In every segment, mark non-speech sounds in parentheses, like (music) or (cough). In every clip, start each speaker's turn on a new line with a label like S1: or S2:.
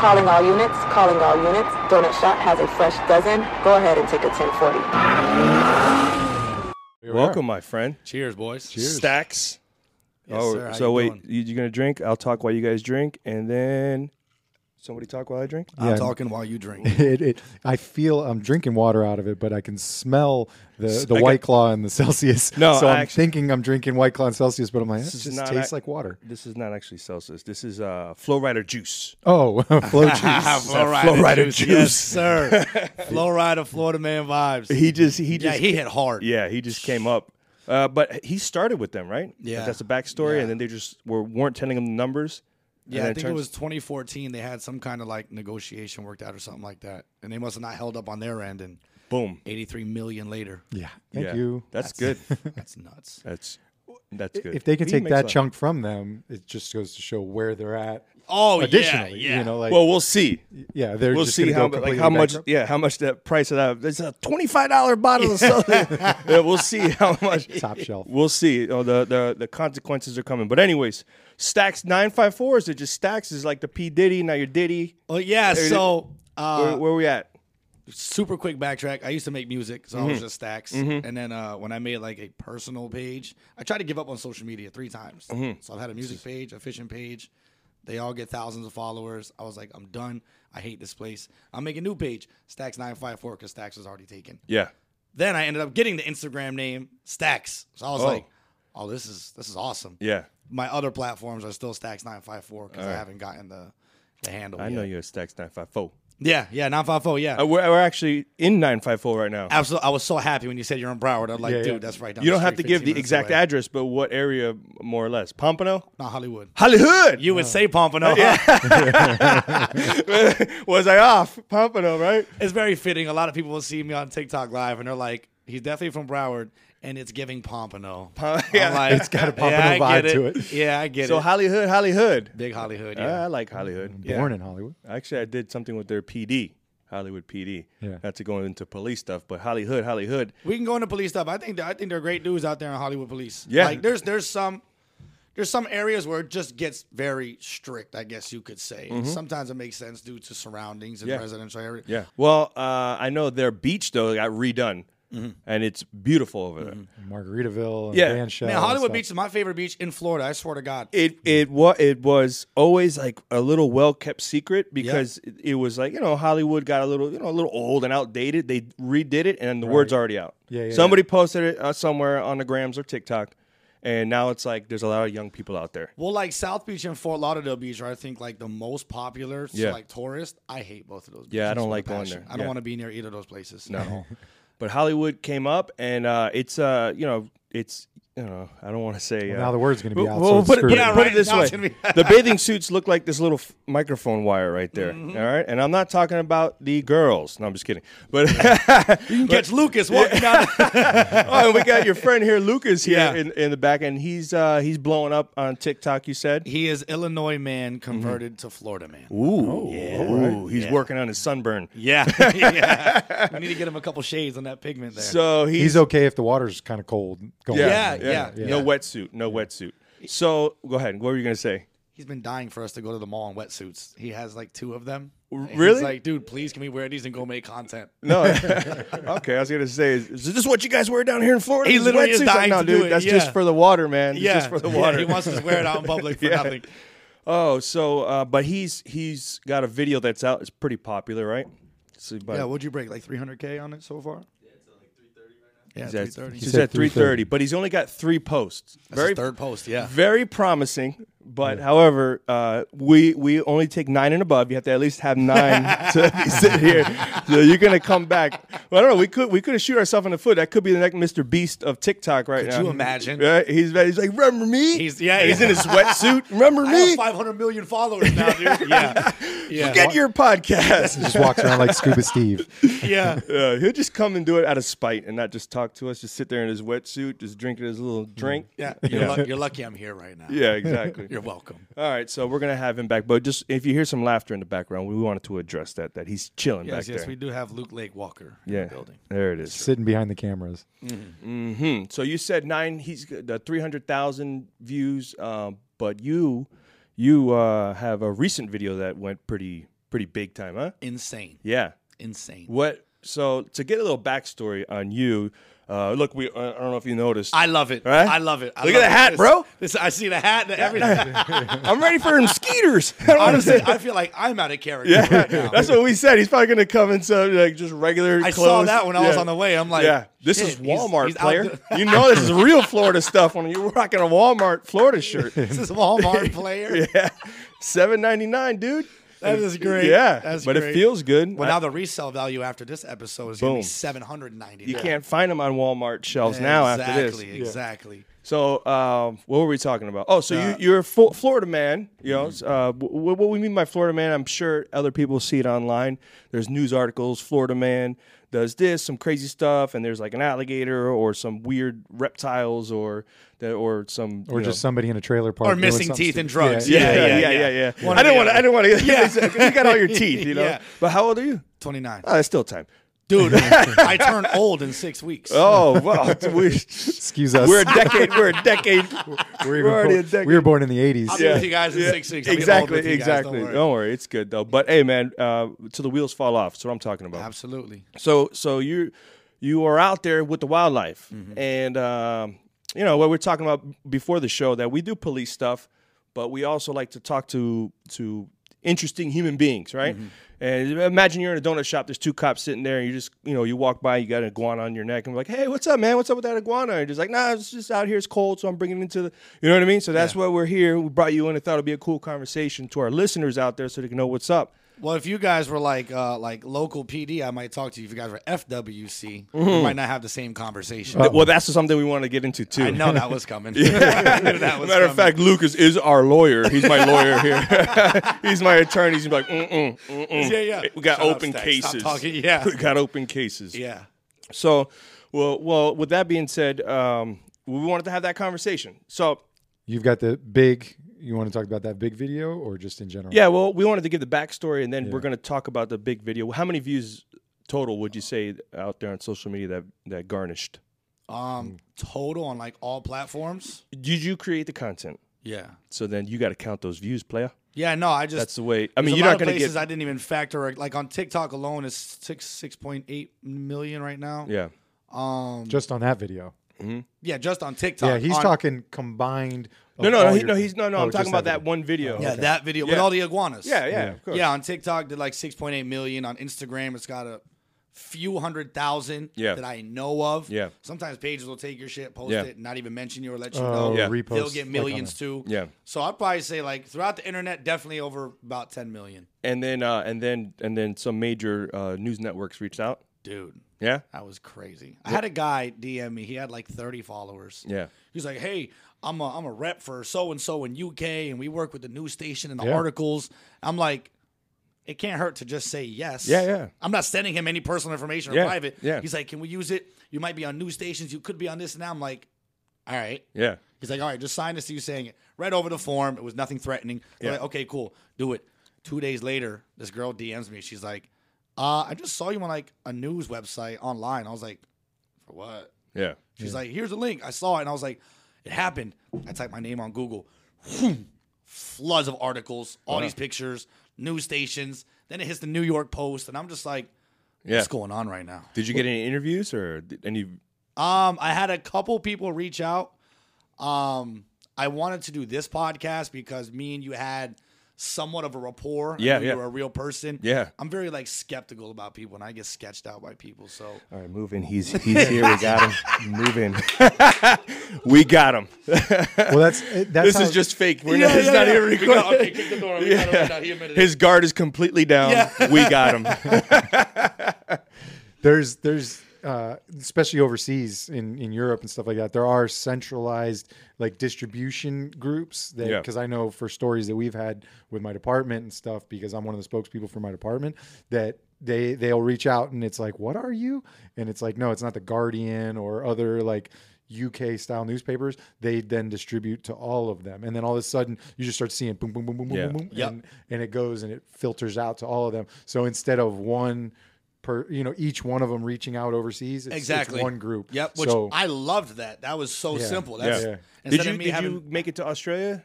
S1: Calling all units, calling all units. Donut Shop has a fresh dozen. Go ahead and take a 1040.
S2: Here we are.
S3: Welcome, my friend.
S4: Cheers, boys.
S3: Stacks.
S4: Yes,
S3: oh,
S4: sir. How
S3: so
S4: you
S3: wait,
S4: doing?
S3: You, you're gonna drink? I'll talk while you guys drink, and then somebody talk while I drink.
S4: I'm
S3: (laughs)
S2: Yeah.
S4: talking while you drink.
S2: (laughs) It, it, I feel I'm drinking water out of it, but I can smell the, the
S3: I
S2: White Claw and the (laughs) Celsius.
S3: No,
S2: so
S3: I
S2: I'm
S3: actually-
S2: thinking I'm drinking White Claw and Celsius, but I'm like, it
S3: is
S2: just
S3: not Ah,
S2: tastes
S3: ac- (laughs)
S2: like water.
S3: This is not actually Celsius. This is uh, Flow Rider juice.
S2: Oh, (laughs) flow juice.
S4: Florida,
S3: Ah, Florida juice. (laughs)
S4: Yes, sir. Florida, Florida man vibes.
S3: He just he
S4: yeah,
S3: just
S4: he hit hard.
S3: yeah he just came up. Uh, but he started with them, right?
S4: Yeah.
S3: that's the backstory,
S4: Yeah.
S3: and then they just were weren't telling him the numbers. and
S4: Yeah,
S3: then
S4: I think it
S3: turns-
S4: was 2014. They had some kind of like negotiation worked out or something like that, and they must have not held up on their end. And
S3: boom.
S4: 83 million later,
S2: Yeah. Thank
S3: Yeah.
S2: you.
S3: That's,
S4: (laughs)
S3: good.
S4: that's nuts.
S3: That's that's good.
S2: If they can
S3: He
S2: take
S3: makes
S2: that
S3: a-
S2: chunk from them, it just goes to show where they're at.
S4: Oh
S2: Additionally,
S4: yeah, yeah.
S2: you know, like
S3: well, we'll see.
S2: yeah, they're
S3: We'll
S2: just
S3: see
S2: gonna
S3: how
S2: go
S3: like
S2: completely
S3: how much (laughs)
S2: bankrupt.
S3: yeah how much that price of that. It's a twenty five dollar bottle of (laughs) soda. yeah, we'll see how much.
S2: top shelf.
S3: We'll see. Oh, the, the the consequences are coming. But anyways, stacks nine five fours are just stacks. Is like the P Diddy. Now you're Diddy.
S4: well, yeah. So uh,
S3: where, where we at?
S4: super quick backtrack. I used to make music, so
S3: Mm-hmm.
S4: I was just stacks. And then uh, when I made like a personal page, I tried to give up on social media three times.
S3: Mm-hmm.
S4: So I've had a music page, a fishing page. They all get thousands of followers. I was like, I'm done. I hate this place. I'm making a new page, Stacks nine five four, because Stacks was already taken.
S3: Yeah.
S4: Then I ended up getting the Instagram name Stacks. So I was
S3: Oh.
S4: like, oh, this is this is awesome.
S3: Yeah.
S4: My other platforms are still Stacks nine five four because I haven't gotten the the handle.
S3: I
S4: yet.
S3: know you're a stacks nine five four.
S4: Yeah, yeah, nine five four. Yeah.
S3: Uh, we're, we're actually in nine five four right now.
S4: Absolutely. I was so happy when you said you're in Broward. I'm like,
S2: Yeah, yeah.
S4: dude, that's right. Down
S3: You
S4: the
S3: don't have to
S4: street,
S3: give
S4: 15
S3: the
S4: minutes
S3: exact
S4: away.
S3: address, but what area more or less? Pompano,
S4: Not Hollywood.
S3: Hollywood.
S4: You would say Pompano.
S3: (laughs) was I off Pompano, (laughs) right?
S4: (laughs) it's very fitting. A lot of people will see me on TikTok live and they're like, he's definitely from Broward and it's giving Pompano.
S3: (laughs) yeah.
S4: I'm like,
S2: It's got a Pompano
S4: yeah, I
S2: vibe
S4: get it.
S2: to it.
S4: Yeah, I get
S3: So Uh,
S4: it.
S3: Hollywood, Hollywood.
S4: Big Hollywood.
S3: Yeah, I
S4: Yeah.
S3: like Hollywood. Yeah.
S2: born in Hollywood.
S3: Actually, I did something with their PD, Hollywood PD.
S2: Yeah.
S3: Not to go into police stuff, but Hollywood, Hollywood.
S4: we can go into police stuff. I think I think there are great dudes out there in Hollywood police.
S3: Yeah.
S4: Like there's there's some there's some areas where it just gets very strict, I guess you could say. And Sometimes it makes sense due to surroundings and
S3: Mm-hmm. Yeah.
S4: residential area.
S3: Yeah. Well, uh, I know their beach though got redone,
S2: Mm-hmm.
S3: and it's beautiful over there.
S2: Margaritaville, and
S3: Yeah.
S2: Van Shell
S4: Man,
S2: and
S4: Hollywood
S2: stuff.
S4: Beach is my favorite beach in Florida. I swear to God.
S3: It it was it was always like a little well kept secret because it, it was like you know Hollywood got a little you know a little old and outdated. They redid it, and the word's already out.
S2: Yeah, yeah,
S3: Somebody posted it uh, somewhere on the grams or TikTok, and now it's like there's a lot of young people out there.
S4: Well, like South Beach and Fort Lauderdale Beach are, I think, like the most popular, so,
S3: Yeah.
S4: like tourist. I hate both of those. Beaches
S3: Yeah, I don't
S4: with a
S3: like going
S4: passion.
S3: there.
S4: I don't
S3: Yeah.
S4: want to be near either of those places. (laughs)
S2: (laughs)
S3: No. but Hollywood came up, and uh, it's uh, you know, it's you know, I don't want to say. uh,
S2: now the word's gonna be
S3: well,
S2: out,
S3: well,
S2: so it's
S3: put, it, put
S2: screwed.
S3: it-
S4: Yeah,
S3: put it
S4: right,
S3: this
S4: now
S3: way:
S4: it's gonna be- (laughs)
S3: the bathing suits look like this little f- microphone wire right there.
S4: Mm-hmm.
S3: all right, and I'm not talking about the girls. No, I'm just kidding. But (laughs)
S4: You can catch Lucas walking down. the-
S3: oh, and we got your friend here, Lucas, here
S4: Yeah.
S3: in, in the back, and he's uh, he's blowing up on TikTok. You said.
S4: he is Illinois man converted to Florida man.
S3: Ooh,
S2: Oh,
S3: yeah. Ooh, he's working on his sunburn. (laughs)
S4: Yeah. (laughs) yeah. We need to get him a couple shades on that pigment there.
S3: So he's,
S2: He's okay if the water's kind of cold. Going
S4: Yeah,
S2: on.
S4: yeah, yeah.
S3: no wetsuit, no wetsuit. So go ahead. What were you gonna say?
S4: He's been dying for us to go to the mall in wetsuits. He has like two of them. And
S3: really?
S4: He's like, dude, please can we wear these and go make content?
S3: No. (laughs) okay, I was gonna say, is, is this what you guys wear down here in Florida?
S4: He
S3: These
S4: literally is
S3: wetsuits? Like,
S4: dying
S3: no,
S4: to do
S3: dude,
S4: it,
S3: That's
S4: yeah.
S3: just for the water, man. It's just for (laughs) the water.
S4: he wants us (laughs) to wear it out in public for
S3: Yeah.
S4: nothing.
S3: oh, so uh, but he's he's got a video that's out. It's pretty popular, right? So, but
S4: Yeah, what'd you break? Like 300K on it so far? Yeah, it's
S3: he's at-
S4: like 330 right now. Yeah, 330.
S3: he's
S2: said
S3: at three
S2: 330.
S3: thirty, but he's only got three posts.
S4: That's his third post, yeah.
S3: very promising. But however, uh, we we only take nine and above. You have to at least have nine to be sit here. So you're gonna come back. Well, I don't know. We could we could have shoot ourselves in the foot. That could be the next Mr. Beast of TikTok right
S4: Could
S3: now.
S4: you imagine?
S3: Yeah, he's he's like, remember me?
S4: He's- yeah,
S3: (laughs) He's
S4: yeah.
S3: in his
S4: (laughs)
S3: wetsuit. Remember
S4: I have
S3: me?
S4: 500 million followers now,
S3: (laughs)
S4: dude. (laughs) yeah. Yeah.
S3: Get your
S2: He
S3: podcast. (laughs)
S2: just walks around like Scuba Steve.
S4: yeah.
S3: Uh, he'll just come and do it out of spite and not just talk to us. Just sit there in his wetsuit, just drinking his little drink.
S4: (laughs) Yeah. You're, luck- you're lucky I'm here right now.
S3: Yeah, exactly.
S4: You're welcome.
S3: All right, so we're gonna have him back, but just if you hear some laughter in the background, we wanted to address that that he's chilling
S4: Yes,
S3: back
S4: yes,
S3: there.
S4: we do have Luke Lake Walker
S3: yeah,
S4: in the building.
S3: there it is.
S2: Sitting behind the cameras.
S3: Hmm, So you said nine. He's got the three hundred thousand views, um, but you you uh, have a recent video that went pretty pretty big time, huh?
S4: Insane.
S3: Yeah.
S4: Insane.
S3: What? So to get a little backstory on you, uh, look, we I don't know if you noticed.
S4: I love it.
S3: Right?
S4: I love it. I
S3: Look at
S4: love
S3: the
S4: it.
S3: hat,
S4: This-
S3: bro.
S4: This, I see the hat
S3: (laughs)
S4: and everything.
S3: I'm ready for him (laughs) skeeters. I don't
S4: Honestly,
S3: understand.
S4: (laughs) I feel like I'm out of character right now.
S3: That's what we said. He's probably gonna come in some like just regular.
S4: I
S3: clothes.
S4: saw that when I was
S3: Yeah.
S4: on the way. I'm like,
S3: yeah, this
S4: shit,
S3: is
S4: he's-
S3: Walmart
S4: he's out
S3: player.
S4: the- (laughs)
S3: you know this is real Florida stuff when you're rocking a Walmart Florida
S4: (laughs)
S3: shirt.
S4: this
S3: (laughs)
S4: is Walmart player.
S3: yeah, seven ninety nine, dude.
S4: That is great.
S3: Yeah,
S4: That's
S3: but
S4: great.
S3: it feels good.
S4: Well,
S3: I-
S4: now the resale value after this episode is going to
S3: Boom.
S4: be 790.
S3: you can't find them on Walmart shelves now after this.
S4: Exactly. Exactly.
S3: So, um, what were we talking about? Oh, so you, you're a Fo- Florida man. You know, uh, w- what we mean by Florida man, I'm sure other people see it online. There's news articles, Florida man does this, some crazy stuff, and there's like an alligator or some weird reptiles or that or some
S2: or just somebody in a trailer park
S4: Or
S2: doing
S4: missing
S2: something
S4: teeth and
S2: stupid.
S4: drugs.
S3: (laughs) yeah, yeah, yeah, yeah.
S4: yeah,
S3: yeah,
S4: yeah. One
S3: I
S4: or
S3: don't
S4: the
S3: want. to I
S4: other.
S3: don't want (laughs) to. Yeah, you got all your teeth, (laughs) you know.
S4: Yeah.
S3: But how old are you?
S4: 29.
S3: Oh, that's still time. (laughs)
S4: Dude, I turn old in six weeks.
S3: Oh wow, (laughs) we,
S2: Excuse us.
S3: we're a decade. We're a decade.
S2: (laughs) We're even
S3: we're already a
S2: born-
S3: decade.
S2: we were born in the 80s.
S4: be with you guys in six weeks. I'll be old
S3: exactly,
S4: with you guys, don't
S3: exactly. Oh.
S4: worry.
S3: it's good though. But hey, man, uh, till the wheels fall off. That's what I'm talking about.
S4: Absolutely.
S3: So, so you you are out there with the wildlife,
S4: Mm-hmm.
S3: and um, you know what we are talking about before the show that we do police stuff, but we also like to talk to to interesting human beings, right?
S4: Mm-hmm.
S3: And imagine you're in a donut shop. There's two cops sitting there, and you just you know you walk by, you got an iguana on your neck, and we're like, hey, what's up, man? What's up with that iguana? And just like, nah, it's just out here. It's cold, so I'm bringing it into the. You know what I mean? So that's why we're here. We brought you in. I thought it'd be a cool conversation to our listeners out there, so they can know what's up.
S4: Well, if you guys were like uh, like local PD, I might talk to you. If you guys were FWC,
S3: Mm-hmm.
S4: we might not have the same conversation.
S3: Well, that's something we want to get into too.
S4: I know that
S3: (laughs)
S4: was coming. (laughs) I knew that was
S3: Matter of
S4: coming.
S3: fact, Lucas is our lawyer. He's my lawyer here. (laughs) He's my attorney. He's like, mm-mm, mm-mm.
S4: yeah, yeah.
S3: We got
S4: Shut up,
S3: open
S4: Stack. Stop
S3: cases.
S4: talking.
S3: (laughs)
S4: Yeah.
S3: we got open cases.
S4: yeah.
S3: So, well, well. With that being said, um, we wanted to have that conversation. So,
S2: You've got the big. You want to talk about that big video or just in general?
S3: yeah. Well, we wanted to give the backstory, and then we're going to talk about the big video. How many views total would you say out there on social media that that garnished?
S4: Um, total on like all platforms.
S3: Did you create the content?
S4: Yeah.
S3: So then you got to count those views, player.
S4: Yeah. No, I just
S3: That's the way. I mean,
S4: There's
S3: you're
S4: a
S3: not
S4: lot of
S3: going to
S4: places
S3: get.
S4: I didn't even factor. Like on TikTok alone is six six point eight million right now.
S3: yeah.
S4: Um.
S2: Just on that video.
S4: Yeah. Just on TikTok.
S2: Yeah, he's
S4: On-
S2: talking combined. of
S3: No,
S2: all
S3: no, he,
S2: your-
S3: no, he's no, no.
S2: Oh,
S3: I'm
S2: just
S3: talking about that one video.
S4: Yeah, that video with
S3: Yeah.
S4: all the iguanas.
S3: Yeah, yeah, of course.
S4: Yeah, on TikTok did like 6.8 million. On Instagram, it's got a few hundred thousand
S3: Yeah.
S4: that I know of.
S3: Yeah.
S4: Sometimes pages will take your shit, post
S3: Yeah.
S4: it, not even mention you or let you
S2: Oh,
S4: know.
S3: Yeah.
S2: repost.
S4: They'll get
S2: like, on
S4: millions
S2: a-
S4: too.
S3: Yeah.
S4: So I'd probably say like throughout the internet, definitely over about 10 million.
S3: And then, uh, and then, and then, some major uh, news networks reached out.
S4: Dude,
S3: Yeah,
S4: that was crazy. I had a guy DM me. He had like 30 followers.
S3: yeah,
S4: He's like, hey, I'm a, I'm a rep for so and so in UK, and we work with the news station and the
S2: Yeah.
S4: articles. I'm like, it can't hurt to just say yes.
S3: Yeah, yeah.
S4: I'm not sending him any personal information or
S3: Yeah,
S4: private.
S3: yeah.
S4: He's like, can we use it? You might be on news stations. You could be on this. And now I'm like, all right.
S3: yeah.
S4: He's like, all right, just sign this to you saying it. Right over the form. It was nothing threatening. They're like, okay, cool. Do it. Two days later, this girl DMs me. She's like, uh, I just saw you on like a news website online. I was like, for what?
S3: Yeah.
S4: She's like, here's the link. I saw it and I was like, it happened. I typed my name on Google. Floods of articles, all these pictures, news stations. Then it hits the New York Post, and I'm just like,
S3: Yeah.
S4: what's going on right now?
S3: Did you get any interviews or did any?
S4: Um, I had a couple people reach out. Um, I wanted to do this podcast because me and you had somewhat of a rapport. I
S3: Yeah,
S4: knew
S3: yeah.
S4: you were a real person.
S3: Yeah.
S4: I'm very like skeptical about people, and I get sketched out by people. So
S3: All right, move in. He's he's here. We got him. Move in. (laughs) we got him.
S2: Well, that's it-
S3: (laughs)
S2: that's
S3: this
S2: how,
S3: is just fake. We're
S4: Yeah,
S3: not, it's
S4: yeah,
S3: not
S4: yeah.
S3: even
S4: We got-
S3: recorded.
S4: okay, kick the door. We got him right out. He admitted it.
S3: His guard is completely down.
S4: Yeah.
S3: We got him.
S2: there's there's uh, especially overseas in in Europe and stuff like that. There are centralized like distribution groups that
S3: Yeah.
S2: because I know for stories that we've had with my department and stuff because I'm one of the spokespeople for my department that. They they'll reach out and it's like, what are you? And it's like, no, it's not the Guardian or other like UK style newspapers. They then distribute to all of them, and then all of a sudden you just start seeing boom boom boom boom
S3: Yeah.
S2: boom boom,
S4: Yep.
S2: and and it goes and it filters out to all of them. So instead of one per, you know, each one of them reaching out overseas, it's, it's
S4: exactly
S2: one group.
S4: Yep. Which
S2: so
S4: I loved that. That was so simple. That's
S2: Yeah.
S4: Instead
S3: did you
S4: of me
S3: did
S4: having
S3: you make it to Australia?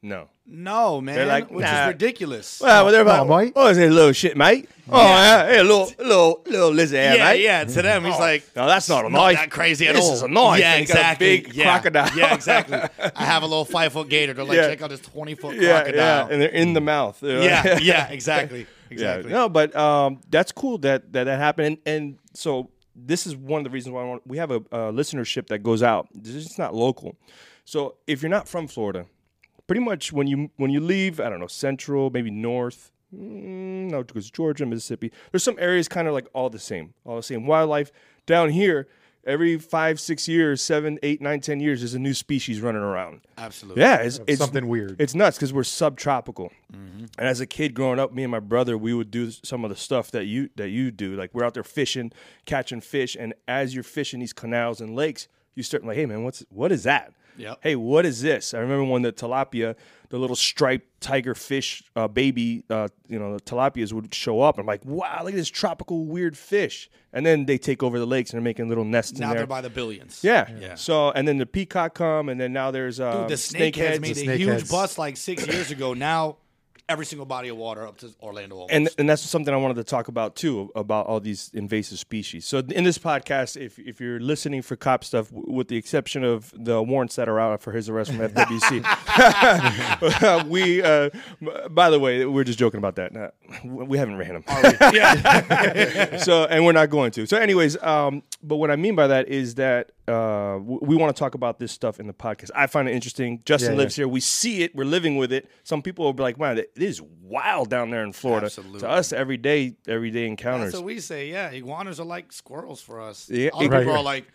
S3: No.
S5: No, man.
S3: like,
S5: which
S3: nah.
S5: is ridiculous.
S3: Well, well, they're about,
S2: on, mate.
S3: oh, is it little shit, mate? Oh, yeah. hey, little, little, little lizard, yeah, mate.
S4: yeah. To them, he's like,
S3: No, that's not a
S4: not
S3: knife.
S4: that crazy at
S3: This
S4: all.
S3: is a knife.
S4: Yeah,
S3: and it's got a
S4: exactly.
S3: big
S4: yeah.
S3: crocodile.
S4: Yeah, exactly. I have a little five foot gator. They're like,
S3: Yeah.
S4: check out this twenty
S3: (laughs)
S4: foot
S3: yeah, yeah,
S4: crocodile.
S3: and they're in the mouth.
S4: Yeah,
S3: (laughs)
S4: yeah, exactly, exactly.
S3: Yeah. No, but um, that's cool that that that happened, and, and so this is one of the reasons why I want, we have a, a listenership that goes out. This is not local, so if you're not from Florida, pretty much when you when you leave, I don't know, central, maybe north. mm, No, because Georgia, Mississippi. There's some areas kind of like all the same, all the same wildlife. Down here, every five, six years, seven, eight, nine, ten years, there's a new species running around.
S4: Absolutely.
S3: Yeah, it's, it's
S2: something weird.
S3: It's nuts because we're subtropical.
S4: Mm-hmm.
S3: And as a kid growing up, me and my brother, we would do some of the stuff that you that you do. Like we're out there fishing, catching fish, and as you're fishing these canals and lakes, you start like, hey man, what's what is that?
S4: Yep.
S3: Hey, what is this? I remember when the tilapia, the little striped tiger fish uh, baby, uh, you know, the tilapias would show up. I'm like, wow, look at this tropical weird fish. And then they take over the lakes and they're making little nests
S4: Now
S3: in there.
S4: they're by the billions.
S3: yeah.
S4: Yeah.
S3: So and then the peacock come, and then now there's uh,
S4: Dude, the snake has made
S2: the
S4: a huge
S2: snakeheads.
S4: bust
S3: (laughs)
S4: like six years ago. Now, every single body of water up to Orlando. Almost.
S3: and and that's something I wanted to talk about too about all these invasive species. So in this podcast, if if you're listening for cop stuff, w- with the exception of the warrants that are out for his arrest from FWC, (laughs) we uh, m- by the way, we're just joking about that. Nah, w- we haven't ran them, (laughs) so and we're not going to. So anyways, um, but what I mean by that is that uh, w- we want to talk about this stuff in the podcast. I find it interesting. Justin
S2: Yeah, yeah.
S3: lives here. We see it. We're living with it. Some people will be like, "Man, it is wild down there in Florida."
S4: Absolutely.
S3: To us, every day, every day encounters.
S4: That's what we say. Yeah, iguanas are like squirrels for us.
S3: Yeah,
S4: Other
S3: right,
S4: people are
S2: right.
S4: like,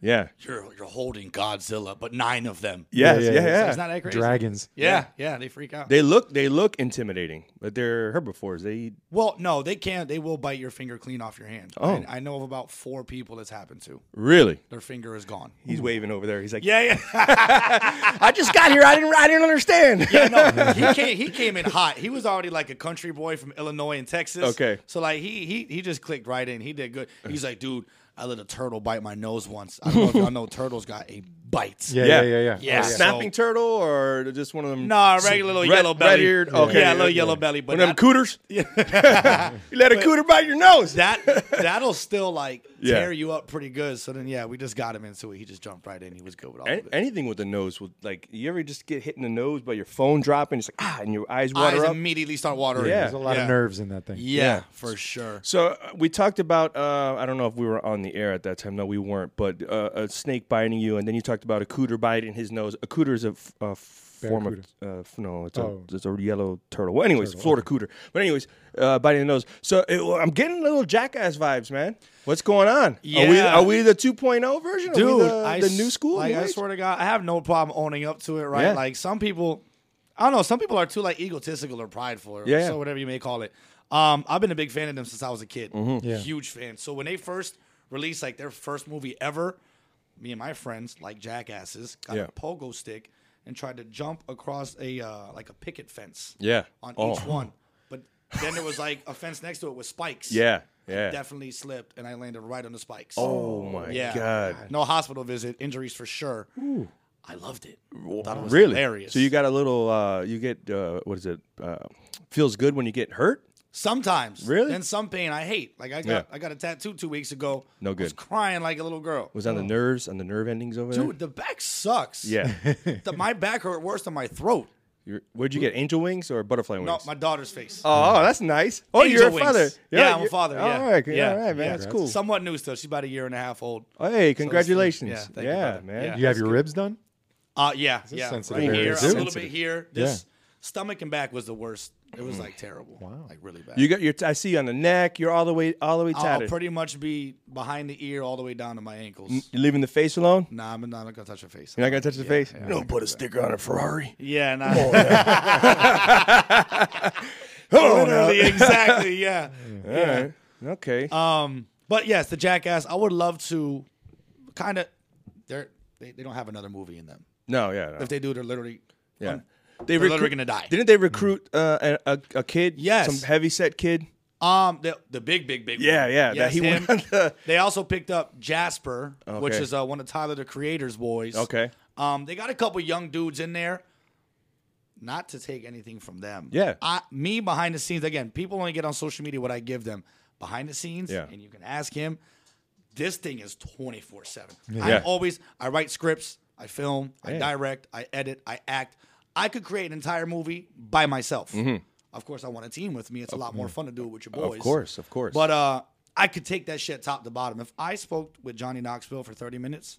S3: yeah.
S4: you're you're holding Godzilla, but nine of them.
S3: Yes,
S2: yeah,
S3: yeah, yeah.
S2: yeah.
S4: It's not that crazy.
S2: Dragons.
S4: Yeah, yeah, they freak out.
S3: They look they look intimidating, but they're herbivores. They eat
S4: well, no, they can't. They will bite your finger clean off your hand. Oh. I, I know of about four people that's happened to.
S3: really.
S4: Their finger is gone.
S3: He's waving over there. He's like,
S4: Yeah, yeah. (laughs)
S3: I just got here. I didn't I didn't understand."
S4: Yeah, (laughs) no, he came. He came in hot. He was already like a country boy from Illinois and Texas.
S3: Okay.
S4: so like he he he just clicked right in. He did good. He's like, dude, I let a turtle bite my nose once. I don't know if y'all know turtles got a bite.
S2: Yeah,
S3: Yeah.
S2: yeah, yeah, yeah.
S4: Yeah.
S3: A snapping turtle or just one of them?
S4: Nah, regular little
S3: red-
S4: yellow belly.
S3: red-eared? Okay,
S4: yeah, a little
S3: okay.
S4: yellow belly. But
S3: One of them
S4: that- (laughs)
S3: cooters. Yeah. (laughs) you let a cooter bite your nose.
S4: (laughs) that that'll still like
S3: Yeah.
S4: tear you up pretty good. So then yeah, we just got him into it. He just jumped right in. He was good with all
S3: An-
S4: of it.
S3: anything with the nose would like you ever just get hit in the nose by your phone dropping it's like ah and your eyes water
S4: Eyes
S3: up
S4: immediately start watering.
S3: Yeah.
S2: There's a lot
S4: Yeah.
S2: of nerves in that thing.
S4: Yeah,
S3: Yeah.
S4: for sure.
S3: so uh, we talked about uh, i don't know if we were on the air at that time no we weren't but uh, a snake biting you and then you talked about a cooter bite in his nose a cooter is a, f- a form of uh, f- no it's,
S2: Oh.
S3: a, it's a yellow turtle well anyways florida cooter but anyways uh, biting the nose so it, well, i'm getting little jackass vibes man what's going on are we
S4: Yeah.
S3: are we the 2.0 version are we
S4: dude.
S3: the,
S4: I
S3: the
S4: s-
S3: new school
S4: Like,
S3: new
S4: I
S3: age?
S4: swear to God, I have no problem owning up to it. Right?
S3: Yeah.
S4: Like some people, I don't know. Some people are too like egotistical or prideful, or
S3: Yeah.
S4: so whatever you may call it. Um, I've been a big fan of them since I was a kid.
S3: Mm-hmm.
S2: Yeah.
S4: Huge fan. So when they first released like their first movie ever, me and my friends, like jackasses, got
S3: Yeah.
S4: a pogo stick and tried to jump across a uh, like a picket fence.
S3: Yeah.
S4: On
S3: Oh.
S4: each one, but then there was like a fence next to it with spikes.
S3: yeah yeah
S4: Definitely slipped, and I landed right on the spikes.
S3: oh my god
S4: No hospital visit, injuries for sure. I loved it. Thought it was
S3: really
S4: hilarious.
S3: So you got a little, uh, you get uh, what is it? Uh, feels good when you get hurt.
S4: sometimes
S3: Really?
S4: and some pain I hate. Like I got
S3: Yeah.
S4: I got a tattoo two weeks ago.
S3: No
S4: I was
S3: good.
S4: crying like a little girl.
S3: Was on the nerves, on the nerve endings over
S4: Oh. Dude, the back sucks.
S3: there. (laughs) Yeah.
S4: (laughs) The- my back hurt worse than my throat.
S3: You're, where'd you get angel wings or butterfly wings?
S4: No, my daughter's face.
S3: oh, oh, that's nice. Oh,
S4: Angel
S3: you're a
S4: wings.
S3: father.
S4: Yeah, I'm a
S3: you're-
S4: father, yeah.
S3: All right,
S4: Yeah.
S3: all right, man. That's cool. Oh,
S4: Somewhat new still. She's about a year and a half old.
S3: hey, congratulations.
S4: yeah, thank you,
S3: yeah,
S4: brother.
S3: man.
S2: You have your ribs done?
S4: Uh yeah,
S2: is
S4: yeah.
S2: sensitive
S4: right
S2: area,
S4: here,
S2: too.
S4: a little
S3: Sensitive.
S4: bit here. This stomach and back was the worst. It was like terrible. Wow. Like really bad.
S3: You got your. I see you on the neck. You're all the way, all the way
S4: I'll
S3: tatted.
S4: pretty much be behind the ear all the way down to my ankles.
S3: you're leaving the face alone.
S4: Nah, I'm not, gonna touch her face.
S3: You're not gonna touch the face.
S4: yeah.
S3: don't put a sticker on a Ferrari.
S4: Yeah, nah. (laughs) Literally, exactly. Yeah.
S3: All right. Okay.
S4: Um, but yes, the Jackass. I would love to, kind of. They're they, they don't have another movie in them.
S3: no, yeah. no.
S4: If they do, they're literally.
S3: Yeah.
S4: They they're literally gonna die.
S3: Didn't they recruit uh, a, a, a kid?
S4: Yes.
S3: Some heavy set kid?
S4: Um, the the big big big.
S3: Yeah,
S4: one.
S3: yeah, that
S4: Yes,
S3: he
S4: him.
S3: went on the-
S4: (laughs) They also picked up Jasper, which
S3: Okay.
S4: is uh, one of Tyler the Creator's boys.
S3: Okay.
S4: Um, they got a couple young dudes in there. not to take anything from them.
S3: Yeah.
S4: I, me behind the scenes again. People only get on social media what I give them behind the scenes.
S3: Yeah.
S4: And you can ask him. This thing is twenty four seven.
S3: Yeah.
S4: I'm always. I write scripts. I film. I
S2: Yeah.
S4: direct. I edit. I act. I could create an entire movie by myself. Of course, I want a team with me. It's a lot more fun to do it with your boys.
S3: Mm-hmm. Of course, of course.
S4: But uh, I could take that shit top to bottom. If I spoke with Johnny Knoxville for 30 minutes,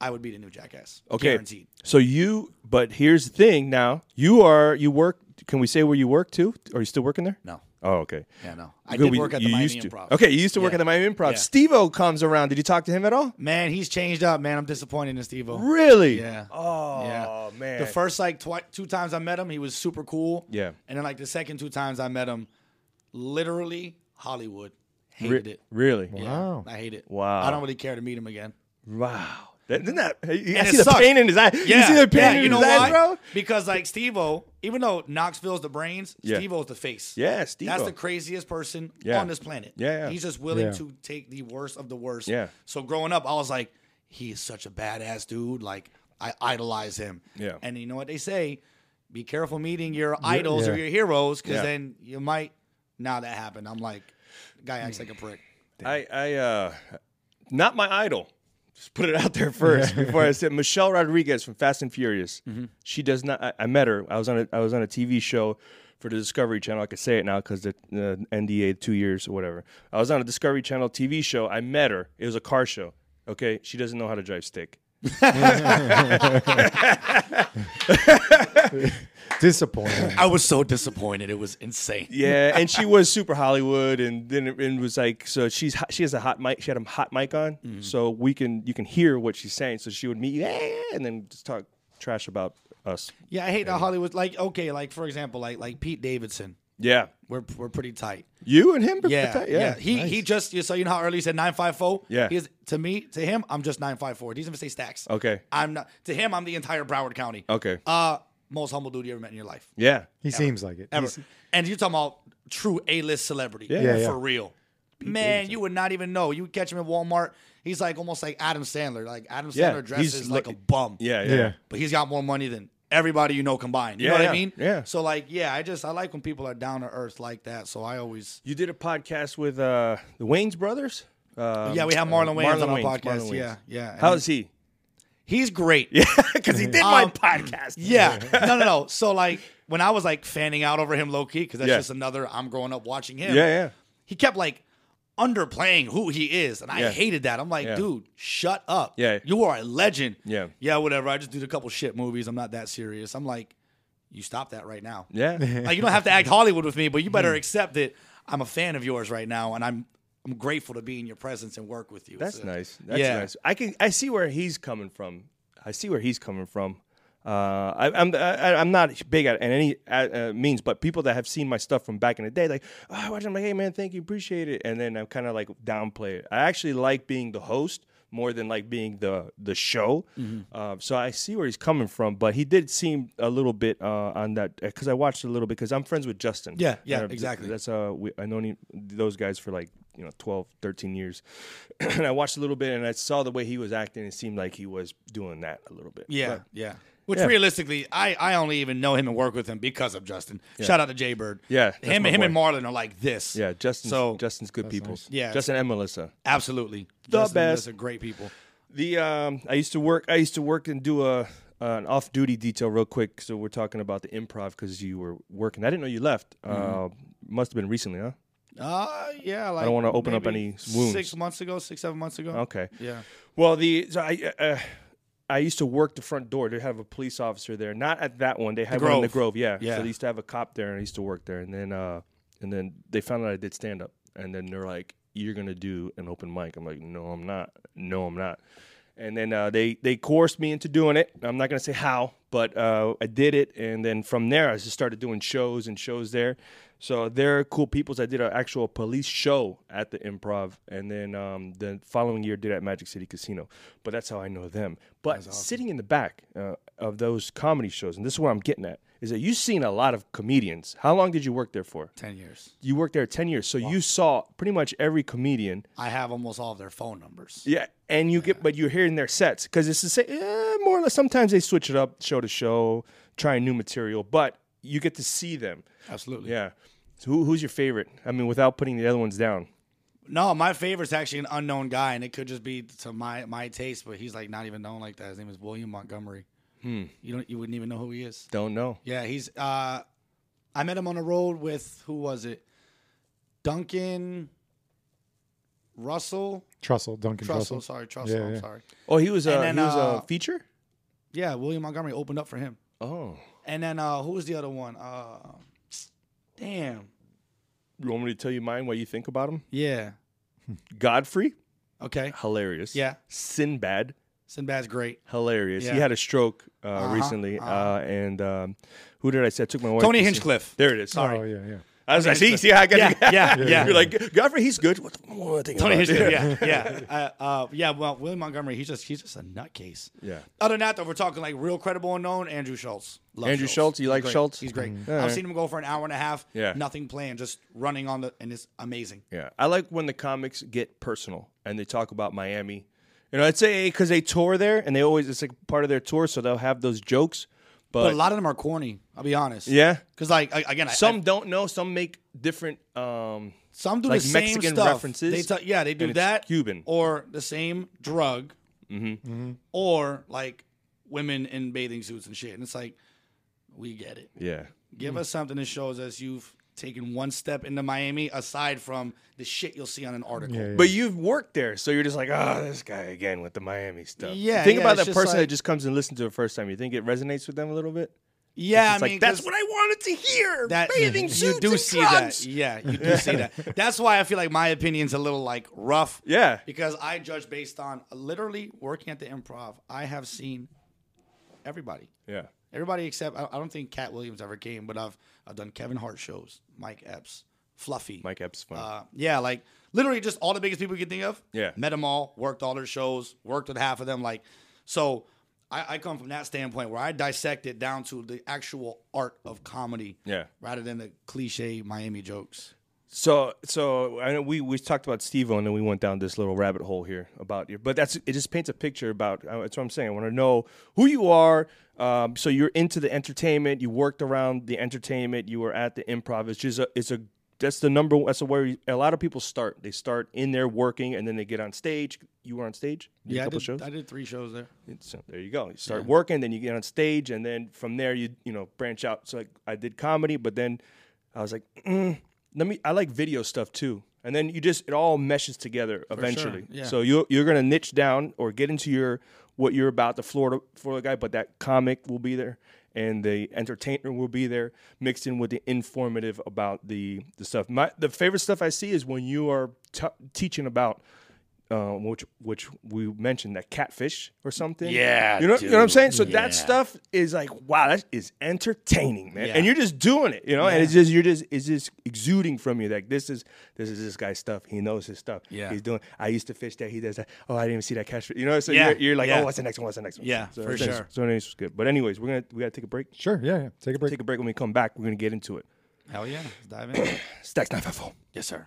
S4: I would be the new jackass.
S3: okay.
S4: Guaranteed.
S3: So you, but here's the thing. Now you are you work. Can we say where you work too? Are you still working there?
S4: No.
S3: Oh, okay.
S4: Yeah, no. I
S3: Good,
S4: did
S3: we-
S4: work at
S3: you
S4: the Miami
S3: used to.
S4: Improv.
S3: Okay, you used to work
S4: Yeah.
S3: at the Miami Improv.
S4: Yeah.
S3: Steve O comes around. Did you talk to him at all?
S4: Man, he's changed up, man. I'm disappointed in Steve O.
S3: Really?
S4: Yeah.
S3: Oh
S4: Yeah.
S3: man.
S4: The first like twi- two times I met him, he was super cool.
S3: Yeah.
S4: And then like the second two times I met him, literally Hollywood.
S3: Re-
S4: Hated it.
S3: Really?
S4: Yeah,
S2: Wow.
S4: I hate it.
S3: Wow.
S4: I don't really care to meet him again.
S3: Wow. That, isn't that, you
S4: And
S3: see
S4: it
S3: the
S4: sucked.
S3: pain in his eye. You see the pain in
S4: you know
S3: his eye,
S4: why?
S3: bro?
S4: Because like Steve-O, even though Knoxville's the brains,
S3: Yeah.
S4: Steve-O's the face.
S3: Yeah, Steve.
S4: That's the craziest person
S3: Yeah.
S4: on this planet.
S3: Yeah, yeah.
S4: He's just willing
S2: Yeah.
S4: to take the worst of the worst.
S3: Yeah.
S4: So growing up, I was like, he is such a badass dude. Like I idolize him.
S3: Yeah.
S4: And you know what they say? Be careful meeting your idols or
S2: yeah.
S4: your heroes, because
S3: Yeah.
S4: then you might. Now that happened, I'm like, guy acts like a prick.
S3: I, I, uh, not my idol. Just put it out there first before I said Michelle Rodriguez from Fast and Furious. She does not. I, I met her. I was on a I was on a TV show for the Discovery Channel. I could say it now because the uh, NDA two years or whatever. I was on a Discovery Channel TV show. I met her. It was a car show. Okay, she doesn't know how to drive stick.
S2: Disappointing.
S4: I was so disappointed. It was insane.
S3: Yeah, and she was super Hollywood, and then it, it was like so she's hot- she has a hot mic. She had a hot mic on,
S4: Mm-hmm.
S3: so we can you can hear what she's saying. So she would meet you, "Eh," and then just talk trash about us.
S4: Yeah, I hate that Hollywood. Like, okay, like for example, like like Pete Davidson.
S3: Yeah,
S4: We're we're pretty tight.
S3: you and (laughs) him.
S4: Yeah, yeah. He he
S2: nice.
S4: just so you know how early he said nine five four.
S3: Yeah.
S4: He's to me to him I'm just nine five four. He's gonna say stacks.
S3: Okay.
S4: I'm not to him. I'm the entire Broward County.
S3: Okay.
S4: Uh, most humble dude you ever met in your life
S3: yeah.
S2: He seems like it.
S4: ever.
S2: He's-
S4: And you're talking about true A list celebrity.
S2: Yeah,
S4: for
S2: yeah.
S4: real. Man, you would not even know. You would catch him at Walmart. He's like almost like Adam Sandler. Like Adam Sandler
S3: Yeah, he's
S4: dresses like
S3: look-
S4: a bum.
S3: Yeah, yeah,
S2: yeah.
S3: yeah,
S4: but he's got more money than everybody you know combined. You
S3: Yeah,
S4: know what
S3: yeah,
S4: I mean?
S3: yeah.
S4: So like, yeah, I just I like when people are down to earth like that. So I always
S3: You did a podcast with uh, the Wayne's brothers. Um,
S4: yeah, we have Marlon Wayans on our
S3: Wayans,
S4: podcast.
S3: Marlon Wayans.
S4: Yeah, yeah. And
S3: How is he? (laughs)
S4: he's great.
S3: Yeah, because he did my
S4: Um,
S3: podcast.
S4: Yeah. (laughs) no, no, no. So like when I was like fanning out over him low key because that's
S3: Yeah.
S4: just another I'm growing up watching
S3: yeah,
S4: him.
S3: yeah.
S4: He kept like underplaying who he is, and I
S3: Yeah.
S4: hated that. I'm like,
S3: Yeah.
S4: dude, shut up.
S3: Yeah.
S4: you are a legend.
S3: Yeah.
S4: yeah, whatever. I just did a couple shit movies. I'm not that serious. I'm like, you stop that right now.
S3: yeah.
S4: (laughs)
S3: Hmm.
S4: like you don't
S3: (laughs)
S4: have to act Hollywood with me, but you better accept it. I'm a fan of yours right now, and I'm I'm grateful to be in your presence and work with you.
S3: That's
S4: It's a-
S3: nice. That's
S4: yeah.
S3: nice. I can I see where he's coming from. I see where he's coming from. Uh, I, I'm I, I'm not big at, at any uh, uh, means, but people that have seen my stuff from back in the day, like oh, I watch, it, I'm like, hey man, thank you, appreciate it, and then I'm kind of like downplay it. I actually like being the host more than like being the the show.
S4: Mm-hmm.
S3: Uh, so I see where he's coming from, but he did seem a little bit uh, on that because I watched a little bit because I'm friends with Justin.
S4: Yeah, yeah,
S3: th-
S4: exactly.
S3: That's uh, we, I known him, those guys for like you know 12, 13 years, (clears throat) and I watched a little bit and I saw the way he was acting. It seemed like he was doing that a little bit.
S4: Yeah,
S3: But-
S4: yeah. Which realistically, I, I only even know him and work with him because of Justin. Shout out to Jay Bird.
S3: Yeah, that's
S4: him
S3: my
S4: and him
S3: boy.
S4: and Marlon are like this.
S3: yeah, Justin's
S4: So-
S3: Justin's good people.
S4: Yeah.
S3: Justin and Melissa.
S4: absolutely
S3: The
S4: Justin
S3: best.
S4: and Melissa are great people.
S3: The um, I used to work. I used to work and do a an off duty detail real quick. So we're talking about the improv because you were working. I didn't know you left.
S4: Mm-hmm.
S3: Uh, must have been recently, huh?
S4: Uh, yeah. Like
S3: don't wanna open up
S4: maybe
S3: any wounds.
S4: Six months ago, six seven months ago.
S3: Okay.
S4: Yeah.
S3: Well, the so I uh, I used to work the front door. They have a police officer there. Not at that one. They had one in the
S4: Grove.
S3: Grove. Yeah.
S4: Yeah.
S3: So they used to have a cop there, and I used to work there. And then uh, and then they found out I did stand up, and then they're like, "You're gonna do an open mic." I'm like, "No, I'm not. No, I'm not." And then uh, they they coerced me into doing it. I'm not gonna say how, but uh, I did it. And then from there, I just started doing shows and shows there. So they're cool peoples. I did an actual police show at the Improv, and then um, the following year did at Magic City Casino. But that's how I know them. But sitting in the back uh, of those comedy shows, and this is what I'm getting at, is that you've seen a lot of comedians. How long did you work there for?
S4: Ten years.
S3: You worked there ten years, so you saw pretty much every comedian.
S4: I have almost all of their phone numbers.
S3: Yeah, and you get, but you're hearing their sets because it's the same. Eh, more or less, sometimes they switch it up, show to show, trying new material. But you get to see them.
S4: Absolutely.
S3: Yeah. So who, who's your favorite? I mean, without putting the other ones down.
S4: No, my favorite's actually an unknown guy, and it could just be to my my taste, but he's like not even known like that. His name is William Montgomery.
S3: Hmm.
S4: You don't you wouldn't even know who he is.
S3: Don't know.
S4: Yeah, he's. Uh, I met him on the road with who was it? Duncan Russell
S2: Trussell, Duncan
S4: Trussell.
S2: Trussell.
S4: Sorry, Trussell.
S2: Yeah,
S4: I'm
S2: yeah.
S4: sorry.
S3: Oh, he was a
S4: And then,
S3: he was
S4: uh,
S3: a feature.
S4: Yeah, William Montgomery opened up for him.
S3: Oh.
S4: And then uh, who was the other one? Uh, damn.
S3: You want me to tell you mine? What you think about him?
S4: Yeah.
S3: Godfrey,
S4: Okay.
S3: hilarious.
S4: Yeah.
S3: Sinbad,
S4: Sinbad's great.
S3: hilarious. He
S4: Yeah. Uh-huh.
S3: had a stroke uh, recently, uh and um, who did I say? I took my wife.
S6: Tony
S3: to see-
S6: Hinchcliffe.
S3: There it is.
S2: Oh
S3: Sorry.
S2: yeah, yeah.
S3: I was like, see, see how I got
S4: Yeah, yeah,
S3: (laughs)
S4: yeah.
S3: You're like Godfrey, he's good. What, what am I thinking
S4: Tony
S3: about? (laughs)
S4: Hitchcock. Yeah, yeah, uh, uh, yeah. Well, William Montgomery, he's just he's just a nutcase.
S3: Yeah.
S4: Other than that, though, we're talking like real credible unknown. Andrew Schultz. Love
S3: Andrew Schultz, you
S4: He's
S3: like
S4: great.
S3: Schultz?
S4: He's great.
S3: All
S4: I've
S3: right.
S4: seen him go for an hour and a half.
S3: Yeah.
S4: Nothing planned, just running on the, and it's amazing.
S3: Yeah, I like when the comics get personal and they talk about Miami. You know, I'd say because they tour there and they always it's like part of their tour, so they'll have those jokes. But,
S4: But a lot of them are corny. I'll be honest.
S3: yeah,
S4: Because like I- again, I-
S3: some
S4: I,
S3: don't know, some make different. Um,
S4: some do
S3: like
S4: the same
S3: Mexican
S4: stuff.
S3: references,
S4: They ta- yeah, they do
S3: and it's
S4: that.
S3: Cuban. Mm-hmm.
S4: or the same drug, or like women in bathing suits and shit. And it's like, we get it.
S3: yeah,
S4: Give us something that shows us you've taken one step into Miami aside from the shit you'll see on an article.
S2: Yeah, yeah.
S3: But you've worked there, so you're just like, oh, this guy again with the Miami stuff.
S4: Yeah,
S3: think
S4: yeah,
S3: about
S4: it's
S3: that
S4: just
S3: person that
S4: like-
S3: just comes and listens to it first time. You think it resonates with them a little bit?
S4: Yeah,
S3: It's
S4: I
S3: like
S4: mean,
S3: that's
S4: 'cause
S3: what I wanted to hear.
S4: that
S3: Bathing suits
S4: you do
S3: and
S4: see
S3: drugs.
S4: that. Yeah, you do
S3: (laughs)
S4: see that. That's why I feel like my opinion's a little like rough.
S3: Yeah.
S4: because I judge based on literally working at the improv. I have seen everybody.
S3: Yeah,
S4: Everybody except I I don't think Cat Williams ever came, but I've I've done Kevin Hart shows, Mike Epps, Fluffy,
S3: Mike Epps. Fun.
S4: uh, yeah, like literally just all the biggest people you can think of.
S3: Yeah.
S4: met them all, worked all their shows, worked with half of them. Like, so I, I come from that standpoint where I dissect it down to the actual art of comedy.
S3: Yeah.
S4: rather than the cliche Miami jokes.
S3: So, so I know we we talked about Steve-O and then we went down this little rabbit hole here about you, but that's it. Just paints a picture about uh, that's what I'm saying. I want to know who you are. Um, so you're into the entertainment. You worked around the entertainment. You were at the improv. It's just a, it's a that's the number. That's where you- a lot of people start. They start in there working, and then they get on stage. You were on stage. You did a
S4: I
S3: couple
S4: did,
S3: shows.
S4: I did three shows there.
S3: So there you go. You start working, then you get on stage, and then from there you you know branch out. So like I did comedy, but then I was like, mm, let me. I like video stuff too, and then you just it all meshes together eventually.
S4: yeah.
S3: So you you're gonna niche down or get into your what you're about, the Florida Florida guy, but that comic will be there. And the entertainer will be there, mixed in with the informative about the the stuff. My the favorite stuff I see is when you are t- teaching about uh, which which we mentioned that catfish or something.
S6: Yeah,
S3: you know, you know what I'm
S6: dude.
S3: saying. So
S6: Yeah.
S3: that stuff is like, wow, that is entertaining, man.
S4: Yeah.
S3: And you're just doing it, you know. And it's just you're just it's just exuding from you. Like this is this is this guy's stuff. He knows his stuff.
S4: Yeah.
S3: he's doing. I used to fish that. He does that. Oh, I didn't even see that catfish. You know, so
S4: Yeah,
S3: you're, you're like,
S4: yeah.
S3: oh, what's the next one? What's the next one?
S4: Yeah,
S3: so
S4: for
S3: anyways-
S4: sure.
S3: So anyways, it's good. But anyways, we're gonna we gotta take a break.
S2: Sure, yeah, yeah. Take a break.
S3: Take a break. When we come back, we're gonna get into it.
S4: Hell yeah, let's dive in.
S3: (clears throat) Stacks nine five four.
S4: yes, sir.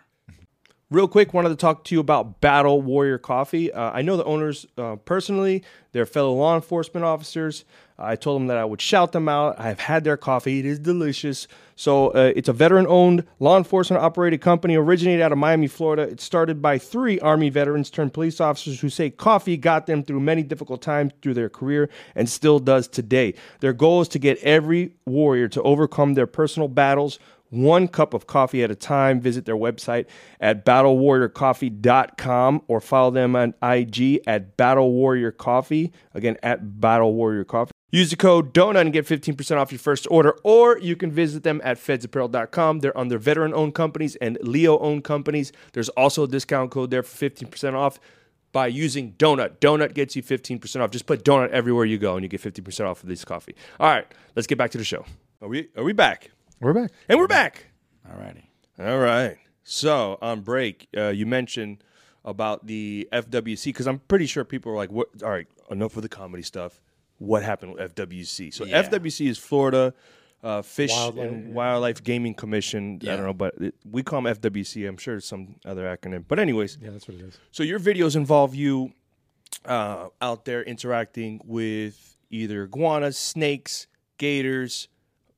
S3: Real quick, wanted to talk to you about Battle Warrior Coffee. Uh, I know the owners uh, personally; they're fellow law enforcement officers. I told them that I would shout them out. I've had their coffee; it is delicious. So, uh, it's a veteran-owned, law enforcement-operated company, originated out of Miami, Florida. It's started by three Army veterans turned police officers who say coffee got them through many difficult times through their career and still does today. Their goal is to get every warrior to overcome their personal battles one cup of coffee at a time. Visit their website at battlewarriorcoffee.com or follow them on IG at Battle Warrior Coffee. Again, at Battle Warrior Coffee. Use the code DONUT and get 15% off your first order, or you can visit them at fedsapparel.com. They're under veteran owned companies and Leo owned companies. There's also a discount code there for 15% off by using Donut. Donut gets you 15% off. Just put Donut everywhere you go and you get 15% off of this coffee. All right, let's get back to the show. Are we, are we back?
S2: We're back.
S3: And we're back.
S4: All righty.
S3: All right. So on break, uh, you mentioned about the FWC because I'm pretty sure people are like, "What? All right, enough with the comedy stuff. What happened with FWC?" So FWC is Florida uh, Fish
S2: Wildlife,
S3: and Wildlife Gaming Commission. I don't know, but it, we call them FWC. I'm sure it's some other acronym. But anyways,
S2: Yeah, that's what it is.
S3: so your videos involve you uh, out there interacting with either iguanas, snakes, gators,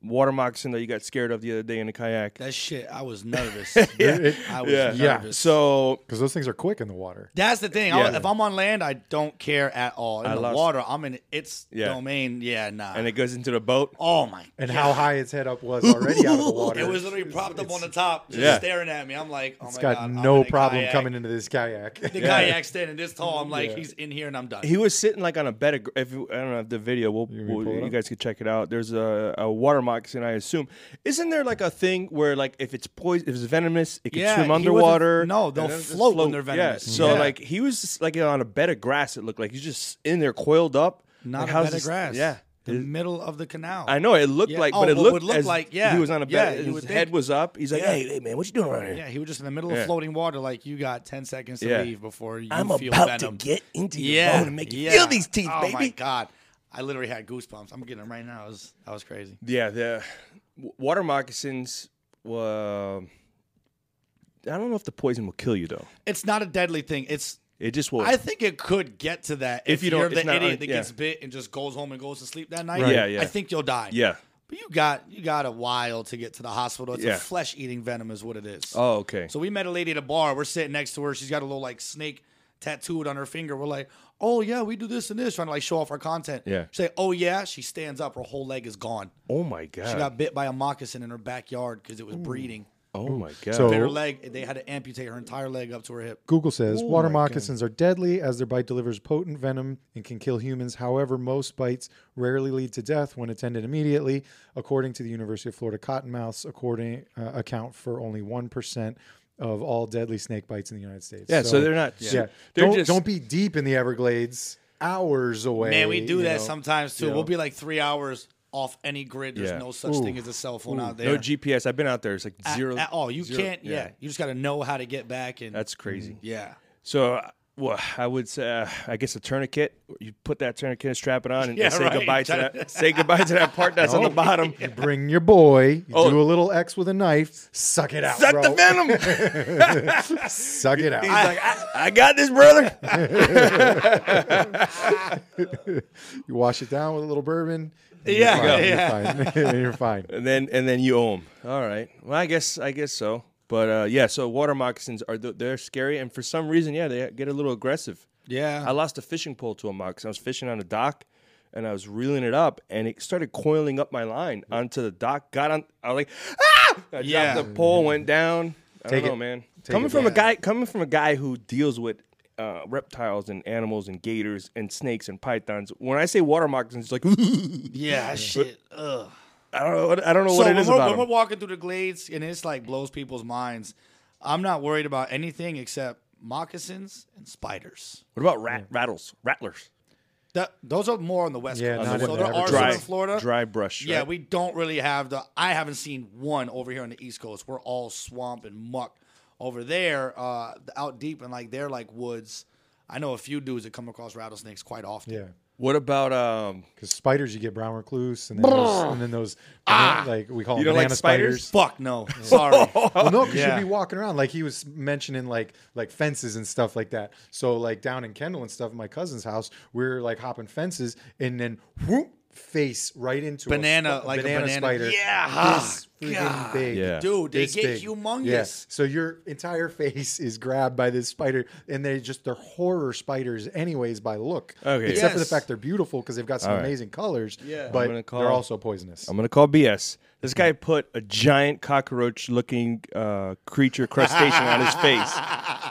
S3: water moccasin that you got scared of the other day in the kayak.
S4: That shit, I
S3: (laughs)
S4: was nervous. I was
S3: Yeah.
S2: Yeah.
S4: nervous.
S3: So
S2: because those things are quick in the water.
S4: That's the thing.
S3: Yeah.
S4: I, if I'm on land, I don't care at all. In the
S3: lost-
S4: water, I'm in its
S3: Yeah.
S4: domain. Yeah, nah.
S3: and it goes into the boat.
S4: oh my!
S2: And how high its head up was
S4: (laughs)
S2: already out of the water.
S4: It was literally propped up on the top, just
S3: Yeah.
S4: staring at me. I'm like, oh
S2: it's
S4: my
S2: got
S4: God, I'm
S2: no
S4: in a
S2: problem
S4: kayak.
S2: coming into this kayak. (laughs)
S4: The kayak standing this tall. I'm like, he's in here and I'm done.
S3: He was sitting like on a bed. Of, gr- if you- I don't know if the video, we'll,
S2: me
S3: we'll-
S2: pull it
S3: you
S2: up?
S3: guys can check it out. There's a, a water moccasin, I assume. Isn't there like a thing where like if it's poison, if it's venomous, it can
S4: Yeah,
S3: swim
S4: he wasn't-
S3: underwater?
S4: no,
S3: and
S4: they'll
S3: then just
S4: float when they're venomous.
S3: Yeah. So
S4: Yeah.
S3: like he was just, like on a bed of grass. It looked like he's just in there coiled up.
S4: Not
S3: like,
S4: a
S3: how's
S4: bed of
S3: this-
S4: grass.
S3: Yeah.
S4: the middle of the canal.
S3: I know it looked
S4: Yeah.
S3: like,
S4: Oh,
S3: but it
S4: well,
S3: looked
S4: would look
S3: as
S4: like- yeah,
S3: he was on a
S4: yeah,
S3: bed.
S4: you
S3: his
S4: would
S3: head
S4: think.
S3: was up. He's like,
S4: Yeah.
S3: hey, hey, man, what you doing around here?
S4: Yeah, he was just in the middle
S3: Yeah.
S4: of floating water. Like you got ten seconds to
S3: Yeah.
S4: leave before you
S3: I'm
S4: feel
S3: about
S4: venom.
S3: to get into your
S4: yeah,
S3: bone and make you
S4: yeah.
S3: feel these teeth,
S4: oh
S3: baby.
S4: my god! I literally had goosebumps. I'm getting them right now. It was, that was crazy.
S3: Yeah, the w- water moccasins. Well, I don't know if the poison will kill you though.
S4: It's not a deadly thing. It's
S3: It just will.
S4: I think it could get to that
S3: If
S4: if,
S3: you
S4: you
S3: don't-
S4: are
S3: it's
S4: the
S3: not-
S4: idiot that
S3: yeah.
S4: gets bit and just goes home and goes to sleep that night.
S3: Right. Yeah, yeah.
S4: I think you'll die.
S3: yeah.
S4: But you got you got a while to get to the hospital. It's
S3: Yeah.
S4: a flesh eating venom is what it is.
S3: Oh, okay.
S4: So we met a lady at a bar. We're sitting next to her. She's got a little like snake tattooed on her finger. We're like, oh yeah, we do this and this, trying to like show off our content.
S3: Yeah.
S4: She's like, oh yeah. She stands up. Her whole leg is gone.
S3: oh my god.
S4: She got bit by a moccasin in her backyard because it was breeding.
S3: oh my god.
S2: So-
S4: Bit her leg. They had to amputate her entire leg up to her hip.
S2: Google says water moccasins are deadly as their bite delivers potent venom and can kill humans. However, most bites rarely lead to death when attended immediately, according to the University of Florida Cottonmouths, according uh, account for only one percent of all deadly snake bites in the United States.
S3: Yeah, so they're not-
S2: Yeah,
S3: yeah. They're
S2: don't
S3: just-
S2: don't be deep in the Everglades, hours away.
S4: Man, we do
S2: you
S4: that
S2: know.
S4: sometimes too.
S2: you know.
S4: We'll be like three hours off any grid. There's
S3: Yeah.
S4: no such thing as a cell phone out there.
S3: no GPS. I've been out there. It's like
S4: at,
S3: zero
S4: at all. You
S3: zero-
S4: can can't. Yeah. you just got to know how to get back and
S3: That's crazy.
S4: yeah.
S3: So, uh, well, I would say, uh, I guess a tourniquet. You put that tourniquet and strap it on and,
S4: (laughs) Yeah,
S3: and say
S4: right.
S3: goodbye to that. Say goodbye to that part that's on
S4: (laughs)
S3: the bottom.
S2: You bring your boy. You
S3: Oh.
S2: do a little X with a knife. Suck it out,
S3: Suck
S2: bro.
S3: the
S4: (laughs)
S3: venom. He's
S2: Suck it out.
S3: like, I, I got this, brother.
S2: you wash it down with a little bourbon.
S4: Yeah,
S2: you're fine. You're fine. (laughs) you're fine.
S3: and then and then you own. All right. Well, I guess I guess so. But uh, yeah, so water moccasins are th- they're scary, and for some reason, yeah, they get a little aggressive.
S4: Yeah.
S3: I lost a fishing pole to a moccasin. I was fishing on a dock, and I was reeling it up, and it started coiling up my line onto the dock. Got on, I was like, ah! I
S4: Yeah.
S3: dropped the pole, went down. I
S2: Take
S3: don't know,
S2: it.
S3: man.
S2: Take
S3: coming
S2: it
S3: from a
S2: down.
S3: guy, coming from a guy who deals with. Uh, reptiles and animals and gators and snakes and pythons. When I say water moccasins, it's like (laughs)
S4: Yeah, shit. Ugh.
S3: I don't know. what- I don't know what
S4: so
S3: it is
S4: when, we're,
S3: about
S4: when
S3: 'em.
S4: we're walking through the glades and it's like blows people's minds, I'm not worried about anything except moccasins and spiders.
S3: What about rat, rattles, rattlers?
S4: That, those are more on the west
S2: Yeah,
S4: coast.
S2: not
S4: so
S2: in the
S4: there are some
S2: Everglades.
S4: in Florida.
S3: dry brush.
S4: yeah,
S3: right?
S4: we don't really have the. I haven't seen one over here on the east coast. We're all swamp and muck over there, uh, out deep and like they're like woods. I know a few dudes that come across rattlesnakes quite often.
S2: Yeah.
S3: What about um?
S2: Because spiders, you get brown recluse, and then those, and then those
S4: Ah.
S2: like we call
S3: You
S2: them
S3: don't like
S2: banana spiders.
S4: Fuck no, sorry.
S3: (laughs)
S2: Well, no, because
S4: Yeah.
S2: you'd be walking around like he was mentioning, like like fences and stuff like that. So like down in Kendall and stuff, at my cousin's house, we are like hopping fences, and then whoop, face right into a
S4: Banana,
S2: sp-
S4: like a banana.
S2: spider.
S4: Yeah. ah,
S2: this freaking big.
S3: Yeah.
S4: Dude, they
S2: This
S4: get
S2: big.
S4: humongous.
S2: Yeah. So your entire (laughs) face is grabbed by this spider, and they just they're horror spiders, anyways, by look.
S3: Okay.
S2: Except for the
S4: Yes.
S2: fact they're beautiful because they've got some
S3: All right.
S2: amazing colors. Yeah.
S3: I'm gonna
S2: But
S3: call-
S2: they're also poisonous.
S3: I'm gonna call BS. This guy put a giant cockroach-looking uh, creature crustacean on his face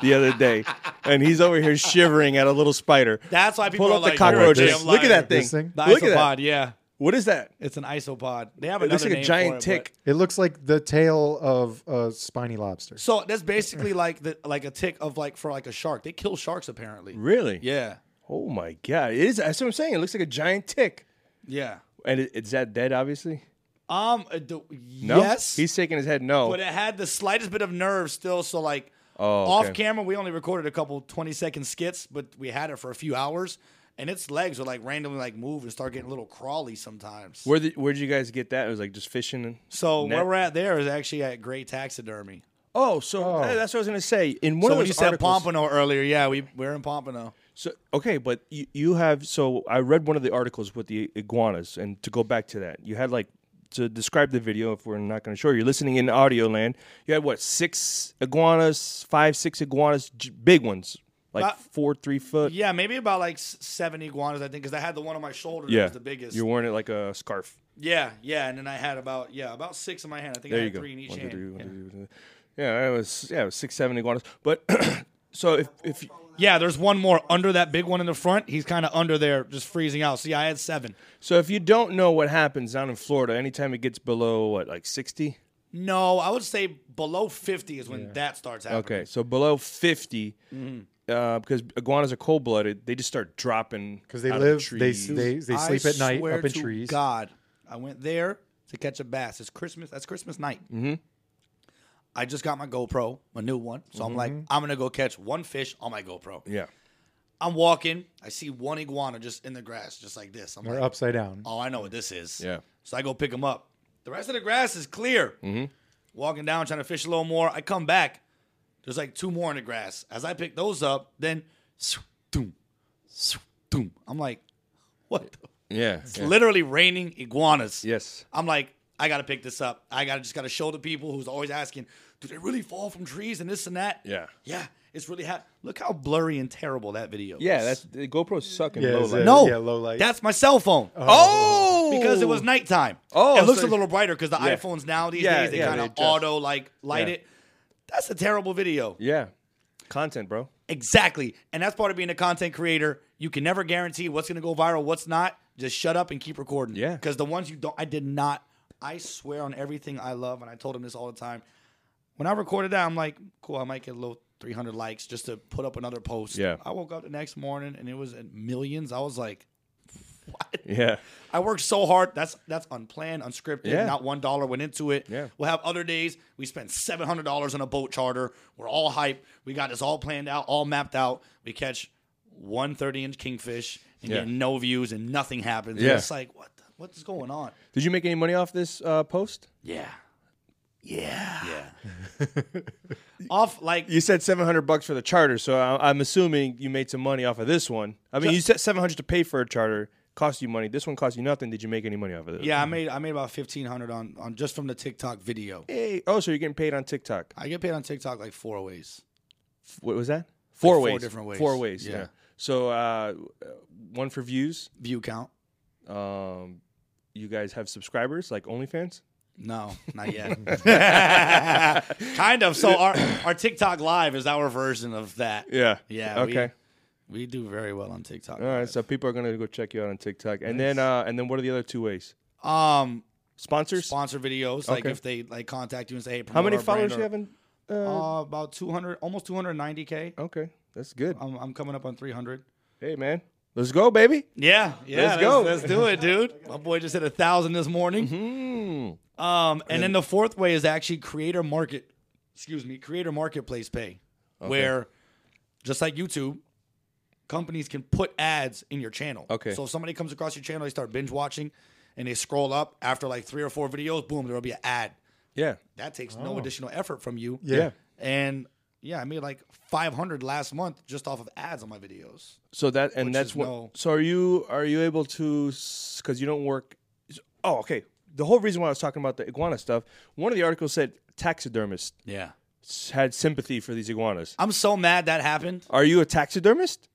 S3: the other day, and he's over here shivering at a little spider.
S4: That's why people
S3: Pull
S4: are
S3: up
S4: like,
S3: the
S4: "You're a
S3: cockroaches.
S4: damn
S3: Look at
S4: liar."
S3: that thing.
S2: This thing?
S4: The
S3: Look at
S4: isopod,
S3: that.
S4: yeah.
S3: What is that?
S4: It's an isopod. They have
S3: It looks
S4: another
S3: like a
S4: name for
S3: giant
S4: it,
S3: tick.
S4: but-
S2: It looks like the tail of a spiny lobster.
S4: So that's basically like the like a tick of like for like a shark. They kill sharks apparently.
S3: Really?
S4: Yeah.
S3: Oh my god! It is. That's what I'm saying. It looks like a giant tick.
S4: Yeah.
S3: And it, is that dead? Obviously.
S4: Um. uh, do-
S3: No.
S4: Yes.
S3: He's shaking his head. No.
S4: but it had the slightest bit of nerve still. So like
S3: Oh, okay.
S4: off camera, we only recorded a couple 20 second skits, but we had it for a few hours, and its legs would like randomly like move and start getting a little crawly sometimes.
S3: Where did Where'd you guys get that? It was like just fishing. And-
S4: so
S3: Net-
S4: where we're at there is actually at Great Taxidermy.
S3: Oh, so eh, that's what I was gonna say. In one
S4: So
S3: of
S4: when
S3: those
S4: you said
S3: articles-
S4: Pompano earlier, yeah, we we're in Pompano.
S3: So okay, but you, you have so I read one of the articles with the iguanas, and to go back to that, you had like to describe the video, if we're not going to show you, you're listening in audio land. You had what six iguanas, five, six iguanas, j- big ones, like
S4: Uh,
S3: four, three foot.
S4: Yeah, maybe about like s- seven iguanas, I think, because I had the one on my shoulder that
S3: yeah,
S4: was the biggest.
S3: You're wearing it like a scarf.
S4: yeah, yeah, and then I had about yeah about six in my hand. I think I
S3: There you
S4: had
S3: go.
S4: three in each
S3: One, two,
S4: hand.
S3: three, one,
S4: yeah.
S3: two, three, one, two, three. yeah, it was yeah, it was six, seven iguanas. But (clears throat) so if if
S4: Yeah, there's one more under that big one in the front. He's kind of under there, just freezing out. See, I had seven.
S3: so if you don't know what happens down in Florida, anytime it gets below what like sixty.
S4: No, I would say below 50 is when that starts happening.
S3: Okay, so below 50
S2: Mm-hmm.
S3: uh, because iguanas are cold blooded, they just start dropping
S2: because they
S3: out of
S2: live, they
S3: trees.
S2: they they
S4: I
S2: sleep at night
S4: swear
S2: up in
S4: to
S2: trees.
S4: God, I went there to catch a bass. It's Christmas. That's Christmas night. Mm-hmm. I just got my GoPro, my new one. So I'm like, I'm gonna go catch one fish on my GoPro.
S3: yeah.
S4: I'm walking. I see one iguana just in the grass, just like this. I'm
S2: They're
S4: like,
S2: upside down.
S4: oh, I know what this is.
S3: Yeah.
S4: So I go pick him up. The rest of the grass is clear.
S3: Mm-hmm.
S4: Walking down, trying to fish a little more. I come back. There's like two more in the grass. As I pick those up, then doom, doom. I'm like, what? The?
S3: Yeah. yeah.
S4: Literally raining iguanas.
S3: Yes.
S4: I'm like, I gotta pick this up. I gotta just gotta show the people who's always asking, do they really fall from trees and this and that?
S3: Yeah.
S4: Yeah. It's really hap Look how blurry and terrible that video.
S3: Yeah,
S4: is.
S3: that's the GoPro's sucking
S2: Yeah,
S3: low
S2: is
S3: light.
S2: it-
S4: no.
S2: yeah, low light.
S4: That's my cell phone.
S3: Oh,
S4: because it was nighttime.
S3: Oh,
S4: it looks
S3: so-
S4: a little brighter because the
S3: Yeah.
S4: iPhones now these
S3: Yeah,
S4: days they
S3: yeah,
S4: kind
S3: they
S4: of
S3: adjust.
S4: auto like light
S3: Yeah.
S4: it. That's a terrible video.
S3: Yeah. Content, bro.
S4: Exactly, and that's part of being a content creator. You can never guarantee what's going to go viral, what's not. Just shut up and keep recording.
S3: Yeah.
S4: because the ones you don't, I did not. I swear on everything I love, and I told him this all the time. When I recorded that, I'm like, cool. I might get a little 300 likes just to put up another post.
S3: Yeah.
S4: I woke up the next morning and it was at millions. I was like, what?
S3: Yeah.
S4: I worked so hard. That's that's unplanned, unscripted.
S3: Yeah.
S4: Not one dollar went into it.
S3: Yeah.
S4: We'll have other days. We spent seven hundred dollars on a boat charter. We're all hype. We got this all planned out, all mapped out. We catch one 30 inch kingfish and
S3: Yeah.
S4: get no views and nothing happens.
S3: Yeah.
S4: And it's like what the, what's going on?
S3: Did you make any money off this uh, post?
S4: Yeah. Yeah. Yeah. (laughs) Off like
S3: You said 700 bucks for the charter, so I- I'm assuming you made some money off of this one. I mean, you said 700 to pay for a charter cost you money. This one cost you nothing. Did you make any money off of it?
S4: yeah, I made I made about fifteen hundred on on just from the TikTok video.
S3: Hey. Oh, so you're getting paid on TikTok.
S4: I get paid on TikTok like four ways.
S3: what was that? Four
S4: four
S3: ways.
S4: different ways.
S3: Four ways. Yeah.
S4: Yeah.
S3: So uh, one for views.
S4: View count.
S3: Um, you guys have subscribers like OnlyFans.
S4: No,
S3: (laughs)
S4: not yet. kind of. So our our TikTok live is our version of that.
S3: Yeah.
S4: Yeah.
S3: Okay.
S4: We, we do very well on TikTok.
S3: All right. So people are gonna go check you out on TikTok, and then uh, and then what are the other two ways?
S4: Um,
S3: Sponsors.
S4: sponsor videos. Like
S3: Okay.
S4: if they like contact you and say, hey,
S3: How
S4: promote
S3: many
S4: our brand
S3: followers
S4: or-
S3: you have? In, uh,
S4: Uh, about two hundred, almost two hundred ninety k.
S3: okay, that's good.
S4: I'm I'm coming up on three hundred.
S3: hey man, let's go, baby.
S4: Yeah. Yeah.
S3: Let's go.
S4: Let's do it, dude. (laughs) My boy just hit a thousand this morning. Um, and then the fourth way is actually creator market, excuse me, creator marketplace pay, where just like YouTube, companies can put ads in your channel.
S3: Okay.
S4: So if somebody comes across your channel, they start binge watching, and they scroll up after like three or four videos, boom, there will be an ad.
S3: Yeah.
S4: That takes no additional effort from you.
S2: Yeah.
S3: yeah.
S4: And yeah, I made like 500 last month just off of ads on my videos.
S3: So that and
S4: Which
S3: that's
S4: is
S3: what.
S4: no-
S3: So are you are you able to because you don't work? Oh, okay. The whole reason why I was talking about the iguana stuff. One of the articles said taxidermist
S4: Yeah.
S3: s- had sympathy for these iguanas.
S4: I'm so mad that happened.
S3: Are you a taxidermist?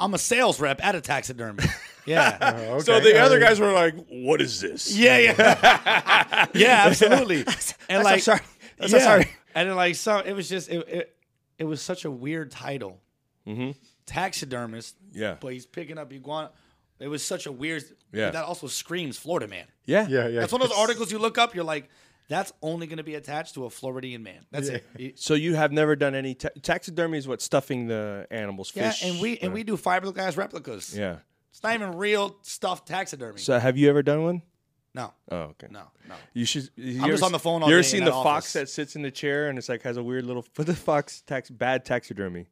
S4: I'm a sales rep at a
S3: (laughs)
S4: taxidermist. Yeah.
S2: Oh,
S3: So
S2: okay.
S3: the
S2: I
S3: other
S2: mean,
S3: guys were like, "What is this?"
S4: (laughs)
S3: (laughs)
S4: Yeah, yeah, (laughs) yeah, absolutely. And like, (laughs)
S3: sorry. That's
S4: yeah.
S3: so sorry.
S4: And then like, so it was just it, it, it was such a weird title. Mm-hmm. Taxidermist.
S3: Yeah.
S4: but he's picking up iguana. It was such a weird.
S3: Yeah.
S4: that also screams Florida man.
S3: Yeah,
S2: Yeah, yeah.
S4: That's one of those articles you look up. You're like, that's only going to be attached to a Floridian man. That's
S3: (laughs)
S4: it.
S3: So you have never done any ta- taxidermy? Is what stuffing the animals?
S4: Yeah,
S3: fish,
S4: and we and we do fiberglass replicas.
S3: Yeah.
S4: It's not even real stuffed taxidermy.
S3: So have you ever done one?
S4: no,
S3: Oh, okay.
S4: no, no.
S3: You should. You
S4: just on the phone all
S3: you ever
S4: day in
S3: seen
S4: that
S3: the fox
S4: office.
S3: that sits in the chair and it's like has a weird little? Put the fox tax bad taxidermy.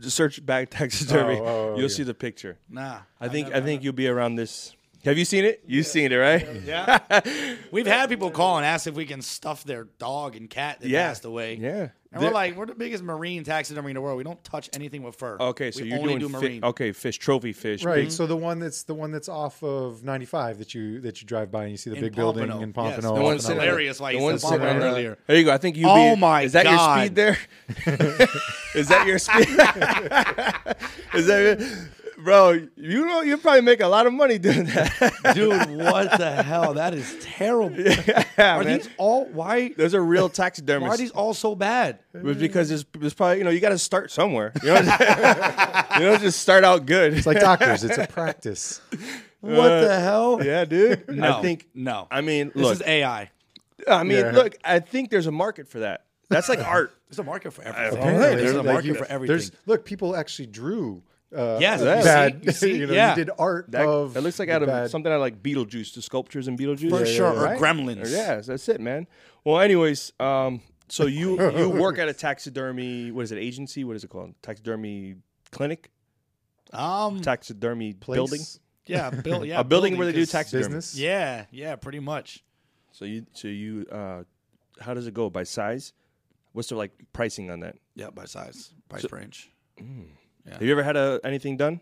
S3: Just search bad (laughs) taxidermy.
S2: Oh, oh, oh,
S3: You'll
S2: yeah.
S3: see the picture.
S4: Nah.
S3: I think I think you'll be around this. Have you seen it? You've seen it, right?
S4: Yeah. We've had people call and ask if we can stuff their dog and cat that
S3: Yeah.
S4: passed away.
S3: Yeah.
S4: And And we're like, we're the biggest marine taxidermy in the world. We don't touch anything with fur.
S3: Okay, so
S4: we
S3: you're
S4: only
S3: doing
S4: do
S3: fi-
S4: marine.
S3: okay fish, trophy fish,
S2: Right.
S4: Mm-hmm.
S3: big-
S2: So the one that's the one that's off of 95 that you that you drive by and you see the
S4: In
S2: big
S4: Pompano.
S2: building in
S4: Yes,
S2: Pompano.
S4: the
S2: up
S4: one
S2: and
S4: that's
S2: all that.
S4: hilarious. why you said
S3: sitting
S4: Pompano
S3: on the-
S4: earlier.
S3: There you go. I think you.
S4: Oh
S3: be,
S4: my
S3: Is that your
S4: God.
S3: speed there? (laughs) is that your speed? (laughs) is that, your- bro? You know you probably make a lot of money doing that. (laughs)
S4: Dude, what the hell? That is terrible.
S3: Yeah,
S4: Are
S3: man.
S4: these all why
S3: Those are real
S4: why are
S3: taxidermists.
S4: these all so bad?
S3: It was because there's, there's probably you know you got to start somewhere. You know, (laughs) you don't just start out good.
S2: It's like doctors. It's a (laughs) practice.
S3: (laughs)
S4: What the hell?
S3: yeah, dude.
S4: (laughs) No,
S3: I think
S4: no.
S3: I mean,
S4: This
S3: look.
S4: is AI.
S3: I mean,
S2: Yeah.
S3: look. I think there's a market for that. That's like art.
S4: There's a market
S3: Uh,
S4: for everything.
S2: Apparently,
S4: Oh, There's a
S2: like
S4: market
S2: you-
S4: for everything.
S2: There's look, people actually drew. Uh,
S4: Yes,
S2: uh,
S4: you see-
S2: bad.
S4: you
S2: (laughs)
S4: see,
S2: know,
S4: yeah.
S2: did art
S3: That,
S2: of.
S3: that looks like
S2: the
S3: out of
S2: bad-
S3: something out of like Beetlejuice, the sculptures in Beetlejuice.
S4: for sure. Or
S2: right.
S4: gremlins.
S3: Yeah, so that's it, man. Well, anyways, um, so you you work at a taxidermy. What is it? Agency? What is it called? Taxidermy clinic?
S4: Um
S3: Taxidermy
S2: place.
S3: building?
S4: yeah, build, yeah.
S3: a building where they do
S4: 'cause-
S3: taxidermy.
S2: business.
S4: Yeah, yeah, pretty much.
S3: So you so you uh, how does it go by size? What's the like pricing on that?
S5: Yeah, by size, price range.
S3: Have you ever had a, anything done?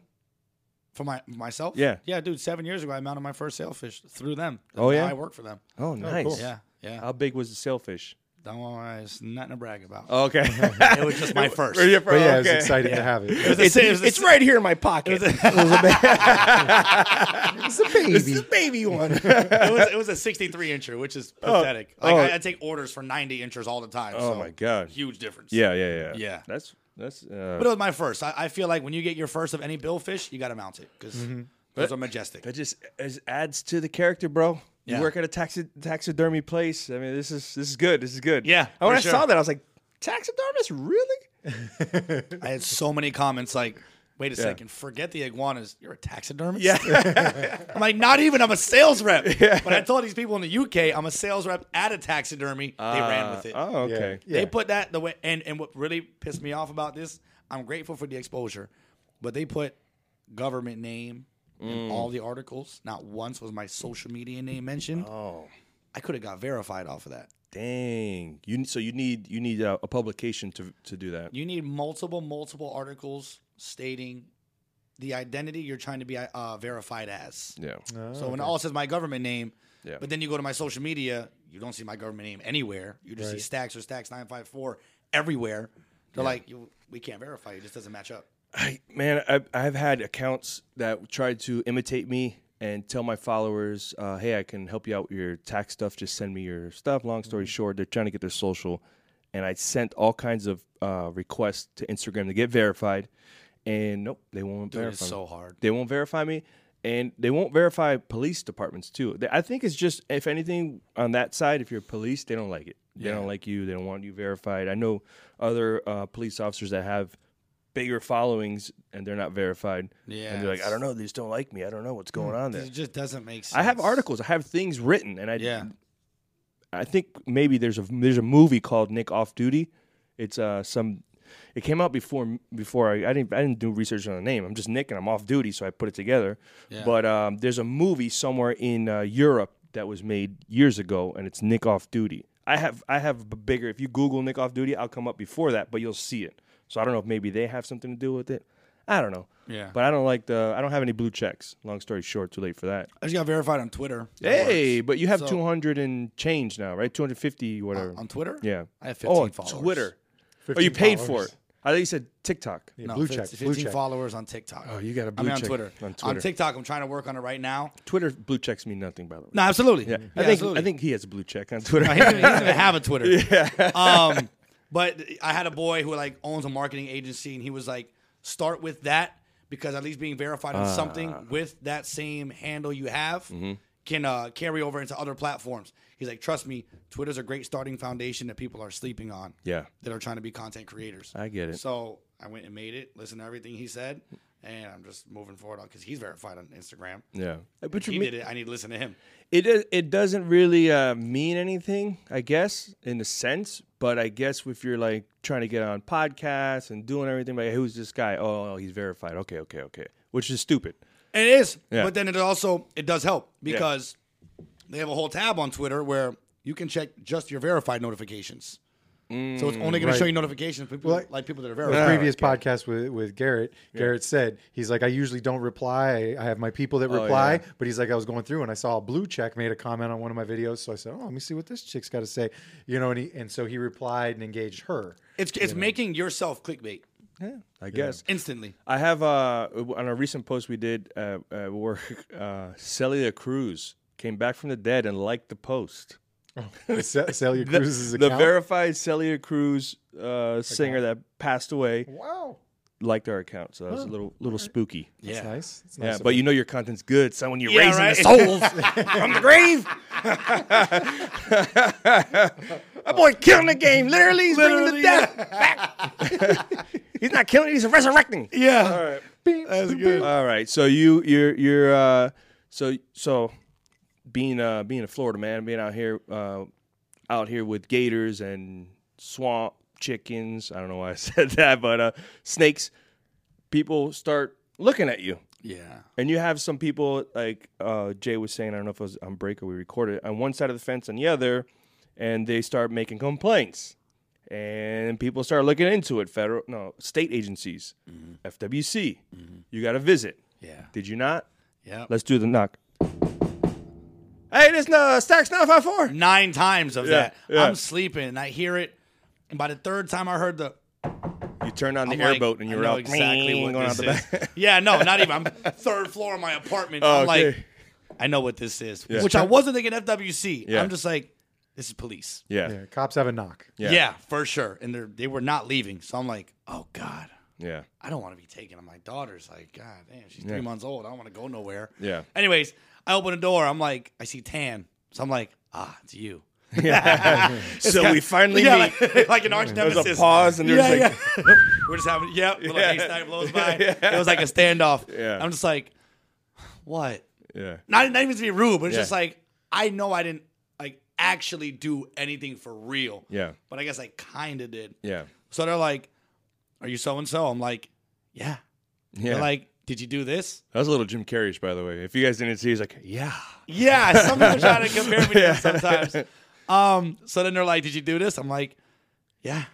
S4: For my myself?
S3: Yeah.
S4: Yeah, dude, seven years ago I mounted my first sailfish through them.
S3: Oh,
S4: Now
S3: yeah? Uh,
S4: I work for them.
S3: Oh, nice.
S4: Yeah. Yeah.
S3: How big was the sailfish?
S4: Don't worry, it's nothing to brag about.
S3: (laughs) Okay.
S4: Oh, It was just
S3: (laughs)
S4: my first.
S3: Yeah,
S2: But Oh, yeah,
S3: okay.
S2: it's exciting to
S4: (laughs)
S2: have it.
S3: It's,
S4: It was a-
S3: it's right here in my pocket. (laughs)
S4: (laughs)
S2: It's a baby.
S3: baby (laughs) one.
S4: it was it was a 63 incher, which is pathetic. Like
S3: oh.
S4: I, I take orders for 90 inchers all the time.
S3: oh
S4: so
S3: my god.
S4: huge difference.
S3: Yeah, yeah, yeah.
S4: Yeah.
S3: That's that's. Uh,
S4: but it was my first. I, I feel like when you get your first of any billfish, you got to mount it because
S3: Mm-hmm.
S4: those are majestic.
S3: That just as adds to the character, bro. You
S4: Yeah.
S3: work at a taxi, taxidermy place. I mean, this is this is good. This is good.
S4: Yeah,
S3: And when
S4: for
S3: I saw
S4: sure.
S3: that, I was like, taxidermist, really?
S4: I had so many comments like, "Wait a second, forget the iguanas. You're a taxidermist."
S3: Yeah.
S4: (laughs) I'm like, "Not even. I'm a sales
S3: (laughs)
S4: rep." But I told these people in the UK, I'm a sales rep at a taxidermy. they ran with it.
S3: oh, okay.
S2: Yeah.
S4: They put that the way, and and what really pissed me off about this, I'm grateful for the exposure, but they put government name
S3: Mm.
S4: in all the articles. Not once was my social media name mentioned.
S3: Oh,
S4: I could have got verified off of that.
S3: dang. You so you need you need a, a publication to to do that.
S4: You need multiple multiple articles stating the identity you're trying to be uh, verified as.
S3: yeah.
S4: So when all it says my government name,
S3: Ah, Yeah.
S4: but then you go to my social media, you don't see my government name anywhere. You just see Stacks or Stacks nine five four everywhere. They're like, you, we can't verify. It just doesn't match up.
S3: I, man, I, I've had accounts that tried to imitate me and tell my followers, uh, "Hey, I can help you out with your tax stuff. Just send me your stuff." Long
S4: Mm-hmm.
S3: story short, they're trying to get their social, and I sent all kinds of uh, requests to Instagram to get verified, and nope, they won't
S4: It's
S3: verify. me.
S4: so hard.
S3: They won't verify me, and they won't verify police departments too. They- I think it's just if anything on that side, if you're police, they don't like it. They don't like you. They don't want you verified. I know other uh, police officers that have bigger followings and they're not verified.
S4: Yeah,
S3: and they're like, I
S4: it's-
S3: don't know. They just don't like me. I don't know what's going on there.
S4: It Hmm. just doesn't make sense.
S3: I have articles. I have things written, and I
S4: Yeah.
S3: I think maybe there's a there's a movie called Nick Off Duty. It's uh some. It came out before before I, I didn't I didn't do research on the name. I'm just Nick and I'm off duty, so I put it together. But um, there's a movie somewhere in uh, Europe that was made years ago, and it's Nick Off Duty. I have I have a bigger. If you Google Nick Off Duty, I'll come up before that, but you'll see it. So I don't know if maybe they have something to do with it. I don't know.
S4: Yeah.
S3: But I don't like the. I don't have any blue checks. Long story short, too late for that.
S4: I just got verified on Twitter. That
S3: Hey,
S4: works.
S3: but you have
S4: So-
S3: 200 and change now, right? 250, whatever.
S4: on Twitter.
S3: yeah.
S4: I have 15
S3: oh, on
S4: followers.
S3: Twitter. Oh, you
S2: 15
S3: paid for
S2: followers.
S3: it. I thought you said TikTok.
S2: Yeah,
S4: No,
S2: blue
S4: fif-
S2: check.
S4: 15
S2: Blue check.
S4: followers on TikTok.
S3: Oh, you got a
S4: I
S3: blue
S4: mean, on
S3: check
S4: Twitter.
S3: on Twitter.
S4: TikTok, I'm trying to work on it right now.
S3: Twitter blue checks mean nothing, by the way.
S4: No, absolutely.
S3: Yeah.
S4: Yeah,
S3: I think
S4: absolutely.
S3: I think he has a blue check on
S4: (laughs)
S3: Twitter.
S4: he doesn't, he doesn't even have a Twitter. Um, but I had a boy who like owns a marketing agency, and he was like, "Start with that because at least being verified on
S3: Ah.
S4: something with that same handle you have
S3: Mm-hmm.
S4: can uh, carry over into other platforms." He's like, "Trust me, Twitter's a great starting foundation that people are sleeping on.
S3: (laughs) Yeah.
S4: that are trying to be content creators.
S3: I get it.
S4: So I went and made it. Listened to everything he said, and I'm just moving forward on because he's verified on Instagram.
S3: yeah. But
S4: He
S3: you mean,
S4: did it. I need to listen to him.
S3: it do- it doesn't really uh, mean anything, I guess, in a sense. But I guess if you're like trying to get on podcasts and doing everything, like who's this guy? Oh, he's verified. Okay, okay, okay. Which is stupid.
S4: And it is.
S3: Yeah.
S4: But then it also it does help because they have a whole tab on Twitter where you can check just your verified notifications. so it's only going
S3: Mm,
S4: to show
S2: right.
S4: you notifications people
S2: Well, I-
S4: like people that are
S2: The
S4: verified.
S2: previous podcast with, with Garrett, Garrett said he's like, I usually don't reply. I have my people that
S3: Oh,
S2: reply, but he's like, I was going through and I saw a blue check made a comment on one of my videos, so I said, oh, let me see what this chick's got to say, you know. And he and so he replied and engaged
S4: (laughs)
S2: her.
S4: It's it's making yourself clickbait
S3: I guess.
S4: instantly.
S3: I have uh, on a recent post we did uh, at work. (laughs) Uh, Celia Cruz came back from the dead and liked the post.
S2: Ce- Celia
S3: The,
S2: Cruz's
S3: the
S2: account.
S3: verified Celia Cruz uh, singer that passed away
S2: wow,
S3: liked our account, so that was a little little spooky.
S2: that's nice. That's
S3: Yeah,
S2: nice of
S3: but
S2: him.
S3: you know your content's good. So when you're raising
S4: right.
S3: the souls from the grave, (laughs) that boy killing the game. Literally, he's bringing the death back. (laughs) he's not killing; he's resurrecting.
S4: Yeah.
S2: that's
S3: All right. So you you're you're uh so so being uh being a Florida man, being out here uh out here with gators and swamp chickens. I don't know why I (laughs) said that, but uh snakes people start looking at you.
S5: Yeah.
S3: And you have some people like uh Jay was saying, I don't know if it was on break or we recorded it, on one side of the fence on the other and they start making complaints. And people start looking into it. Federal, no, state agencies,
S4: Mm-hmm.
S3: FWC. You got to visit.
S5: Yeah.
S3: Did you not?
S5: Yeah.
S3: Let's do the knock. Hey, this no stacks nine five four.
S4: Nine times of that.
S3: yeah.
S4: I'm sleeping and I hear it. And by the third time I heard the
S3: You turned on the
S4: I'm like,
S3: airboat and
S4: I
S3: you were
S4: know
S3: out
S4: exactly what
S3: going out
S4: this
S3: the
S4: is.
S3: back. (laughs)
S4: Yeah, no, not even. I'm third floor of my apartment.
S3: Oh,
S4: I'm like,
S3: okay.
S4: I know what this is, which I wasn't thinking FWC.
S3: Yeah.
S4: I'm just like, this is police.
S3: yeah.
S2: yeah, cops have a knock.
S3: Yeah.
S4: Yeah, for sure. And they they were not leaving, so I'm like, oh god,
S3: yeah,
S4: I don't want to be taken. And my daughter's like, god damn, she's three months old. I don't want to go nowhere.
S3: Yeah.
S4: Anyways, I open the door. I'm like, I see tan, so I'm like, ah, it's you.
S3: So we finally
S4: (laughs) yeah,
S3: meet.
S4: like, like an arch nemesis.
S3: There's a pause and there's
S4: Yeah,
S3: like,
S4: (laughs) yeah. we're just having yep. we're Like, hey, snipe
S3: (laughs)
S4: blows by. It was like a standoff.
S3: Yeah.
S4: I'm just like, what?
S3: yeah,
S4: Not, not even to be rude, but it's
S3: Yeah.
S4: just like I know I didn't like actually do anything for real.
S3: Yeah.
S4: But I guess I kind of did.
S3: yeah,
S4: So they're like, "Are you so and so?" I'm like, "Yeah."
S3: yeah.
S4: They're like, "Did you do this?"
S3: that was a little Jim Carrey, by the way. If you guys didn't see, he's like, yeah,
S4: Yeah. Some people try to
S3: (laughs)
S4: compare me to them sometimes. Um. So then they're like, "Did you do this?" I'm like, "Yeah."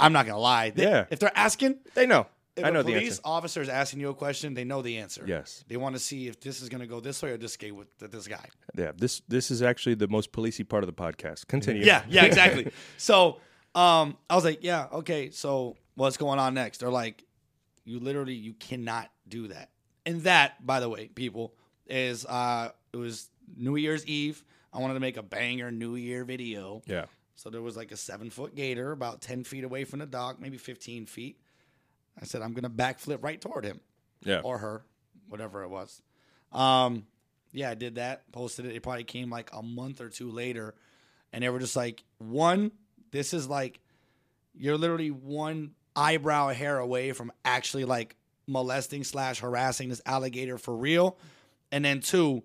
S4: I'm not gonna lie. They-
S3: Yeah.
S4: If they're asking,
S3: they know.
S4: If
S3: I know
S4: a
S3: the
S4: police
S3: answer.
S4: officer is asking you a question, they know the answer.
S3: Yes.
S4: They want to see if this is going to go this way or this guy with th- this guy.
S3: Yeah, this this is actually the most policey part of the podcast. Continue.
S4: Yeah, yeah, exactly.
S3: (laughs)
S4: so um, I was like, yeah, okay. So what's going on next? They're like, you literally you cannot do that. And that, by the way, people is uh, it was New Year's Eve. I wanted to make a banger New Year video.
S3: yeah,
S4: So there was like a seven foot gator about 10 feet away from the dock, maybe 15 feet. I said, I'm going to backflip right toward him.
S3: yeah.
S4: or her, whatever it was. Um, yeah, I did that, posted it. It probably came like a month or two later, and they were just like, one, this is like, you're literally one eyebrow hair away from actually like molesting slash harassing this alligator for real, and then two,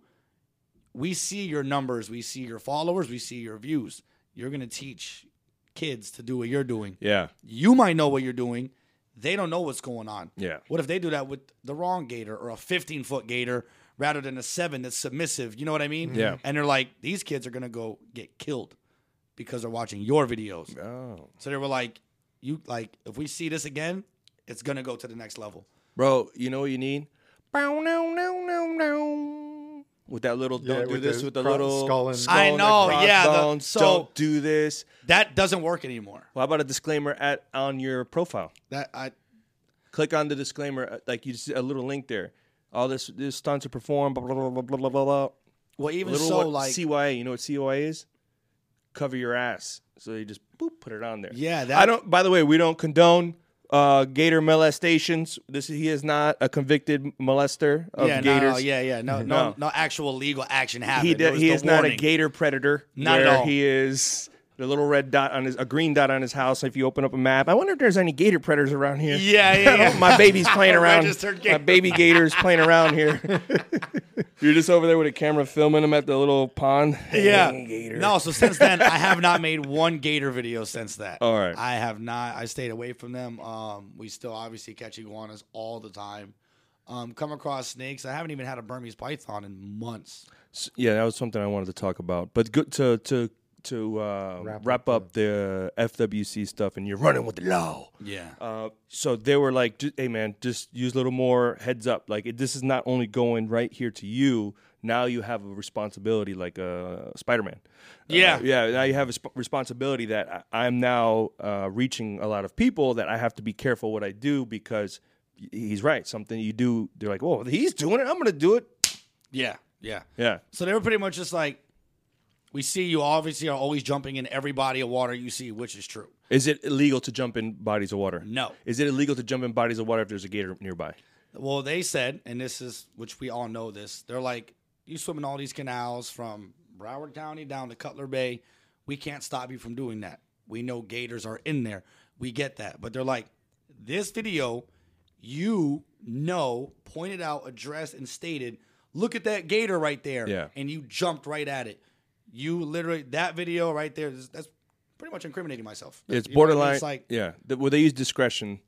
S4: we see your numbers, we see your followers, we see your views. You're gonna teach kids to do what you're doing.
S3: yeah,
S4: You might know what you're doing. They don't know what's going on.
S3: Yeah.
S4: What if they do that with the wrong gator or a 15 foot gator rather than a seven that's submissive? You know what I mean?
S3: Mm-hmm. Yeah.
S4: And they're like, these kids are gonna go get killed because they're watching your videos.
S3: Oh,
S4: So they were like, you like, if we see this again, it's gonna go to the next level.
S3: bro, you know what you need? Bow, no, no, no, no. With that little, don't
S2: Yeah,
S3: do
S2: with
S3: this
S2: the
S3: with the
S2: cro-
S3: little
S2: skull and-
S4: I
S3: and
S4: know,
S3: the
S4: yeah, the-
S3: crossbones,
S4: so-
S3: don't do this.
S4: That doesn't work anymore.
S3: Well, how about a disclaimer at on your profile?
S4: That I
S3: Click on the disclaimer, uh, like you see a little link there. All this this stunts are performed. Blah blah blah blah blah blah blah.
S4: well even
S3: Little
S4: so
S3: what,
S4: like
S3: CYA. You know what CYA is? Cover your ass. So you just boop, put it on there.
S4: Yeah,
S3: I
S4: that-
S3: don't. By the way, we don't condone uh, gator molestations. This he is not a convicted molester of
S4: yeah,
S3: gators.
S4: no, no, yeah,
S3: (laughs)
S4: yeah. No, no,
S3: No.
S4: no, actual legal action happened.
S3: he
S4: There
S3: did,
S4: was
S3: he
S4: the
S3: is not a
S4: warning.
S3: gator predator.
S4: Not at
S3: where
S4: all.
S3: He is the little red dot on his a green dot on his house. If you open up a map, I wonder if there's any gator predators around here.
S4: Yeah, yeah,
S3: (laughs) I don't-
S4: yeah.
S3: Oh, My baby's playing around.
S4: Registered
S3: My
S4: gator.
S3: baby gator's playing around here. (laughs) You're just over there with a camera filming him at the little pond.
S4: Yeah. No, so since then I have
S3: (laughs)
S4: not made one gator video since that.
S3: All right.
S4: I have not. I stayed away from them. Um, we still obviously catch iguanas all the time. Um, come across snakes. I haven't even had a Burmese python in months.
S3: S- Yeah, that was something I wanted to talk about. But good to to to uh, wrap,
S2: Wrap
S3: up, the FWC stuff, and you're running with the law.
S4: Yeah.
S3: Uh, so they were like, "Ju- "Hey, man, just use a little more heads up. Like, it, this is not only going right here to you. Now you have a responsibility, like uh, Spider-Man.
S4: Yeah.
S3: Uh, yeah. Now you have a sp- responsibility that I- I'm now uh, reaching a lot of people. That I have to be careful what I do because y- he's right. Something you do, they're like, "Well, he's doing it. I'm gonna do it.
S4: Yeah. Yeah.
S3: Yeah.
S4: So they were pretty much just like, we see you obviously are always jumping in every body of water you see, which is true.
S3: Is it illegal to jump in bodies of water?
S4: No.
S3: Is it illegal to jump in bodies of water if there's a gator nearby?
S4: Well, they said, and this is which we all know this. They're like, you swim in all these canals from Broward County down to Cutler Bay. We can't stop you from doing that. We know gators are in there. We get that, but they're like, this video, you know, pointed out, addressed, and stated, look at that gator right there,
S3: Yeah.
S4: and you jumped right at it. You literally that video right there. That's that's pretty much incriminating myself.
S3: It's
S4: You know what I mean?
S3: borderline.
S4: It's like
S3: yeah, th- where they use discretion,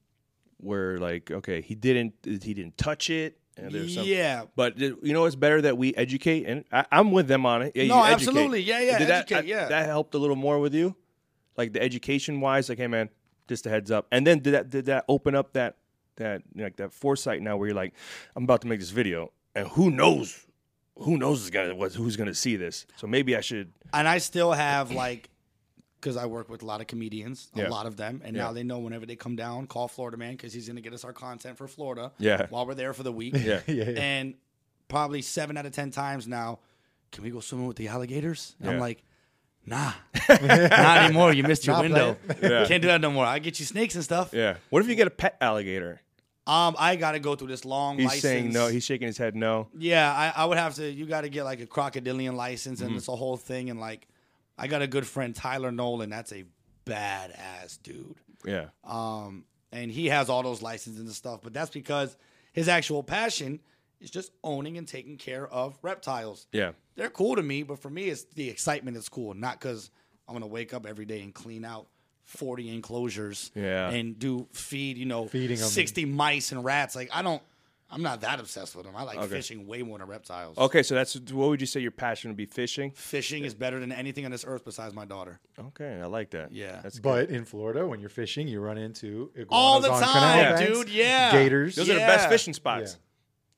S3: where like okay, he didn't he didn't touch it. And there's some,
S4: Yeah.
S3: but th- you know it's better that we educate, and I, I'm with them on it. Yeah,
S4: No,
S3: you educate.
S4: absolutely. Yeah, yeah,
S3: Did that,
S4: educate, yeah.
S3: that helped a little more with you, like the education wise. Like, hey man, just a heads up. And then did that did that open up that that like that foresight now where you're like, I'm about to make this video, and who knows. Who knows is gonna, what's- who's going to see this? So maybe I should
S4: and I still have like, because I work with a lot of comedians,
S3: Yeah.
S4: a lot of them, and now they know whenever they come down, call Florida man because he's gonna get us our content for Florida.
S3: Yeah.
S4: while we're there for the week.
S3: (laughs) Yeah.
S2: Yeah, yeah.
S4: and probably seven out of ten times now, can we go swimming with the alligators? And
S3: Yeah.
S4: I'm like.
S3: (laughs)
S4: Nah, not anymore. You missed your
S2: Not
S4: window.
S2: playing.
S3: Yeah.
S4: Can't do that no more. I get you snakes and stuff.
S3: Yeah. What if you get a pet alligator?
S4: Um, I gotta go through this long.
S3: He's
S4: license.
S3: saying no. He's shaking his head no.
S4: Yeah, I, I would have to. You got to get like a crocodilian license,
S3: Mm-hmm.
S4: and it's a whole thing. And like, I got a good friend Tyler Nolan. That's a badass dude.
S3: Yeah.
S4: Um, and he has all those licenses and stuff, but that's because his actual passion is just owning and taking care of reptiles.
S3: Yeah.
S4: They're cool to me, but for me, it's the excitement that's cool, not because I'm gonna wake up every day and clean out 40 enclosures
S3: Yeah.
S4: and do feed, you know,
S2: Feeding 'em.
S4: 60 mice and rats. Like, I don't, I'm not that obsessed with them. I like
S3: Okay.
S4: fishing way more than reptiles.
S3: Okay. So that's what would you say your passion would be? Fishing.
S4: Fishing is better than anything on this earth besides my daughter.
S3: Okay. I like that.
S4: Yeah.
S3: That's good.
S2: But in Florida, when you're fishing, you run into iguanas
S4: All the
S2: on
S4: time,
S2: canal banks,
S4: dude, yeah.
S2: gators.
S3: Those are
S4: Yeah.
S3: the best fishing spots.
S2: Yeah.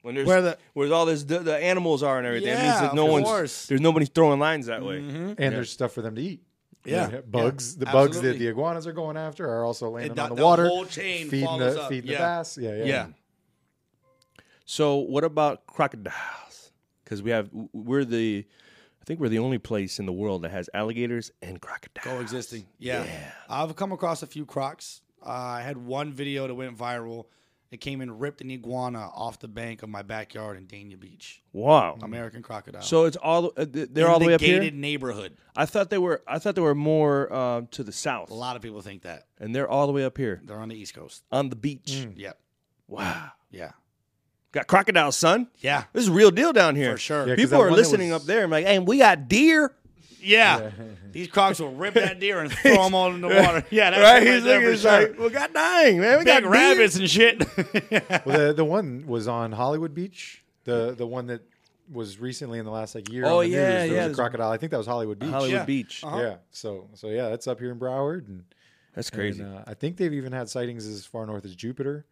S3: When there's
S4: Where
S3: where,
S4: the-
S3: all this the, the animals are and everything. It means
S4: Yeah,
S3: that no
S4: of
S3: one's
S4: course. Mm-hmm.
S3: there's nobody throwing lines that way.
S2: and there's stuff for them to eat.
S4: Yeah.
S2: You know, bugs. The bugs that the iguanas are going after are also landing
S4: the-
S2: on the,
S4: the
S2: water,
S4: whole chain
S2: feeding
S4: follows
S2: the
S4: up,
S2: feeding
S4: yeah.
S2: the bass. Yeah, yeah,
S4: Yeah.
S3: So what about crocodiles? Because we have we're the I think we're the only place in the world that has alligators and crocodiles.
S4: Coexisting. Yeah. I've come across a few crocs. Uh, I had one video that went viral. It came and ripped an iguana off the bank of my backyard in Dania Beach.
S3: Wow.
S4: American crocodile.
S3: Hmm. So it's all uh, th- they're
S4: In
S3: all the way up here.
S4: gated neighborhood.
S3: I thought they were. I thought they were more uh, to the south,
S4: A lot of people think that.
S3: and they're all the way up here
S4: They're on the East Coast.
S3: on the beach.
S2: Mm.
S4: Yep.
S3: Wow,
S4: Yeah.
S3: got crocodiles, son.
S4: Yeah.
S3: This is real deal down here.
S4: For sure. Yeah,
S2: 'cause
S3: people
S2: that
S3: are
S2: one that
S3: listening
S2: was-
S3: up there. I'm like, hey, we got deer.
S4: Yeah. (laughs) These crocs will rip that deer and throw them all in the water. Yeah.
S3: (laughs)
S4: That's
S3: right.
S4: it
S3: He's
S4: there
S3: looking
S4: for
S3: he's
S4: sure.
S3: like, well, god dang, man, we
S4: Big
S3: got
S4: rabbits and shit.
S3: (laughs)
S2: Well, the, the one was on Hollywood Beach. The the one that was recently in the last like year.
S3: Oh,
S2: on the
S3: yeah, yeah,
S2: news. There was
S3: there's-
S2: a crocodile. I think that was Hollywood Beach.
S3: Deer. Hollywood
S4: Yeah.
S3: Beach.
S2: Yeah. Oh. So so yeah, that's up here in Broward, and
S3: That's crazy.
S2: and, uh, I think they've even had sightings as far north as Jupiter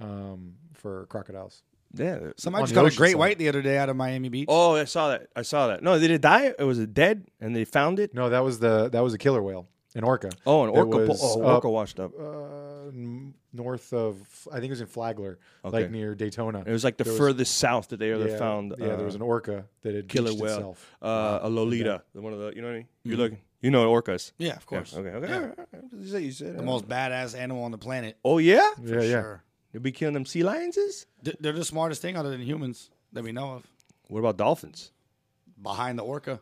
S2: um, for crocodiles.
S3: yeah.
S4: Somebody
S2: On
S4: just
S2: the
S4: got a
S2: ocean
S4: great
S2: side.
S4: white the other day out of Miami Beach.
S3: Oh, I saw that. I saw that. No, did it die? It was it dead, and they found it.
S2: No, that was the that was a killer whale, an orca.
S3: Oh, an
S2: that
S3: orca. Po-
S2: was
S3: oh,
S2: up
S3: orca washed up.
S2: uh, n- north of I think it was in Flagler,
S3: Okay.
S2: like near Daytona.
S3: It was like the
S2: there was-
S3: furthest south that they ever
S2: yeah,
S3: found.
S2: Yeah,
S3: uh,
S2: there was an orca that had
S3: killer
S2: beached
S3: whale,
S2: itself.
S3: uh, a Lolita, the one of the you know what I mean? You're
S2: Mm-hmm.
S3: looking, you know what orcas.
S4: Yeah, of course.
S3: Okay, okay. all right, all right. You said- you said,
S4: The
S3: uh,
S4: most badass animal on the planet.
S3: oh yeah,
S2: Yeah, yeah.
S4: Sure.
S3: you'll be killing them sea lionses.
S4: Th- They're the smartest thing other than humans that we know of.
S3: What about dolphins?
S4: Behind the orca.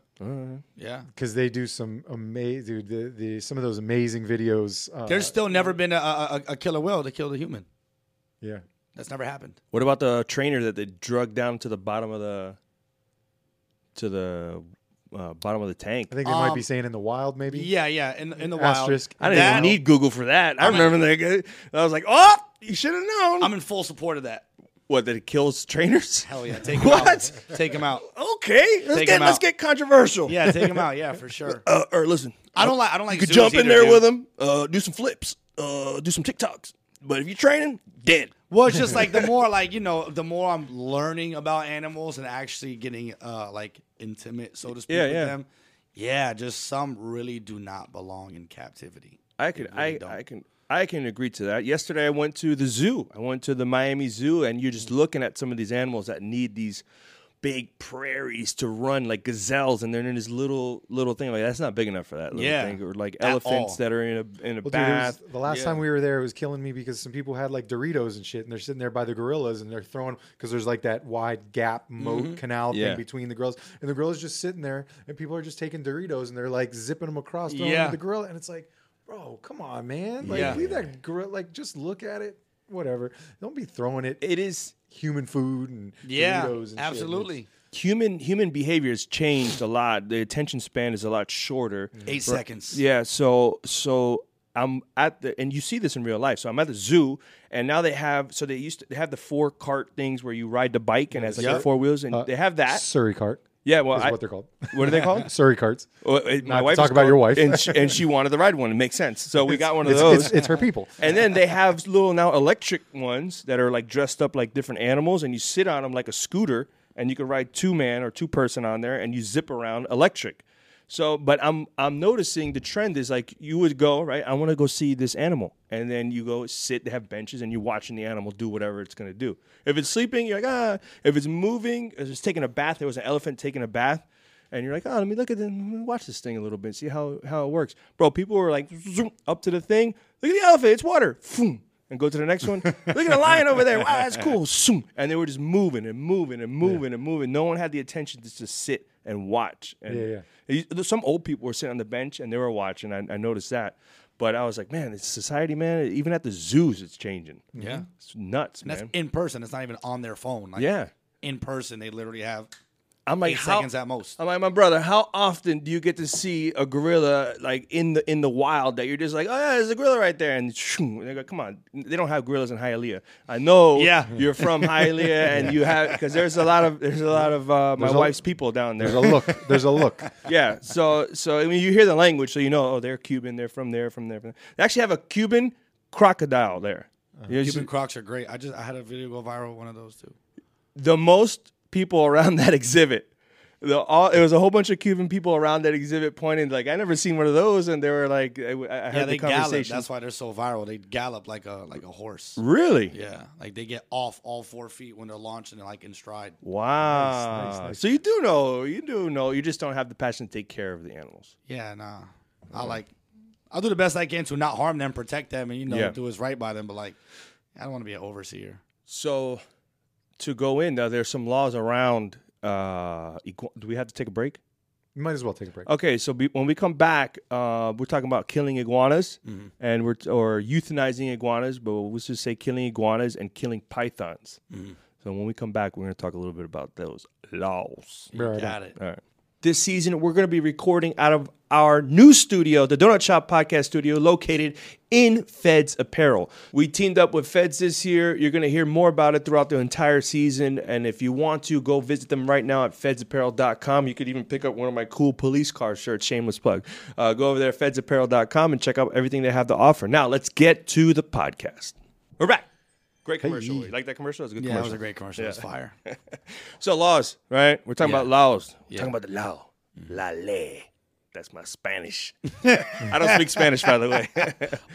S4: Yeah.
S2: Because they do some amazing, dude. The, the some of those amazing videos. Uh,
S4: There's still never been a, a, a- a killer whale to kill the human.
S2: yeah.
S4: That's never happened.
S3: What about the trainer that they drug down to the bottom of the to the uh, bottom of the tank?
S2: I think they might
S4: Um,
S2: be saying in the wild, maybe.
S4: Yeah, yeah. In, in the wild.
S2: Asterisk.
S3: I didn't
S4: That-
S3: even need Google for that. I remember that. guy- I was like, oh, you should have known.
S4: I'm in full support of that.
S3: What that it kills trainers?
S4: (laughs) Hell
S3: (laughs)
S4: yeah, take him
S3: What?
S4: out. Take him out.
S3: Okay, let's
S4: Take
S3: get
S4: him
S3: let's
S4: out.
S3: get controversial.
S4: Yeah, take him out. Yeah,
S3: (laughs)
S4: for sure.
S3: Uh, or listen,
S4: I don't like. I don't like.
S3: you could
S4: zoos
S3: jump in
S4: either,
S3: there
S4: dude.
S3: with them, uh, do some flips, uh, do some TikToks. But if you're training, dead.
S4: Well, it's just like the more like you know, the more I'm learning about animals and actually getting uh like intimate, so to speak,
S3: Yeah,
S4: with
S3: yeah.
S4: them. Yeah, just some really do not belong in captivity.
S3: I could, I, I can, I can agree to that. Yesterday, I went to the zoo. I went to the Miami Zoo, and you're
S4: Mm.
S3: just looking at some of these animals that need these big prairies to run, like gazelles, and they're in this little, little thing. Like that's not big enough for that little
S4: Yeah.
S3: thing, or like
S4: At
S3: elephants
S4: all.
S3: that are in a in a
S2: Well, dude, it was-
S3: bath.
S2: the last time we were there, it was killing me because some people had like Doritos and shit, and they're sitting there by the gorillas, and they're throwing because there's like that wide gap moat
S4: Mm-hmm.
S2: canal
S3: Yeah.
S2: thing between the gorillas, and the gorillas just sitting there, and people are just taking Doritos and they're like zipping them across, throwing them
S4: Yeah.
S2: at the gorilla, and it's like, bro, come on, man, like
S4: Yeah.
S2: leave that gorilla, like just look at it, whatever, don't be throwing it,
S3: It is
S2: human food and
S4: Yeah,
S2: Doritos and
S4: absolutely.
S3: human human behavior has changed a lot. The attention span is a lot shorter.
S4: Eight seconds.
S3: Yeah, so so I'm at the and you see this in real life. So I'm at the zoo and now they have so they used to they have the four cart things where you ride the bike and it has like the
S4: Yep.
S3: four wheels and they have
S2: Shit.
S3: that.
S2: Surrey cart,
S3: Yeah, well,
S2: Uh, is
S3: I-
S2: what they're called. (laughs)
S3: What are they called?
S2: Surrey carts.
S3: Well, it-
S2: Not
S3: My
S2: to
S3: wife is
S2: talk about your
S3: called-
S2: wife.
S3: and she, and she wanted to ride one. It makes sense. So we got one of
S2: It's,
S3: those.
S2: it's, it's her
S3: (laughs)
S2: people.
S3: And then they have little now electric ones that are like dressed up like different animals, and you sit on them like a scooter, and you can ride two man or two person on there, and you zip around electric. So, but I'm I'm noticing the trend is like you would go right. I want to go see this animal, and then you go sit. They have benches, and you're watching the animal do whatever it's gonna do. If it's sleeping, you're like ah. If it's moving, if it's taking a bath. There was an elephant taking a bath and you're like, oh, let me look at them, let me watch this thing a little bit, see how how it works, bro. People were like, zoom up to the thing, look at the elephant, it's water, Phoom. and go to the next
S2: (laughs)
S3: one. look at the lion over there, wow, that's cool, zoom. and they were just moving and moving and moving and moving. No one had the attention to just sit and watch. And
S2: Yeah, yeah.
S3: you- there's Some old people were sitting on the bench and they were watching. I, I noticed that. But I was like, man, it's society, man. Even at the zoos, it's changing.
S4: Yeah.
S3: It's nuts,
S4: And that's
S3: man.
S4: in person. It's not even on their phone. Like,
S3: Yeah.
S4: In person, they literally have
S3: I'm like,
S4: eight
S3: how,
S4: seconds at most.
S3: I'm like, my brother, how often do you get to see a gorilla like in the in the wild that you're just like, oh yeah, there's a gorilla right there, and, shoo, and they go, come on, they don't have gorillas in Hialeah. I know,
S4: Yeah.
S3: you're from Hialeah,
S4: (laughs)
S3: and you have because there's a lot of there's a lot of uh, my
S2: There's a-
S3: wife's people down there.
S2: There's a look. There's a look.
S3: (laughs) yeah, so so I mean, you hear the language, so you know, oh, they're Cuban, they're from there, from there. From there. They actually have a Cuban crocodile there. You
S4: Uh-huh. Cuban
S3: just-
S4: Crocs are great. I just I had a video go viral. One of those too.
S3: the most people around (laughs) that exhibit. The, all, it was a whole bunch of Cuban people around that exhibit pointing like I never seen one of those, and they were like, I, I heard
S4: Yeah,
S3: the
S4: they gallop.
S3: conversation.
S4: That's why they're so viral. They gallop like a like a horse.
S3: really?
S4: Yeah, like they get off all four feet when they're launching, like in stride.
S3: Wow.
S2: Nice, nice, nice.
S3: So you do know, you do know, you just don't have the passion to take care of the animals.
S4: Yeah, nah. I like I'll do the best I can to not harm them, protect them, and you know,
S3: Yeah.
S4: do what's right by them, but like I don't want to be an overseer.
S3: So to go in now, there's some laws around. Uh, equa- do we have to take a break?
S2: You might as well take a break.
S3: Okay, so be, when we come back, uh, we're talking about killing iguanas, and we're t- or euthanizing iguanas, but we'll just say killing iguanas and killing pythons. So when we come back, we're going to talk a little bit about those laws.
S2: Be right back.
S4: Got it.
S3: All right. This season, we're going to be recording out of our new studio, the Donut Shop Podcast Studio, located in Feds Apparel. We teamed up with Feds this year. You're going to hear more about it throughout the entire season. And if you want to, go visit them right now at fedsapparel.com. You could even pick up one of my cool police car shirts, shameless plug. Uh, go over there, fedsapparel.com, and check out everything they have to offer. Now, let's get to the podcast. We're back. Great commercial. You like that commercial? That was a good
S4: Yeah, that
S3: commercial.
S4: was a great commercial. It was fire.
S3: So laws, right? We're talking
S4: Yeah. Mm-hmm.
S3: about laws. We're talking about the law. La ley. That's my Spanish. (laughs) I don't speak Spanish, by the way.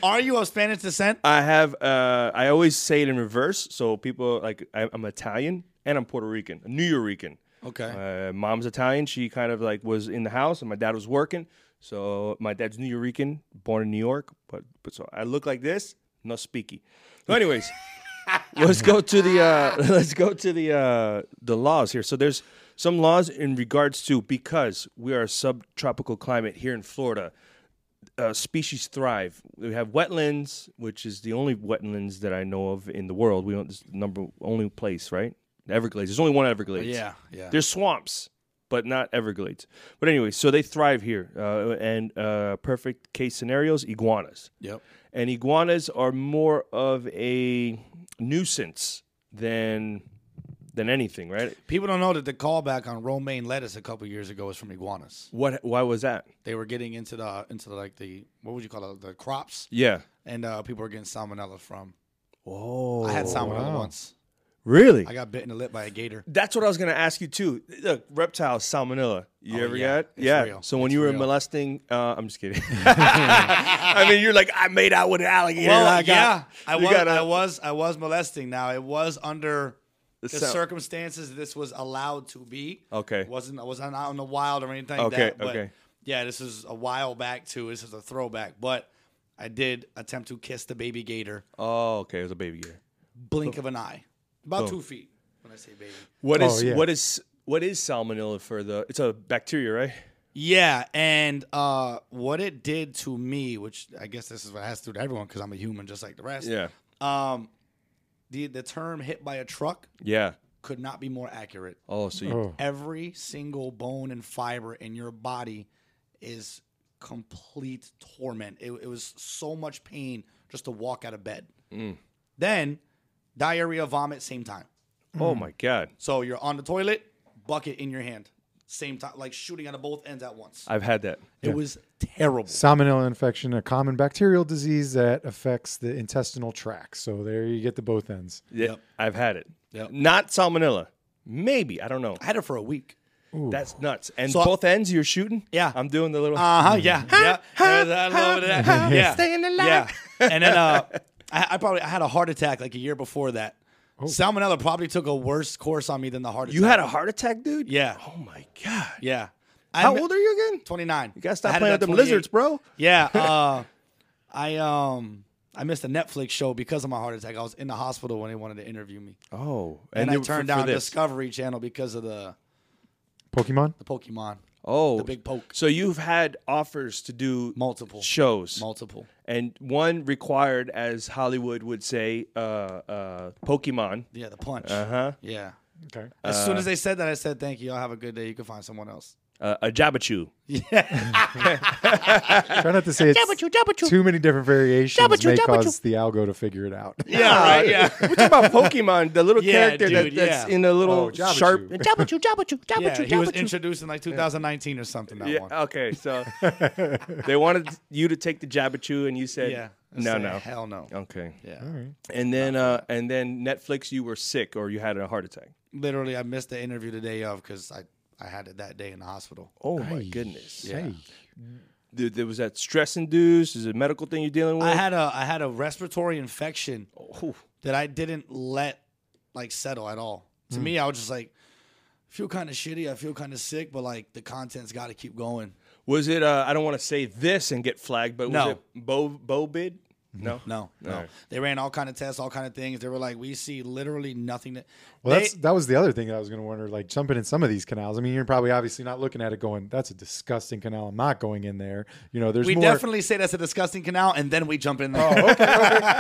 S4: Are you of
S3: (laughs)
S4: Spanish descent?
S3: I have. Uh, I always say it in reverse, so people like I, I'm Italian and I'm Puerto Rican, New Yorican.
S4: Oh, Okay.
S3: Uh, mom's Italian. She kind of like was in the house, and my dad was working. So my dad's New Yorican, born in New York, but but so I look like this, no speaky. So,
S4: (laughs)
S3: anyways, let's go to the uh, (laughs) let's go to the uh, the laws here. So there's some laws in regards to because we are a subtropical climate here in Florida. Uh, species thrive. We have wetlands, which is the only wetlands that I know of in the world. We don't this is the number only place, right? The Everglades. There's only one Everglades.
S4: Yeah, yeah.
S3: There's swamps, but not Everglades. But anyway, so they thrive here. Uh, and uh, perfect case scenarios iguanas.
S4: Yep.
S3: And iguanas are more of a nuisance than than anything, right?
S4: People don't know that the callback on romaine lettuce a couple years ago was from iguanas.
S3: What? Why was that?
S4: They were getting into the into like the what would you call it the crops,
S3: Yeah.
S4: and uh, people were getting salmonella from.
S3: Oh,
S4: I had salmonella once.
S3: really?
S4: I got bit in the lip by a gator.
S3: That's what I was gonna ask you too. Look, reptiles, salmonella. You ever
S4: Oh, yeah.
S3: got?
S4: It's
S3: yeah.
S4: real.
S3: So when
S4: It's
S3: you were
S4: real.
S3: molesting, uh, I'm just
S4: (laughs)
S3: kidding. I mean, you're like, I made out with an alligator.
S4: Well,
S3: I
S4: yeah,
S3: got,
S4: I
S3: you
S4: was,
S3: got a-
S4: I was, I was molesting. Now it was under the
S3: sal-
S4: circumstances this was allowed to be.
S3: Okay.
S4: wasn't I wasn't out in the wild or anything. like
S3: Okay,
S4: that, but
S3: okay.
S4: Yeah, this is a while back too. This is a throwback, but I did attempt to kiss the baby gator.
S3: Oh, okay. It was a baby gator.
S4: Blink of an eye, about two feet. When I say baby,
S3: What
S2: Oh,
S3: is
S2: yeah.
S3: what is what is salmonella for the? It's a bacteria, right?
S4: yeah, and uh, what it did to me, which I guess this is what it has to do to everyone because I'm a human just like the rest. Um, the the term hit by a truck
S3: Yeah.
S4: could not be more accurate.
S3: Oh, so you,
S2: Oh.
S4: Every single bone and fiber in your body is complete torment. It, it was so much pain just to walk out of bed. Then diarrhea, vomit, same time.
S3: oh my god.
S4: So you're on the toilet, bucket in your hand, same time, like shooting out of both ends at once.
S3: I've had that.
S4: It was terrible.
S2: Salmonella infection, a common bacterial disease that affects the intestinal tract. So there you get the both ends.
S3: Yep. I've had it.
S4: Yep.
S3: Not salmonella. Maybe I don't know.
S4: I had it for a week.
S3: That's nuts. And
S4: So-
S3: both ends you're shooting.
S4: Yeah.
S3: I'm doing the little.
S4: Uh huh.
S3: Mm.
S4: Yeah. Yeah. There's a little bit of that. Yeah.
S3: Staying alive.
S4: Yeah. And then uh,
S3: (laughs)
S4: I, I probably I had a heart attack like a year before that. Salmonella probably took a worse course on me than the heart attack.
S3: Oh. You had a heart attack, dude.
S4: Yeah.
S3: Oh my god.
S4: Yeah.
S3: How old are you again?
S4: 29. You
S3: gotta stop playing with them lizards, bro. (laughs)
S4: Yeah. Uh, I um I missed a Netflix show because of my heart attack. I was in the hospital when they wanted to interview me.
S3: Oh,
S4: And,
S3: they
S4: I
S3: were-
S4: turned
S3: for- for
S4: down
S3: this.
S4: Discovery Channel because of the,
S2: Pokemon?
S4: the Pokemon.
S3: Oh,
S4: the big poke.
S3: So you've had offers to do
S4: Multiple.
S3: shows,
S4: Multiple.
S3: and one required, as Hollywood would say, uh, uh, Pokemon.
S4: Yeah, the punch.
S3: Uh-huh.
S4: Yeah.
S2: Okay.
S4: As soon as they said that, I said, thank you. I'll have a good day. You can find someone else.
S3: Uh, a Jabachu.
S2: (laughs) Try not to say it's too many different variations may cause the algo to figure it out.
S3: Yeah, right. (laughs) Yeah. We're talking about Pokemon, the little
S4: (laughs) Yeah,
S3: character
S4: dude,
S3: that, that's
S4: yeah.
S3: in a
S2: Oh,
S3: little
S4: (laughs)
S2: Jabachu.
S3: sharp. (laughs)
S4: Yeah, he was introduced in like 2019 or something. That one.
S3: Yeah. Okay. (laughs) So they wanted you to take the Jabachu, and you said,
S4: Yeah. I
S3: "No,
S4: said,
S3: no."
S4: Hell no.
S3: Okay.
S4: Yeah.
S3: And then, uh, and then Netflix, you were sick or you had a heart attack.
S4: Literally, I missed the interview the day of because I, I had it that day in the hospital.
S3: Oh my goodness.
S2: (laughs)
S4: Yeah.
S3: Dude, there was that stress induced. Is it a medical thing you're dealing with?
S4: I had a I had a respiratory infection
S3: Oh,
S4: that I didn't let like settle at all. To me, I was just like, feel kind of shitty. I feel kind of sick, but like the content's got to keep going.
S3: was it? Uh, I don't want to say this and get flagged, but
S4: No.
S3: was it Bo Bo bid? No.
S4: No, no.
S3: All right.
S4: They ran all kind of tests, all kind of things. They were like, we see literally nothing that.
S2: Well,
S4: They-
S2: that's that was the other thing that I was going to wonder. Like jumping in some of these canals. I mean, you're probably obviously not looking at it going, "That's a disgusting canal. I'm not going in there." You know, there's
S4: we
S2: more. (laughs)
S4: definitely say that's a disgusting canal, and then we jump in there.
S3: Oh,
S4: (laughs)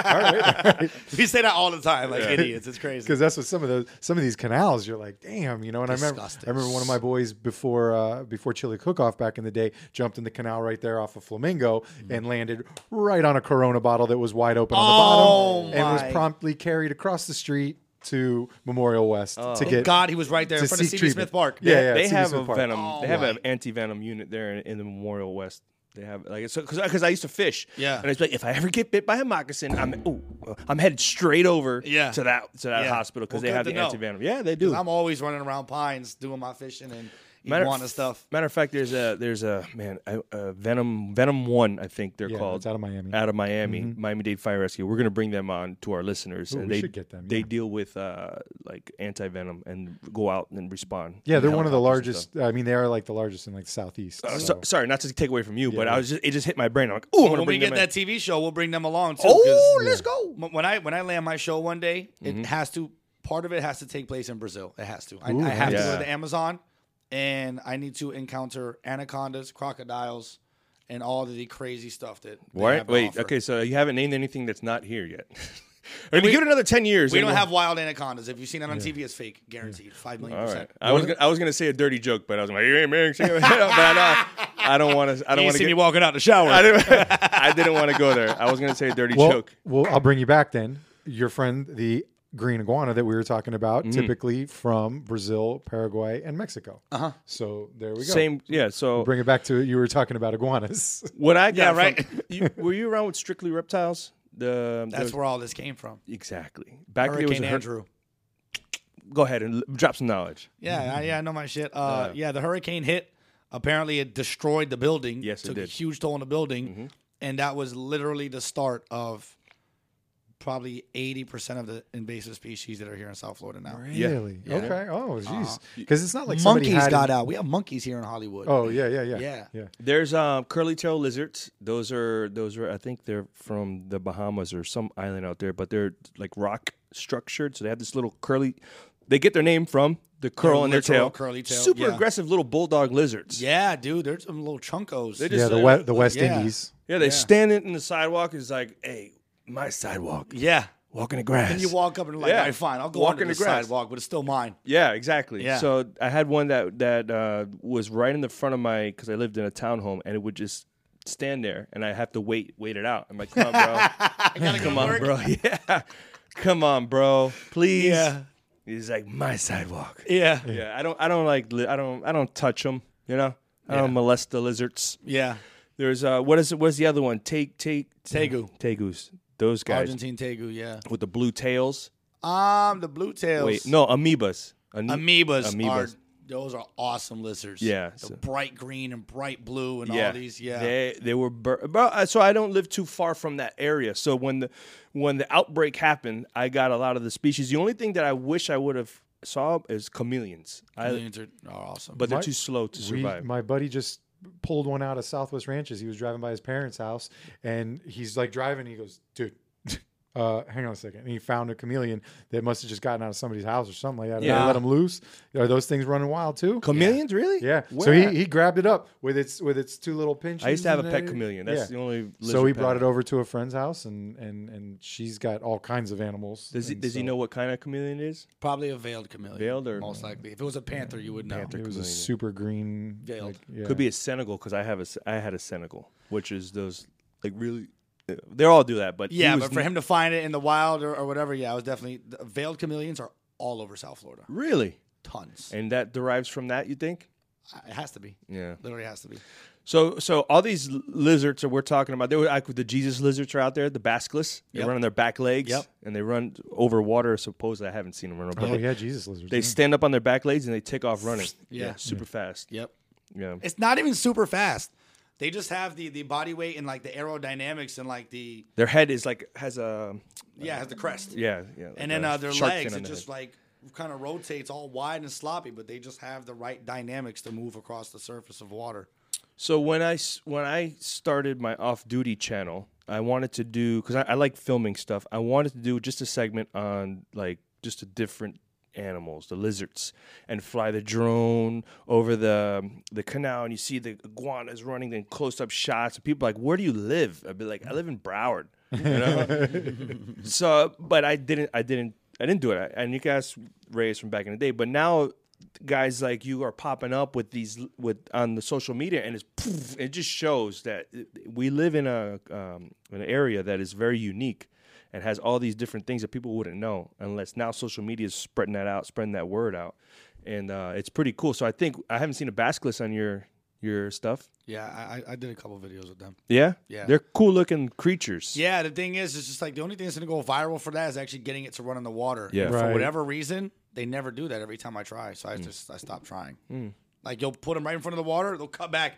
S4: we say that all the time, like idiots. It's crazy.
S2: because that's what some of those some of these canals you're like damn you know and
S4: Disgusting.
S2: I remember I remember one of my boys before uh, before chili cook off back in the day jumped in the canal right there off of Flamingo and landed right on a Corona bottle that was wide open on
S4: Oh,
S2: the bottom and
S4: my.
S2: was promptly carried across the street to Memorial West to get
S4: God, he was right there in
S2: to
S4: front of C.B.
S2: seek treatment.
S4: Smith Park.
S2: Yeah, yeah,
S3: they
S2: C.B.
S3: have a
S2: Smith Park.
S3: venom. they have
S4: my.
S3: an anti venom unit there in, in the Memorial West. They have like so because because I used to fish.
S4: Yeah.
S3: And it's like if I ever get bit by a moccasin, I'm ooh, I'm headed straight over.
S4: Yeah.
S3: To that to that
S4: Yeah.
S3: hospital because
S4: Well,
S3: they
S4: good
S3: have
S4: to
S3: the
S4: know.
S3: anti venom. Yeah, they do.
S4: I'm always running around pines doing my fishing and
S3: Matter-
S4: iguana stuff.
S3: Matter of fact, there's a there's a man a, a Venom Venom One, I think they're
S2: Yeah,
S3: called.
S2: it's out of Miami. Mm-hmm.
S3: Out of Miami, Miami Dade Fire Rescue. We're gonna bring them on to our listeners, and
S2: we
S3: they
S2: should get them,
S3: They
S2: yeah.
S3: deal with uh, like anti venom and go out and respond.
S2: yeah they're
S3: with
S2: one of the
S3: helicopters and stuff.
S2: largest Oh. I mean they are like the largest in like the southeast
S3: Uh,
S2: so-
S3: so- sorry, not to take away from you, but I was just it just hit my brain. I'm like, oh, I'm gonna
S4: When we
S3: bring
S4: get
S3: them
S4: that
S3: in.
S4: TV show, we'll bring them along too.
S3: Oh,
S4: 'cause
S3: let's go. Mm-hmm.
S4: m- When I when I land my show one day, it has to part of it has to take place in Brazil. It has to. I, I have to
S3: nice.
S4: go
S3: Yeah.
S4: to the Amazon, and I need to encounter anacondas, crocodiles, and all of the crazy stuff that. they
S3: Wait,
S4: have to
S3: wait,
S4: offer.
S3: okay, so you haven't named anything that's not here yet. (laughs) I mean, give it another ten years.
S4: We
S3: and
S4: don't
S3: we'll-
S4: have wild anacondas. If you've seen that on TV, it's fake, guaranteed. Five million
S3: All
S4: percent.
S3: right. I was gonna, I was gonna say a dirty joke, but I was like, "Hey, man," (laughs) but I, I don't want to. I don't want to get.
S4: walking out the
S3: (laughs)
S4: shower.
S3: I didn't, I didn't want to go there. I was going to say a dirty
S2: well,
S3: joke.
S2: well I'll bring you back then your friend the green iguana that we were talking about,
S4: Mm.
S2: typically from Brazil, Paraguay, and Mexico. Uh-huh. So there we go.
S3: Same, yeah. So
S2: Bring it back to you were talking about iguanas.
S3: what I got,
S4: Yeah,
S3: from-
S4: right.
S3: (laughs) you, were you around with Strictly Reptiles? The
S4: That's
S3: the-
S4: where all this came from.
S3: exactly back there was
S4: Hurricane
S3: a hur-
S4: Andrew.
S3: Go ahead and l- drop some knowledge.
S4: Yeah, I, yeah, I know my shit. Uh, yeah, the hurricane hit. Apparently, it destroyed the building.
S3: Yes, it
S4: took a
S3: did. Mm-hmm.
S4: huge toll on the building, and that was literally the start of probably eighty percent of the invasive species that are here in South Florida now.
S2: Really? Okay. Oh, jeez. Because it's not like somebody
S4: Uh, monkeys
S2: had
S4: got
S2: it-
S4: out. We have monkeys here in Hollywood.
S2: Oh yeah, yeah, yeah,
S4: Yeah.
S2: yeah.
S3: There's um, curly tail lizards. Those are those are I think they're from the Bahamas or some island out there, but they're like rock structured. So they have this little curly. They get their name from the curl
S4: Their
S3: in their
S4: literal
S3: tail.
S4: curly tail,
S3: Super
S4: yeah.
S3: aggressive little bulldog lizards.
S4: Yeah, dude, there's some little chunkos.
S3: They just-
S2: Yeah, the
S3: uh,
S2: West, the West
S4: yeah.
S2: Indies.
S3: Yeah, they stand it in the sidewalk. It's like, hey, my sidewalk.
S4: yeah.
S3: Walk in the grass.
S4: And you walk up and you're like,
S3: Yeah.
S4: all right, fine, I'll go
S3: Walk
S4: walk onto
S3: in
S4: the,
S3: the grass.
S4: sidewalk, but it's still mine.
S3: Yeah, exactly.
S4: Yeah.
S3: So I had one that that uh, was right in the front of my because I lived in a townhome and it would just stand there and I have to wait wait it out. I'm like,
S4: (laughs)
S3: come on, bro, come on, bro, (laughs) yeah, come on, bro, please.
S4: Yeah.
S3: He's like my sidewalk.
S4: Yeah. Yeah.
S3: Yeah, I don't I don't like li- I don't I don't touch them. You know, I don't molest the lizards. There's uh, what is it? What's the other one? Take take
S4: Tegu.
S3: tegus. Those guys
S4: Argentine tegu, yeah.
S3: with the blue tails.
S4: Um, the blue tails.
S3: Wait, no, amoebas. Ame-
S4: Amoebas, are
S3: Amoebas.
S4: those are awesome lizards.
S3: Yeah,
S4: the
S3: so-
S4: bright green and bright blue and all these. Yeah,
S3: They they were bur- bro, uh, so I don't live too far from that area. So when the when the outbreak happened, I got a lot of the species. The only thing that I wish I would have saw is chameleons. I
S4: Chameleons are, are awesome.
S3: but they're
S2: My-
S3: too slow to
S2: We-
S3: survive.
S2: my buddy just pulled one out of Southwest Ranches. He was driving by his parents' house, and he's like driving. he goes, "Dude, (laughs) uh, hang on a second. And he found a chameleon that must have just gotten out of somebody's house or something like that. And
S3: Yeah.
S2: they let him loose. Are those things running wild too?
S3: chameleons really?
S2: yeah.
S3: Where
S2: So he,
S3: at?
S2: he grabbed it up with its with its two little pinches.
S3: I used to have a
S2: and
S3: pet
S2: everything.
S3: chameleon. That's the only.
S2: So
S3: lizard
S2: we
S3: pet
S2: brought
S3: I-
S2: it over to a friend's house, and and and she's got all kinds of animals.
S3: Does he
S2: and
S3: does he
S2: so
S3: know what kind of chameleon it is?
S4: Probably a veiled chameleon.
S3: Veiled or-
S4: most likely. If it was a panther, you would know.
S2: It was a super green.
S4: Veiled.
S2: yeah.
S3: Could be a Senegal because I have a s- I had a Senegal, which is those like really. uh, They all do that, but he
S4: Yeah,
S3: was
S4: but for
S3: n-
S4: him to find it in the wild or, or whatever, yeah, I was definitely the veiled chameleons are all over South Florida.
S3: really,
S4: Tons.
S3: and that derives from that. You think?
S4: It has to be.
S3: Yeah.
S4: Literally has to be.
S3: So, so all these l- lizards that we're talking about, they were like the Jesus lizards are out there, the basilisks. They
S4: Yep.
S3: run on their back legs,
S4: Yep.
S3: and they run over water. Supposedly, I haven't seen them run over. but
S2: Oh
S3: they,
S2: yeah, Jesus lizards.
S3: they
S2: yeah.
S3: stand up on their back legs and they take off running.
S4: Yeah.
S3: super fast.
S4: Yep.
S3: Yeah,
S4: It's not even super fast. They just have the the body weight and like the aerodynamics and like the
S3: their head is like has a
S4: yeah, it has the crest.
S3: yeah yeah, like
S4: and then
S3: a
S4: uh, their
S3: shark fin
S4: legs
S3: on
S4: it
S3: their
S4: just
S3: head.
S4: like kind of rotates all wide and sloppy but they just have the right dynamics to move across the surface of water
S3: So when I s- when I started my off duty channel, I wanted to do because I, I like filming stuff. I wanted to do just a segment on like just the different animals, the lizards, and fly the drone over the um, the canal, and you see the iguanas running, then close up shots. And people are like, where do you live? I'd be like, I live in Broward. You know? so, but I didn't. I didn't. I didn't do it. I- And you guys raised from back in the day, but now guys like you are popping up with these with on the social media, and it's poof, it just shows that we live in a um, an area that is very unique and has all these different things that people wouldn't know unless now social media is spreading that out, spreading that word out, and uh, it's pretty cool. So I think I haven't seen a basilisk on your your stuff.
S4: yeah i, I did a couple videos with them
S3: Yeah,
S4: Yeah.
S3: they're cool looking creatures.
S4: yeah the thing is it's just like the only thing that's going to go viral for that is actually getting it to run in the water
S3: Yeah.
S4: And for
S2: Right.
S4: whatever reason they never do that every time i try so i just i stopped trying like you'll put them right in front of the water they'll cut back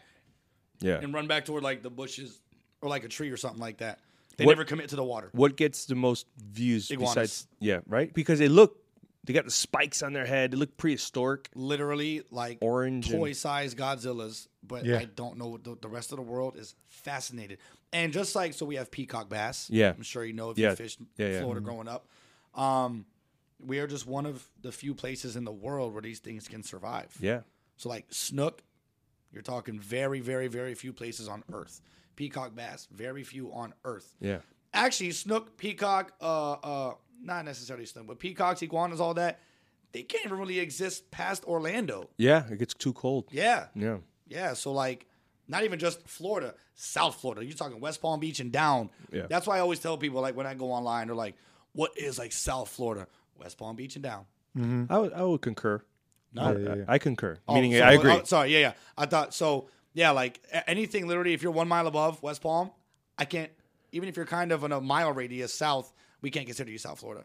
S3: yeah.
S4: and run back toward like the bushes or like a tree or something like that they
S3: What-
S4: never commit to the water
S3: What gets the most views
S4: Iguanas.
S3: besides? Yeah, right. Because they look, they got the spikes on their head. They look prehistoric.
S4: literally like
S3: Orange and-
S4: toy sized Godzillas, but
S2: Yeah.
S4: I don't know. The, the rest of the world is fascinated. And just like, so we have peacock bass.
S3: Yeah.
S4: I'm sure you know if
S3: Yeah.
S4: you fished
S3: Yeah, yeah.
S4: Florida growing up. Um, we are just one of the few places in the world where these things can survive.
S3: Yeah.
S4: So, like snook, you're talking very, very, very few places on Earth. Peacock bass, very few on Earth.
S3: Yeah.
S4: Actually, snook, peacock, uh, uh, not necessarily snook, but peacocks, iguanas, all that, they can't even really exist past Orlando.
S3: Yeah, it gets too cold.
S4: Yeah.
S3: Yeah.
S4: Yeah. So like not even just Florida, South Florida. You're talking West Palm Beach and down.
S3: Yeah.
S4: That's why I always tell people like when I go online, they're like, what is like South Florida? West Palm Beach and down.
S3: I would, I would concur. Ah,
S2: No. Yeah, yeah, yeah.
S3: I concur.
S4: Oh,
S3: Meaning,
S4: so-
S3: I agree.
S4: oh, sorry, yeah, yeah. I thought so. Yeah, like a- anything literally, if you're one mile above West Palm, I can't. Even if you're kind of in a mile radius south, we can't consider you South Florida.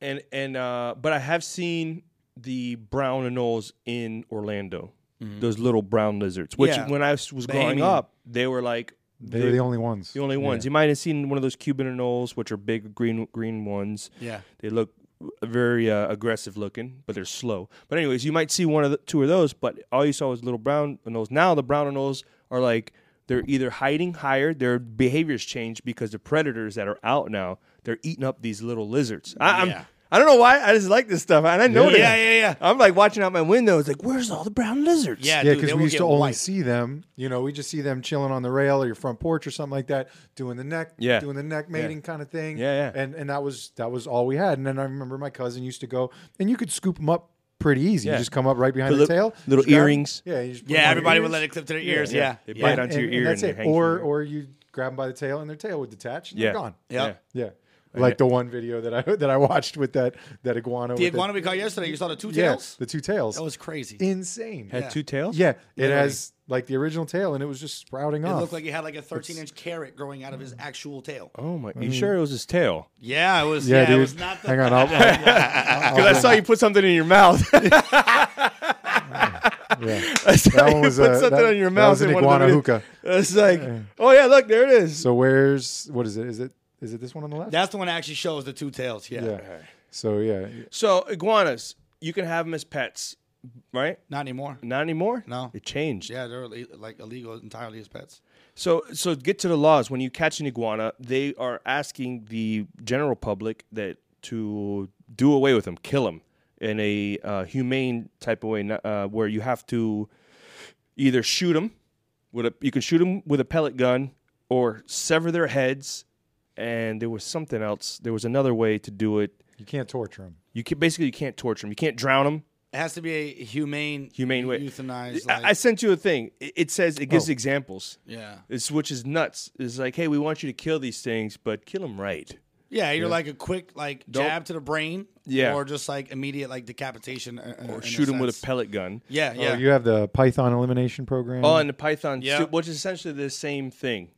S3: and and uh, but I have seen the brown anoles in Orlando. Those little brown lizards, which
S4: Yeah.
S3: when I was was growing
S4: Bahamian.
S3: up, Mm-hmm. they were like
S2: They were the only ones.
S3: the only ones. You might have seen one of those Cuban anoles, which are big green green ones.
S4: Yeah.
S3: they look very uh, aggressive looking, but they're slow. But anyways, you might see one of the, two of those, but all you saw was little brown anoles. Now the brown anoles are like they're either hiding higher, their behaviors change because the predators that are out now they're eating up these little lizards. I, I'm-
S4: Yeah.
S3: I don't know why I just like this stuff, and I know that.
S4: Yeah, yeah, yeah.
S3: I'm like watching out my window. It's like, where's all the brown lizards?
S4: Yeah,
S2: Yeah,
S4: dude,
S2: because
S4: they
S2: we
S4: will
S2: used
S4: get
S2: to only
S4: wiped.
S2: see them. You know, we just see them chilling on the rail or your front porch or something like that, doing the neck,
S3: Yeah.
S2: doing the neck mating kind of thing.
S3: Yeah, yeah.
S2: And and that was that was all we had. And then I remember my cousin used to go, and you could scoop them up pretty easy.
S3: Yeah.
S2: You just come up right behind
S3: The
S2: the,
S3: lit-
S2: tail,
S3: little
S2: just grab 'em.
S3: earrings.
S2: Yeah, you just put 'em
S4: Yeah,
S2: on your
S4: everybody would
S2: ears.
S4: let it clip to their ears.
S3: yeah.
S4: Yeah,
S3: They
S4: yeah.
S3: bite onto your ear
S2: that's
S3: and it
S2: it.
S3: hangs
S2: Or
S3: from there.
S2: or you grab them by the tail and their tail would detach. And
S3: Yeah.
S2: they're gone.
S4: Yeah.
S2: yeah. Like the one video that I (laughs) that I watched with that that iguana.
S4: The
S2: with
S4: iguana we caught yesterday, you saw the two
S2: The, yeah,
S4: tails.
S2: the two tails.
S4: That was crazy.
S2: insane.
S3: had two tails.
S2: Yeah, it has like the original tail, and it was just sprouting
S4: it
S2: off.
S4: looked like he had like a 13 inch carrot growing out of his actual tail.
S3: Oh my! You sure it was his tail?
S4: Yeah, it was.
S2: yeah,
S4: Yeah,
S2: dude.
S4: it was not the. (laughs)
S2: Hang on, I'll, I'll,
S3: Because I saw you put something in your mouth. (laughs)
S2: yeah.
S3: I saw
S2: That one
S3: you
S2: was
S3: put
S2: a-
S3: something
S2: that-
S3: on your
S2: that
S3: mouth.
S2: was an
S3: in one of the videos.
S2: iguana hookah.
S3: (laughs) It's like, oh yeah, look, there it is.
S2: So where's what is it? Is it is it this one on the left?
S4: That's the one that actually shows the two tails. Yeah,
S2: yeah. So yeah,
S3: So iguanas, you can have them as pets, right?
S4: not anymore.
S3: Not anymore.
S4: No.
S3: it changed.
S4: Yeah, they're ille- like illegal entirely as pets.
S3: So, so get to the laws. When you catch an iguana, they are asking the general public that to do away with them, kill them in a uh, humane type of way, not- uh, where you have to either shoot them with a you can shoot them with a pellet gun or sever their heads. And there was something else. There was another way to do it.
S2: you can't torture them.
S3: You can, basically you can't torture them. You can't drown them.
S4: It has to be a humane,
S3: Humane way.
S4: euthanized.
S3: I,
S4: Like,
S3: I sent you a thing. It, it says it gives examples.
S4: yeah,
S3: It's which is nuts. It's like, hey, we want you to kill these things, but kill them right.
S4: yeah, either like a quick like jab to the brain,
S3: Yeah.
S4: or just like immediate like decapitation, uh,
S3: Or shoot them with a pellet gun.
S4: yeah, yeah.
S2: Oh, you have the Python elimination program.
S3: Oh, and the python,
S4: Yeah.
S3: soup, which is essentially the same thing.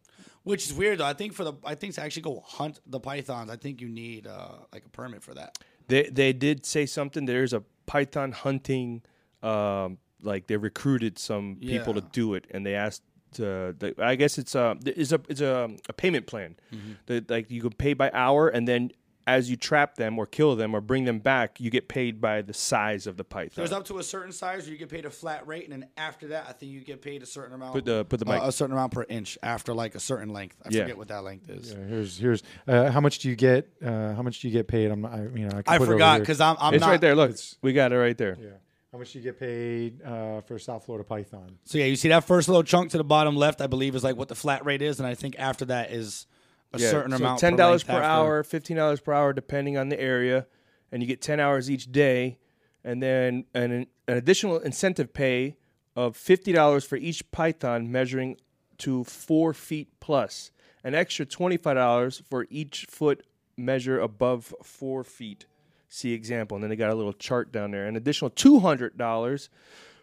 S4: Which is weird though. I think for the I think to actually go hunt the pythons, I think you need uh like a permit for that.
S3: They they did say something. There's a python hunting, um, like they recruited some people to
S4: Yeah.
S3: do it, and they asked. Uh, the, I guess it's a it's a it's a, a payment plan.
S4: Mm-hmm.
S3: That like you can pay by hour, and then as you trap them or kill them or bring them back, you get paid by the size of the python.
S4: There's up to a certain size where you get paid a flat rate, and then after that, I think you get paid a certain amount.
S3: put the put the mic.
S4: a certain amount per inch after like a certain length. I
S3: Yeah.
S4: forget what that length is.
S2: here's here's uh, how much do you get? Uh, how much do you get paid? I'm not, I, you know I, can
S4: I
S2: put it over
S4: forgot
S2: here.
S4: because I'm I'm
S3: it's
S4: not
S3: right there. Look, we got it right there.
S2: yeah. How much do you get paid uh, for South Florida Python?
S4: So yeah, you see that first little chunk to the bottom left, I believe, is like what the flat rate is, and I think after that is a
S3: Yeah,
S4: certain
S3: so
S4: amount.
S3: ten dollars
S4: length
S3: per,
S4: after.
S3: hour, fifteen dollars per hour, depending on the area, and you get ten hours each day, and then an, an additional incentive pay of fifty dollars for each python measuring to four feet plus, an extra twenty five dollars for each foot measure above four feet. See example, and then they got a little chart down there. An additional two hundred dollars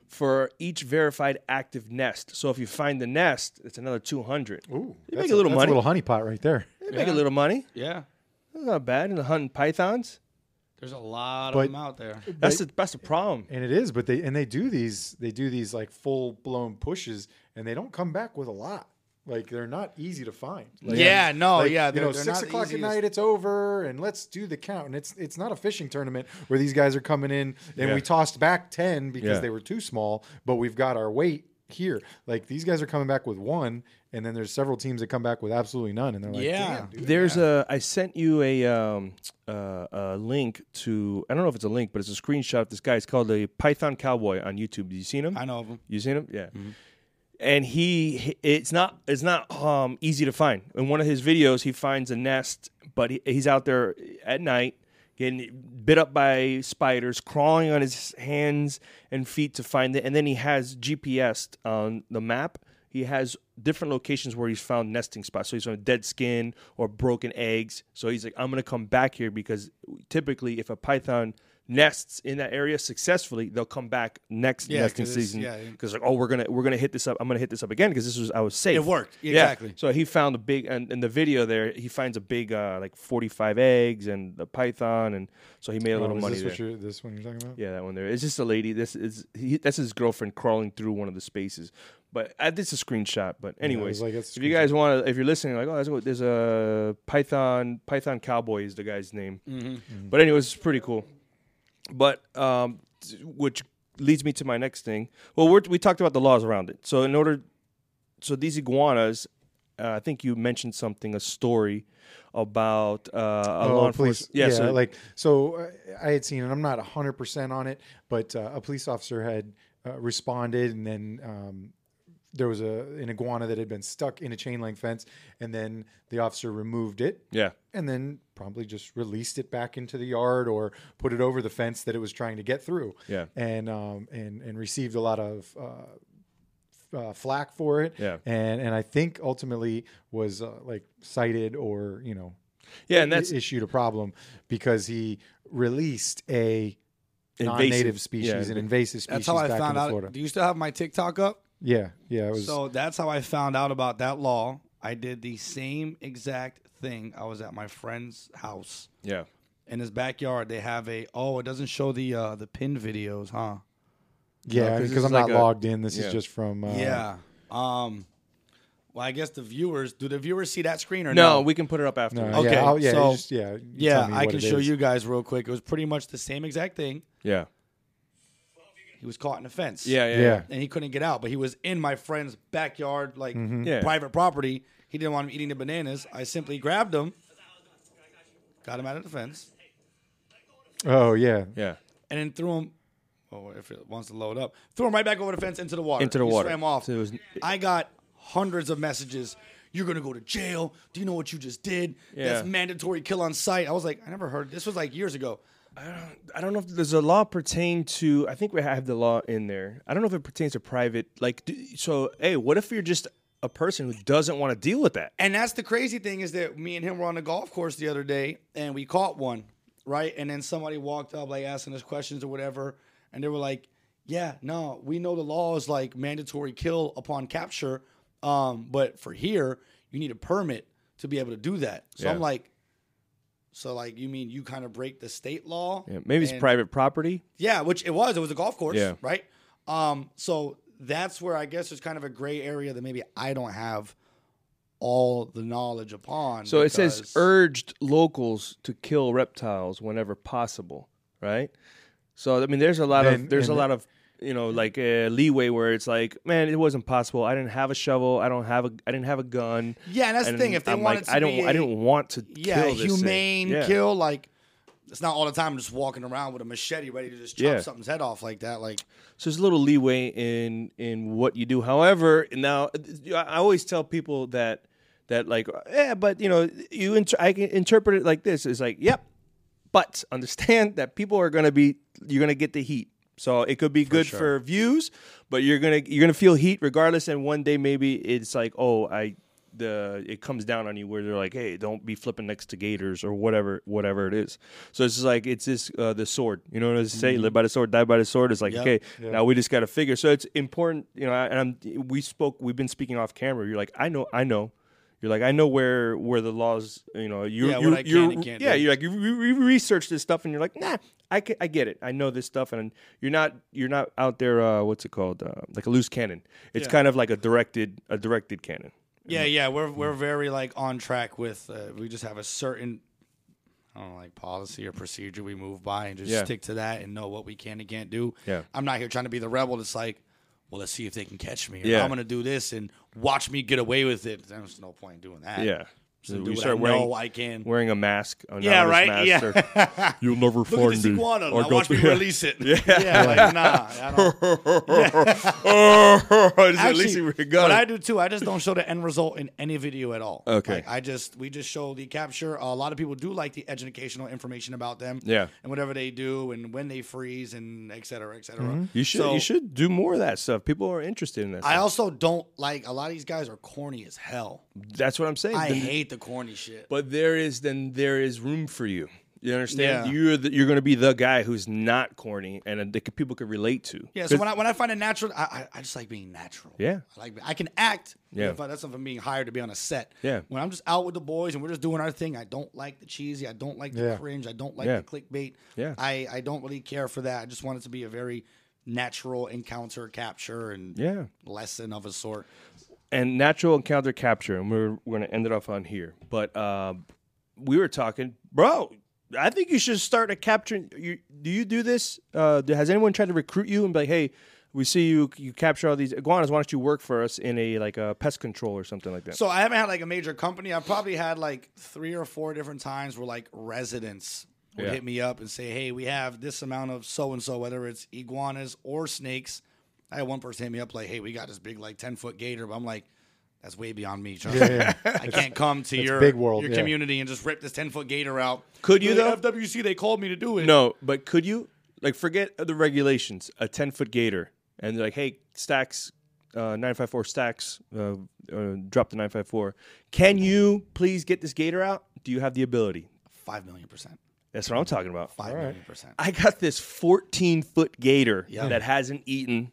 S3: for each verified active nest. So if you find the nest, it's another two hundred. Ooh, you make
S2: That's
S3: a little
S2: that's
S3: money.
S2: A little honey pot right there.
S3: You make a little money.
S4: Yeah,
S3: That's not bad. And hunting pythons.
S4: there's a lot
S2: But-
S4: of them out there.
S3: That's the that's the problem.
S2: And it is, but they and they do these they do these like full blown pushes, and they don't come back with a lot. Like they're not easy to find. Like,
S4: yeah, no, Oh,
S2: like,
S4: yeah,
S2: you
S4: they're,
S2: know,
S4: they're
S2: six
S4: not the
S2: o'clock at
S4: easiest.
S2: night, it's over, and let's do the count. And it's it's not a fishing tournament where these guys are coming in and
S3: Yeah.
S2: we tossed back ten because
S3: Yeah.
S2: they were too small, but we've got our weight here. Like these guys are coming back with one, and then there's several teams that come back with absolutely none, and they're like,
S4: Yeah.
S2: damn, dude.
S3: There's a I sent you a um uh, a link to I don't know if it's a link, but it's a screenshot. of This guy It's called a Python Cowboy on YouTube. Have you seen him?
S4: I know of them.
S3: You seen him? Yeah.
S4: Mm-hmm.
S3: And he, he- it's not, it's not um, easy to find. In one of his videos, he finds a nest, but he, he's out there at night getting bit up by spiders, crawling on his hands and feet to find it. And then he has GPS on the map. He has different locations where he's found nesting spots. So he's found dead skin or broken eggs. So he's like, I'm gonna come back here because typically, if a python nests in that area successfully, they'll come back next
S4: Yeah,
S3: nesting
S4: 'cause it's-
S3: season
S4: yeah.
S3: because like, oh, we're gonna we're gonna hit this up. I'm gonna hit this up again because this was I was safe.
S4: It worked.
S3: Yeah.
S4: Exactly.
S3: So he found a big and in the video there he finds a big uh, like 45 eggs and the python and so he made a
S2: Oh,
S3: little
S2: is
S3: money
S2: this,
S3: there.
S2: what you're, this one you're talking about?
S3: Yeah, that one there. It's just a lady. This is he, that's his girlfriend crawling through one of the spaces. But uh, this is a screenshot. But anyways,
S2: like, that's
S3: if
S2: a
S3: you guys want to, if you're listening, like, oh, that's what, there's a Python Python Cowboy is the guy's name.
S2: Mm-hmm.
S3: But anyways, it's pretty cool. But um, t- which leads me to my next thing. Well, we're, we talked about the laws around it. So in order, so these iguanas, uh, I think you mentioned something, a story about uh, a law
S2: Oh,
S3: enforcement.
S2: police. Yeah, like so. uh, I had seen, and I'm not 100 percent on it, but uh, a police officer had uh, responded, and then um, there was a an iguana that had been stuck in a chain link fence, and then the officer removed it.
S3: yeah.
S2: And then probably just released it back into the yard or put it over the fence that it was trying to get through.
S3: Yeah.
S2: And um, and and received a lot of uh, uh, flack for it.
S3: Yeah.
S2: And and I think ultimately was uh, like cited or you know
S3: Yeah, and that's
S2: i- issued a problem because he released a non-native
S3: Invasive.
S2: species,
S3: Yeah.
S2: an invasive species
S4: That's how I
S2: back
S4: found
S2: into
S4: out.
S2: Florida.
S4: Do you still have my TikTok up?
S2: Yeah, yeah, it was.
S4: So that's how I found out about that law. I did the same exact thing. I was at my friend's house
S3: yeah.
S4: in his backyard. They have a oh, it doesn't show the uh the pin videos, huh?
S2: yeah,
S3: 'cause
S2: because
S3: this is
S2: I'm not
S3: like a-
S2: logged in. This
S3: yeah.
S2: is just from. Uh,
S4: yeah. Um. Well, I guess the viewers do the viewers see that screen or
S3: No,
S4: no?
S3: we can put it up after.
S2: No,
S3: this.
S4: Okay,
S2: yeah, I'll- yeah, you
S4: so-
S2: just- yeah, you tell
S4: yeah,
S2: me
S4: I
S2: what
S4: can
S2: it
S4: show
S2: is.
S4: you guys real quick. It was pretty much the same exact thing.
S3: Yeah.
S4: He was caught in a fence.
S3: Yeah. Yeah.
S2: Yeah,
S3: Yeah.
S4: and he couldn't get out, but he was in my friend's backyard, like
S3: Yeah.
S4: private property. He didn't want him eating the bananas. I simply grabbed him, got him out of the fence,
S2: Oh yeah,
S3: yeah.
S4: and then threw him. Oh, if it wants to load up, threw him right back over the fence into the water.
S3: Into the
S4: He
S3: water.
S4: swam off.
S3: So it was-
S4: I got hundreds of messages. You're gonna go to jail. Do you know what you just did?
S3: Yeah.
S4: That's mandatory kill on sight. I was like, I never heard. This was like years ago.
S3: I don't know if there's a law pertain to. I think we have the law in there. I don't know if it pertains to private. Like, d- so hey, what if you're just a person who doesn't want to deal with that?
S4: And that's the crazy thing is that me and him were on a golf course the other day and we caught one, right? And then somebody walked up like asking us questions or whatever, and they were like, "Yeah, no, we know the law is like mandatory kill upon capture, um, but for here you need a permit to be able to do that." So
S3: Yeah.
S4: I'm like, "So like you mean you kind of break the state law?"
S3: Yeah, maybe it's
S4: And-
S3: private property.
S4: yeah, which it was. It was a golf course,
S3: Yeah.
S4: right? Um, so that's where I guess there's kind of a gray area that maybe I don't have all the knowledge upon.
S3: So it says
S4: because-
S3: urged locals to kill reptiles whenever possible, right? So I mean, there's a lot of
S2: And-
S3: there's a
S2: and-
S3: lot of you know like uh, leeway where it's like, man, it wasn't possible. I didn't have a shovel. I don't have a. I didn't have a gun.
S4: Yeah, and that's the
S3: And
S4: thing. If they
S3: I'm
S4: wanted
S3: like,
S4: to
S3: I don't.
S4: be
S3: I
S4: a-
S3: didn't want to.
S4: yeah,
S3: kill this thing.
S4: humane
S3: Yeah.
S4: kill. Like it's not all the time just walking around with a machete ready to just chop
S3: Yeah.
S4: something's head off like that. Like
S3: So there's a little leeway in in what you do. However, now uh, I always tell people that that like yeah, but you know you inter- I can interpret it like this. It's like yep, but understand that people are gonna be you're gonna get the heat. So it could be good for views, but you're gonna you're gonna feel heat regardless. And one day maybe it's like oh I the it comes down on you where they're like hey don't be flipping next to gators or whatever whatever it is. So it's just like it's this uh, the sword. You know what I say?
S4: Mm-hmm.
S3: Live by the sword, die by the sword. It's like
S4: Yep.
S3: okay now we just got to figure. So it's important, you know. And I'm, we spoke, we've been speaking off camera. You're like, I know, I know. You're like, I know where where the laws, you know. You're,
S4: Yeah, what
S3: you're,
S4: I can
S3: you're-
S4: and can't
S3: yeah.
S4: do.
S3: You're like, you re- re- research this stuff, and you're like, nah, I ca- I get it. I know this stuff, and you're not you're not out there. Uh, what's it called? Uh, like a loose cannon. It's kind of like a directed a directed cannon.
S4: yeah, yeah, we're we're very like on track with. Uh, we just have a certain. I don't know, like policy or procedure we move by and just
S3: Yeah.
S4: stick to that and know what we can and can't do.
S3: Yeah.
S4: I'm not here trying to be the rebel that's like, well, let's see if they can catch me. Or
S3: Yeah.
S4: I'm going to do this and watch me get away with it. There's no point in doing that.
S3: Yeah.
S4: So do
S3: we
S4: what I know I can.
S3: wearing a mask. a
S4: Yeah,
S3: novelist
S4: right? (laughs)
S3: Mask yeah. You'll never
S4: Look at this iguana. Now watch
S3: (laughs)
S4: me release it. Yeah, (laughs) like, nah. I don't, Actually, what I do too, I just don't show the end result in any video at all.
S3: Okay.
S4: Like, I just we just show the capture. a lot of people do like the educational information about them.
S3: Yeah.
S4: and whatever they do and when they freeze and et cetera, et cetera.
S3: You should
S4: So,
S3: you should do more of that stuff. People are interested in that.
S4: I
S3: stuff.
S4: also don't like a lot of these guys are corny as hell.
S3: That's what I'm saying.
S4: I
S3: The-
S4: hate the corny shit.
S3: But there is then there is room for you. You understand?
S5: Yeah.
S3: You're the, you're going to be the guy who's not corny and uh, that c- people could relate to.
S4: Yeah, so when I when I find it natural, I, I I just like being natural.
S3: Yeah.
S4: I like I can act.
S3: Yeah.
S4: Yeah, that's not from being hired to be on a set.
S3: Yeah.
S4: when I'm just out with the boys and we're just doing our thing, I don't like the cheesy. I don't like the
S2: Yeah.
S4: cringe. I don't like
S3: Yeah.
S4: the clickbait.
S3: Yeah.
S4: I I don't really care for that. I just want it to be a very natural encounter, capture, and
S3: Yeah.
S4: lesson of a sort.
S3: and natural encounter capture, and we're, we're going to end it off on here. But uh, we were talking, bro. I think you should start a capturing. You, do you do this? Uh, do- has anyone tried to recruit you and be like, hey, we see you you capture all these iguanas. Why don't you work for us in a like a pest control or something like that?
S4: So I haven't had like a major company. I've probably had like three or four different times where like residents would
S3: Yeah.
S4: hit me up and say, "Hey, we have this amount of so and so, whether it's iguanas or snakes." I had one person hit me up like, "Hey, we got this big like ten foot gator," but I'm like, "That's way beyond me, Charlie.
S2: Yeah,
S4: (laughs) I can't come to your
S2: big world,
S4: your
S2: yeah.
S4: community and just rip this ten foot gator out."
S3: Could you,
S4: The
S3: though?
S4: FWC they called me to do it.
S3: no, but could you like forget the regulations? A ten foot gator, and they're like, hey, stacks. Uh, 954 stacks, uh, uh, drop the 954. Can you please get this gator out? Do you have the ability?
S4: five million percent.
S3: That's what I'm talking about.
S4: Five million percent.
S3: I got this 14 foot gator that hasn't eaten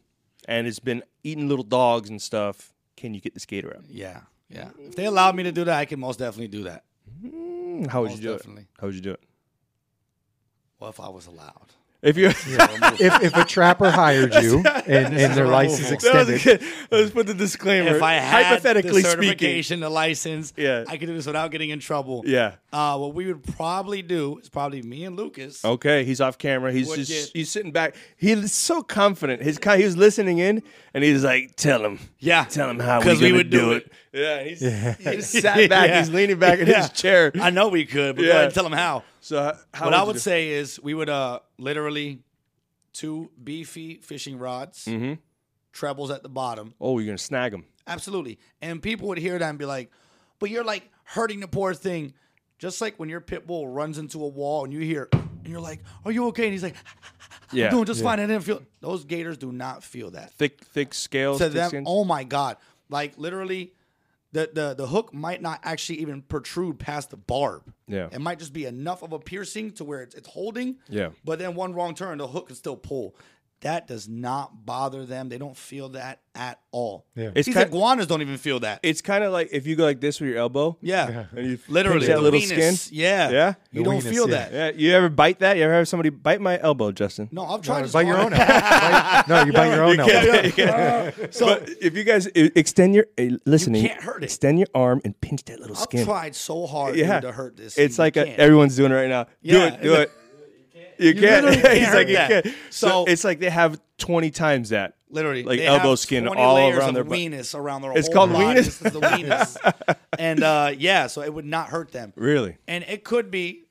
S3: and it's been eating little dogs and stuff. Can you get this gator out?
S4: Yeah, yeah. If they allowed me to do that, I could most definitely do that.
S3: How would
S4: Most
S3: you do
S4: definitely.
S3: it? How would you do it?
S4: Well, if I was allowed.
S3: If you (laughs)
S2: if, if a
S4: (laughs)
S2: trapper hired you and, and their license extended,
S3: let's put the disclaimer.
S4: if I had
S3: hypothetically
S4: the
S3: speaking,
S4: certification, the license,
S3: Yeah.
S4: I could do this without getting in trouble.
S3: yeah.
S4: Uh, what we would probably do is probably me and Lucas.
S3: Okay, he's off camera. He's
S4: Would
S3: just
S4: get-
S3: he's sitting back. He's so confident. His co- he was listening in and he's like, "Tell him,
S4: Yeah.
S3: tell him how we,
S4: 'Cause we
S3: gonna
S4: would do
S3: do it." Yeah, he's,
S4: (laughs)
S3: he's
S4: Yeah.
S3: sat back. He's leaning back in
S4: Yeah.
S3: his chair.
S4: I know we could, but
S3: Yeah.
S4: go ahead and tell them how.
S3: So h- how
S4: what I
S3: you
S4: would
S3: do-
S4: say is we would uh literally two beefy fishing rods, trebles at the bottom.
S3: Oh, you're gonna snag him.
S4: Absolutely. And people would hear that and be like, but you're like hurting the poor thing. Just like when your pit bull runs into a wall and you hear, and you're like, are you okay? And he's like, I'm
S3: Yeah.
S4: doing just fine. I didn't feel, those gators do not feel that.
S3: thick thick scales.
S4: to
S3: thick
S4: them,
S3: skins?
S4: oh my god! Like literally, the the the hook might not actually even protrude past the barb.
S3: Yeah.
S4: it might just be enough of a piercing to where it's, it's holding.
S3: Yeah.
S4: but then one wrong turn, the hook can still pull. That does not bother them. They don't feel that at all.
S2: Yeah.
S3: It's
S4: these
S3: kind-
S4: iguanas don't even feel that.
S3: It's kind of like if you go like this with your elbow.
S4: yeah,
S3: And you
S4: literally
S3: pinch that
S4: the
S3: little
S4: weenus,
S3: skin.
S4: Yeah,
S3: Yeah?
S4: you
S2: The
S4: don't
S2: weenus,
S4: feel
S2: yeah.
S4: that.
S3: Yeah. You ever bite that? You ever have somebody bite my elbow, Justin?
S4: No, I've tried to (laughs)
S2: bite your own out. Bite- no, you bite your own out.
S3: (laughs) So if you guys i- extend your uh, listening,
S4: can't hurt it.
S3: Extend your arm and pinch that little
S4: I've
S3: skin.
S4: tried so hard
S3: yeah.
S4: dude, to hurt
S3: It's
S4: this. and you
S3: like a,
S4: can't.
S3: everyone's doing it right now.
S4: Yeah.
S3: Do it. Do
S4: (laughs)
S3: it. You can't.
S4: literally
S3: (laughs)
S4: can't
S3: He's like
S4: hurt
S3: you
S4: that.
S3: can't. So,
S4: So-
S3: it's like they have twenty times that.
S4: Literally,
S3: like
S4: They
S3: elbow
S4: have
S3: skin
S4: 20
S3: all
S4: layers
S3: around
S4: of
S3: their body.
S4: weenus around their.
S3: It's
S4: whole
S3: called
S4: body.
S3: weenus?
S4: This is the weenus,
S3: (laughs)
S4: and uh, yeah, so it would not hurt them.
S3: Really?
S4: And it could be,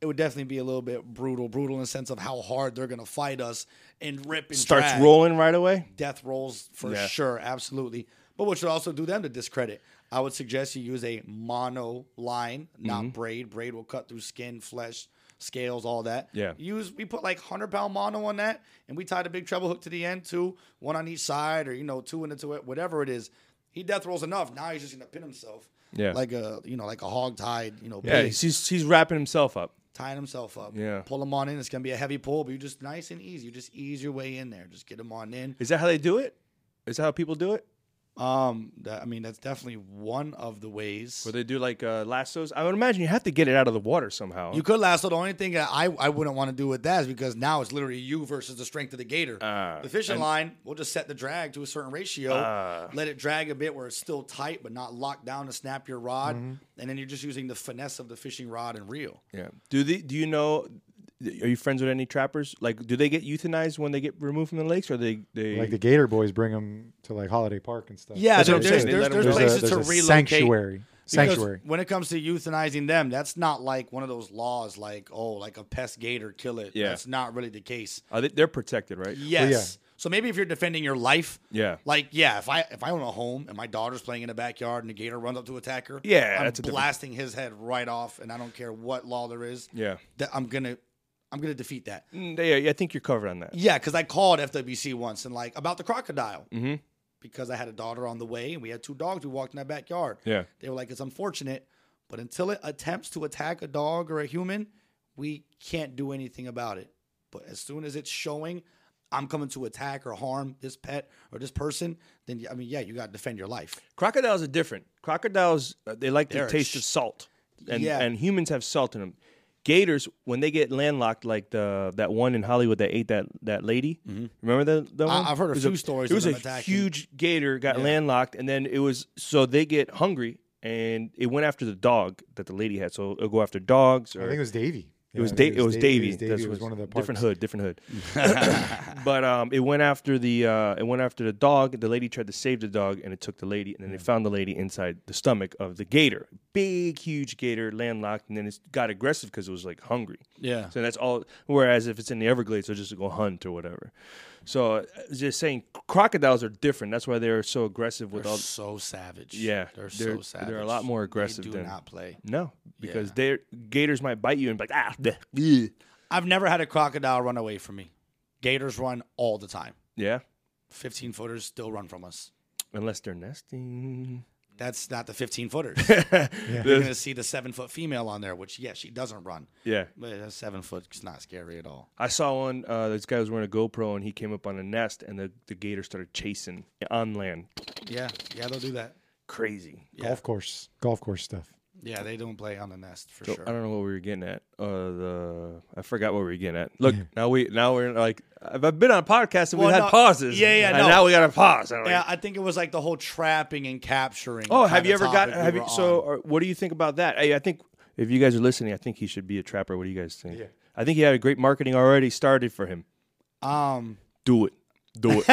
S4: it would definitely be a little bit brutal, brutal in the sense of how hard they're gonna fight us and rip and
S3: Starts
S4: drag.
S3: rolling right away.
S4: death rolls for
S3: Yeah.
S4: sure, absolutely. But what should also do them to discredit? I would suggest you use a mono line, not
S3: Mm-hmm.
S4: braid. Braid will cut through skin, flesh, scales, all that.
S3: Yeah.
S4: Use we put like hundred pound mono on that, and we tied a big treble hook to the end, two, one on each side, or you know, two into it, whatever it is. He death rolls enough. Now he's just gonna pin himself.
S3: Yeah.
S4: Like a you know, like a hog tied, you know,
S3: Yeah.
S4: pig,
S3: He's he's- he's wrapping himself up.
S4: tying himself up.
S3: Yeah.
S4: Pull him on in. It's gonna be a heavy pull, but you just nice and easy. You just ease your way in there. Just get him on in.
S3: Is that how they do it? Is that how people do it?
S4: Um, that, I mean, that's definitely one of the ways.
S3: Where they do like uh, lassos. I would imagine you have to get it out of the water somehow.
S4: You could lasso. The only thing that I, I wouldn't want to do with that is because now it's literally you versus the strength of the gator.
S3: Ah,
S4: the fishing line, we'll just set the drag to a certain ratio,
S3: Uh.
S4: let it drag a bit where it's still tight but not locked down to snap your rod,
S3: Mm-hmm.
S4: and then you're just using the finesse of the fishing rod and reel.
S3: yeah. Do the do you know? Are you friends with any trappers? Like, do they get euthanized when they get removed from the lakes, or they they?
S2: Like the Gator Boys bring them to like Holiday Park and stuff.
S4: Yeah,
S3: That's what I'm
S4: there's, there's,
S3: saying. They
S4: there's,
S3: let 'em
S4: there's
S3: just-
S4: places
S2: there's
S4: to
S2: a
S4: relocate.
S2: sanctuary.
S4: Because
S2: Sanctuary.
S4: When it comes to euthanizing them, that's not like one of those laws, like oh, like a pest gator, kill it.
S3: Yeah.
S4: That's not really the case.
S3: are they they're protected, right?
S4: Yes. So maybe if you're defending your life,
S3: Yeah.
S4: like yeah, if I if I own a home and my daughter's playing in the backyard and the gator runs up to attack her,
S3: Yeah,
S4: I'm
S3: that's a different-
S4: blasting his head right off, and I don't care what law there is,
S3: Yeah.
S4: that I'm gonna I'm gonna defeat that.
S3: Mm, They, I think you're covered on that.
S4: Yeah, because I called FWC once and like about the crocodile
S3: Mm-hmm.
S4: because I had a daughter on the way and we had two dogs. We walked in that backyard.
S3: Yeah.
S4: they were like, it's unfortunate, but until it attempts to attack a dog or a human, we can't do anything about it. But as soon as it's showing, I'm coming to attack or harm this pet or this person, then I mean, yeah, you got to defend your life.
S3: Crocodiles are different. Crocodiles uh, they like
S4: They're
S3: the taste
S4: sh-
S3: of salt, and
S4: Yeah.
S3: and humans have salt in them. Gators, when they get landlocked, like the that one in Hollywood that ate that that lady, remember that? that one?
S4: Mm-hmm. I've heard a
S3: It was
S4: few stories
S3: It
S4: of
S3: was
S4: them
S3: a
S4: attacking.
S3: huge gator got landlocked, and then it was so they get hungry, and it went after the dog that the lady had. So it'll go after dogs. Or,
S2: I think it was Davy.
S3: it was, da- it was Davy.
S2: Davy
S3: That's what-
S2: was one of the
S3: different
S2: parks.
S3: hood, different hood. (laughs) but um, it went after the uh, it went after the dog. The lady tried to save the dog, and it took the lady. And then they found the lady inside the stomach of the gator, big, huge gator, landlocked. And then it got aggressive because it was like hungry.
S4: Yeah.
S3: So that's all. Whereas if it's in the Everglades, they'll just go hunt or whatever. So uh, just saying, crocodiles are different. That's why they're so aggressive with all.
S4: So savage.
S3: Yeah,
S4: They're,
S3: they're-
S4: so savage.
S3: they're a lot more aggressive
S4: They do
S3: than-
S4: not play.
S3: No, because they're gators might bite you and be like ah. bleh, bleh."
S4: I've never had a crocodile run away from me. Gators run all the time.
S3: Yeah,
S4: 15 footers still run from us.
S3: unless they're nesting.
S4: That's not the 15
S3: (laughs)
S4: footers. You're going to see the seven foot female on there, which, yeah, she doesn't run.
S3: Yeah.
S4: But a seven foot is not scary at all.
S3: I saw one. Uh, this guy was wearing a GoPro and he came up on a nest and the, the gator started chasing on land.
S4: Yeah. Yeah, they'll do that.
S3: Crazy.
S2: Golf course, golf course stuff.
S4: Yeah, they don't play on the nest for
S3: I
S4: sure.
S3: don't know what we were getting at. Uh, the I forgot what we were getting at. Look, now we now we're like I've been on podcasts and
S4: Well,
S3: we had
S4: no,
S3: pauses.
S4: yeah, yeah,
S3: And
S4: no.
S3: now we got to pause. And I'm like,
S4: Yeah, I think it was like the whole trapping and capturing.
S3: oh,
S4: kinda
S3: have you ever got?
S4: topic we
S3: Have you?
S4: were
S3: So,
S4: on.
S3: or, what do you think about that? Hey, I think if you guys are listening, I think he should be a trapper. What do you guys think? I think he had a great marketing already started for him. (laughs)
S4: um, (laughs)
S3: Do it. Do it.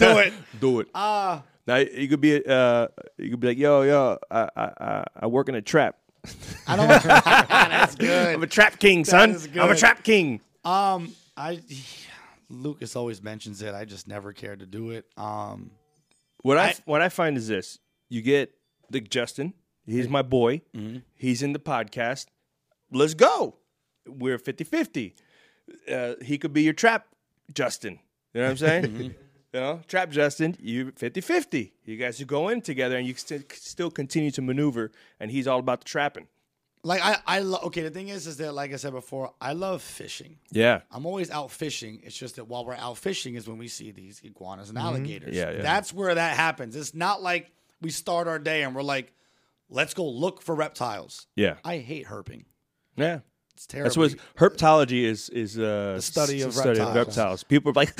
S4: do it.
S3: Do it. Ah. now you could be uh, you could be like, yo, yo, I, I, I, I work in a trap.
S4: I
S3: (laughs)
S4: don't. (laughs) That's
S3: I'm (laughs)
S4: good.
S3: a trap king, son.
S4: is
S3: I'm a
S4: good.
S3: trap king.
S4: Um, I Lucas always mentions it. I just never cared to do it. Um,
S3: What I, what I find is this: you get the Justin. He's my boy. He's in the podcast. Let's go. We're 50-50. Uh, he could be your trap, Justin. You know what I'm (laughs) saying? You know, Trap Justin, you 50 50. You guys are going together and you st- still continue to maneuver, and he's all about the trapping.
S4: like I, I lo- okay. The thing is, is that like I said before, I love fishing.
S3: Yeah.
S4: I'm always out fishing. It's just that while we're out fishing is when we see these iguanas and alligators.
S3: Mm-hmm. Yeah, yeah.
S4: That's where that happens. It's not like we start our day and we're like, let's go look for reptiles.
S3: Yeah.
S4: I hate herping.
S3: Yeah.
S4: It's terrible.
S3: That's what herpetology is is uh, the
S4: study of reptiles.
S3: reptiles. People are like,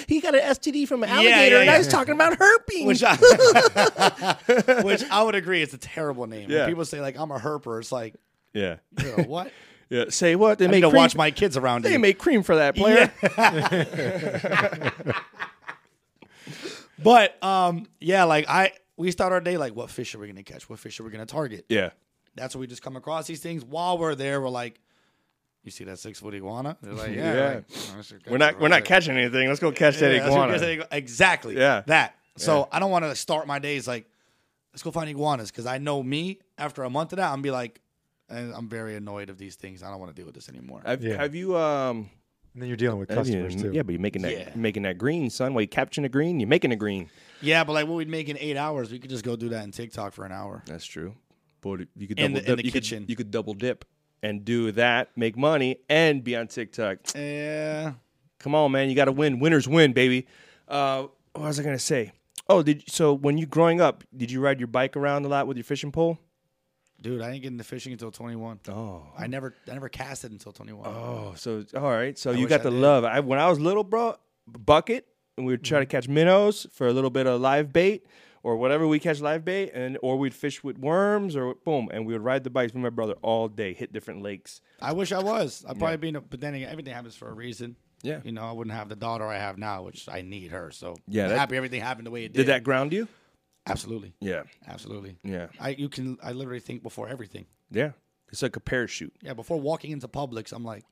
S3: (laughs) he got an STD from an alligator,
S4: yeah,
S3: and I
S4: yeah.
S3: was talking about herping. (laughs)
S4: which I, which I would agree it's a terrible name.
S3: Yeah.
S4: When people say like I'm a herper, it's like,
S3: yeah, (laughs)
S4: you know, what?
S3: yeah. Say what? They
S4: I need
S3: make
S4: to
S3: cream.
S4: watch my kids around
S3: They
S4: you.
S3: make cream for that player. (laughs)
S4: but um yeah, like I we start our day like what fish are we gonna catch? What fish are we gonna target?
S3: Yeah,
S4: That's where we just come across these things. While we're there, we're like, you see that six foot iguana? They're like, yeah.
S3: Yeah.
S4: like, "Oh, that's a good
S3: we're not
S4: one
S3: we're
S4: right
S3: not
S4: there."
S3: catching anything. Let's go catch that
S4: Yeah, that's what
S3: iguana.
S4: you guys say, Exactly.
S3: Yeah.
S4: That. So I don't want to start my days like, let's go find iguanas because I know me. After a month of that, I'm gonna be like, and I'm very annoyed of these things. I don't want to deal with this anymore.
S3: Have,
S2: Yeah.
S3: have you um?
S2: And then you're dealing with
S3: have you-
S2: customers too.
S3: yeah, but you're making that
S4: Yeah.
S3: making that green, son. While you're capturing the green, you're making the green.
S4: yeah, but like what we'd make in eight hours, we could just go do that in TikTok for an hour.
S3: That's true. But you could
S4: In
S3: double
S4: the-
S3: dip.
S4: in the
S3: you
S4: kitchen.
S3: Could, you could double dip and do that, make money, and be on TikTok.
S4: Yeah.
S3: Come on, man, you got to win. Winners win, baby. Uh, what was I gonna say? Oh, did so when you growing up, did you ride your bike around a lot with your fishing pole?
S4: Dude, I didn't get into fishing until 21.
S3: Oh,
S4: I never, I never casted until 21.
S3: oh, so all right, so you
S4: wish
S3: got
S4: I
S3: the
S4: did.
S3: love. I when I was little, bro, bucket, and we would try to catch minnows for a little bit of live bait or whatever we catch live bait, and or we'd fish with worms or boom, and we would ride the bikes with my brother all day, hit different lakes.
S4: I wish I was. I'd probably be, in a, but then again, everything happens for a reason.
S3: Yeah.
S4: You know, I wouldn't have the daughter I have now, which I need her. So
S3: Yeah,
S4: I'm
S3: that-
S4: happy everything happened the way it did.
S3: Did that ground you?
S4: Absolutely.
S3: Yeah,
S4: Absolutely.
S3: Yeah.
S4: I you can I literally think before everything.
S3: yeah. It's like a parachute.
S4: Yeah, before walking into Publix, I'm like,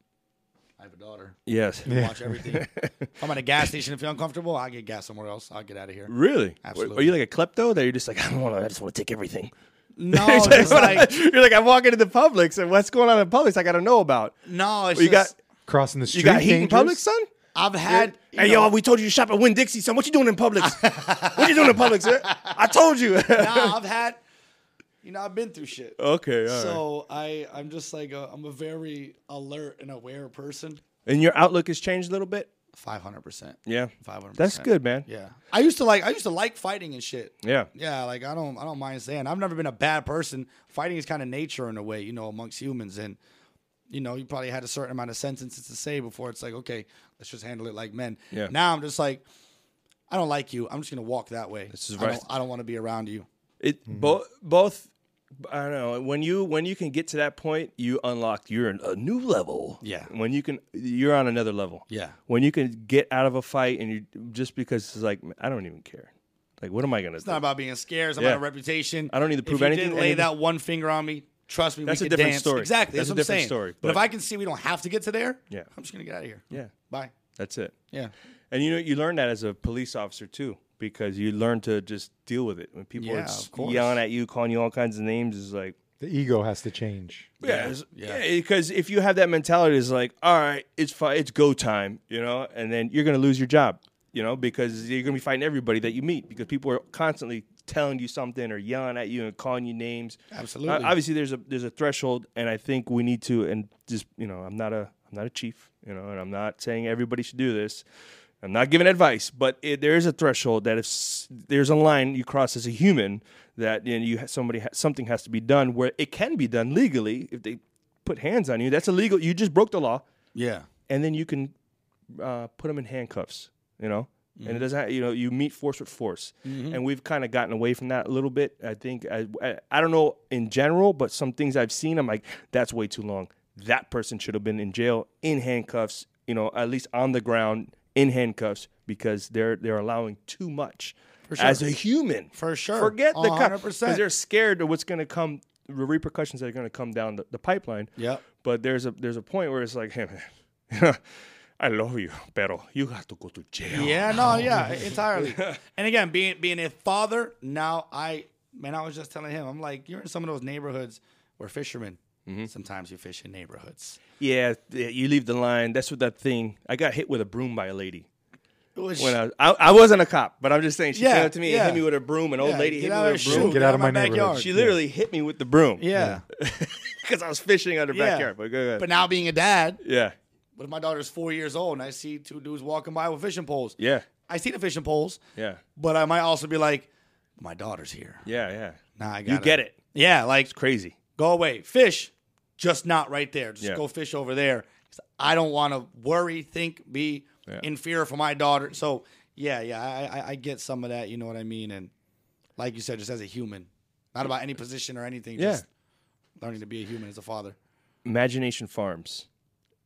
S4: I have a daughter.
S3: Yes.
S4: Watch everything.
S3: (laughs)
S4: if I'm at a gas station and feel uncomfortable, I'll get gas somewhere else. I'll get out
S3: (laughs)
S4: of here.
S3: Really? Are
S4: Absolutely.
S3: you like a klepto that you're just like (laughs) I don't want to. I just want to take (laughs) everything.
S4: No, it's just like
S3: you're like I'm walking into Publix and what's going on in Publix? I got to know about.
S4: no, it's
S3: You got
S4: just
S2: Crossing the street,
S3: you got heat in Publix,
S2: dangerous.
S3: son.
S4: I've had
S3: (laughs)
S4: you
S3: hey
S4: know,
S3: yo, we told you to shop at Winn Dixie, (laughs) son. What you doing in Publix? what you doing in Publix? eh? I told you.
S4: no, I've had you know, I've been through shit.
S3: (laughs) Okay, all right.
S4: so I, I'm just like a, I'm a very alert and aware person.
S3: and your outlook has changed a little bit.
S4: Five hundred percent.
S3: Yeah,
S4: 500%.
S3: That's good, man.
S4: Yeah, I used to like I used to like fighting and shit.
S3: Yeah.
S4: yeah. Like I don't I don't mind saying I've never been a bad person. Fighting is kind of nature in a way, you know, amongst humans, and you know you probably had a certain amount of sentences to say before it's like okay, let's just handle it like men.
S3: Yeah.
S4: Now I'm just like, I don't like you. I'm just gonna walk that way. This
S3: is
S4: I
S3: right.
S4: don't, I don't want to be around you.
S3: It
S4: Mm-hmm.
S3: both both. I don't know when you when you can get to that point, you unlock. You're in a new level.
S4: Yeah.
S3: When you can, you're on another level.
S4: Yeah.
S3: When you can get out of a fight and you just because it's like I don't even care. Like what am I gonna?
S4: It's not about being scared. It's
S3: Yeah.
S4: about a reputation.
S3: I don't need to
S4: If
S3: prove
S4: you
S3: anything,
S4: Didn't lay
S3: anything-
S4: that one finger on me. Trust me,
S3: That's a
S4: we could
S3: different
S4: dance.
S3: story.
S4: Exactly.
S3: That's
S4: That's,
S3: a
S4: what
S3: different
S4: I'm saying.
S3: story,
S4: But, if
S3: but-
S4: I can see we don't have to get to there,
S3: Yeah.
S4: I'm just gonna get out of here.
S3: Yeah.
S4: Bye.
S3: That's it.
S4: Yeah.
S3: And you know you learn that as a police officer too because you learn to just deal with it when people
S4: Yeah,
S3: are s-
S4: of course.
S3: yelling at you, calling you all kinds of names. Is like
S2: The ego has to change.
S3: Yeah,
S4: yeah.
S3: yeah. Because if you have that mentality, it's like, all right, it's fi- it's go time, you know, and then you're gonna lose your job, you know, because you're gonna be fighting everybody that you meet because people are constantly telling you something or yelling at you and calling you names.
S4: Absolutely.
S3: Uh, obviously, there's a there's a threshold, and I think we need to, and just you know, I'm not a I'm not a chief, you know, and I'm not saying everybody should do this. I'm not giving advice, but it, there is a threshold that if s- there's a line you cross as a human, that you, know, you ha- somebody ha- something has to be done where it can be done legally if they put hands on you. That's illegal. You just broke the law,
S4: Yeah.
S3: and then you can uh, put them in handcuffs. You know, and
S4: Mm-hmm.
S3: it doesn't. ha- You know, you meet force with force, and we've kind of gotten away from that a little bit. I think I, I I don't know in general, but some things I've seen, I'm like, that's way too long. That person should have been in jail in handcuffs. You know, at least on the ground in handcuffs because they're they're allowing too much. As a human,
S4: For sure.
S3: Forget the cop
S4: 100%.
S3: they're scared of what's going to come, the repercussions that are going to come down the, the pipeline.
S4: Yep.
S3: But there's a there's a point where it's like, hey man, (laughs) I love you, pero you have to go to jail.
S4: Yeah, no,
S3: Oh. (laughs)
S4: yeah, entirely. and again, being being a father, now I man, I was just telling him, I'm like, you're in some of those neighborhoods where fishermen
S3: Mm-hmm.
S4: sometimes you fish in neighborhoods.
S3: Yeah, yeah, you leave the line. That's what that thing. I got hit with a broom by a lady.
S4: Which,
S3: When I, was- I, I wasn't a cop, but I'm just saying she
S4: Yeah,
S3: came up to me and
S4: yeah.
S3: hit me with a broom. An old
S4: Yeah,
S3: lady hit
S4: get
S3: me
S4: out of
S3: with a
S4: your
S3: broom.
S4: shoe,
S2: Get out of my neighborhood.
S3: She literally hit me with the broom. (laughs)
S4: Yeah.
S3: because I was fishing out her
S4: Yeah.
S3: backyard. But go ahead.
S4: But now being a dad,
S3: yeah,
S4: but if my daughter's four years old and I see two dudes walking by with fishing poles.
S3: yeah,
S4: I see the fishing poles.
S3: yeah,
S4: But I might also be like, my daughter's here.
S3: yeah, yeah.
S4: Nah, I got
S3: You get it.
S4: Yeah, like
S3: It's crazy.
S4: go away. Fish, just not right there. Just
S3: Yeah.
S4: go fish over there. 'Cause I don't want to worry, think, be
S3: Yeah.
S4: in fear for my daughter. So yeah, yeah, I, I, I get some of that. You know what I mean? And like you said, just as a human, not about any position or anything.
S3: Yeah.
S4: Just learning to be a human as a father.
S3: Imagination Farms.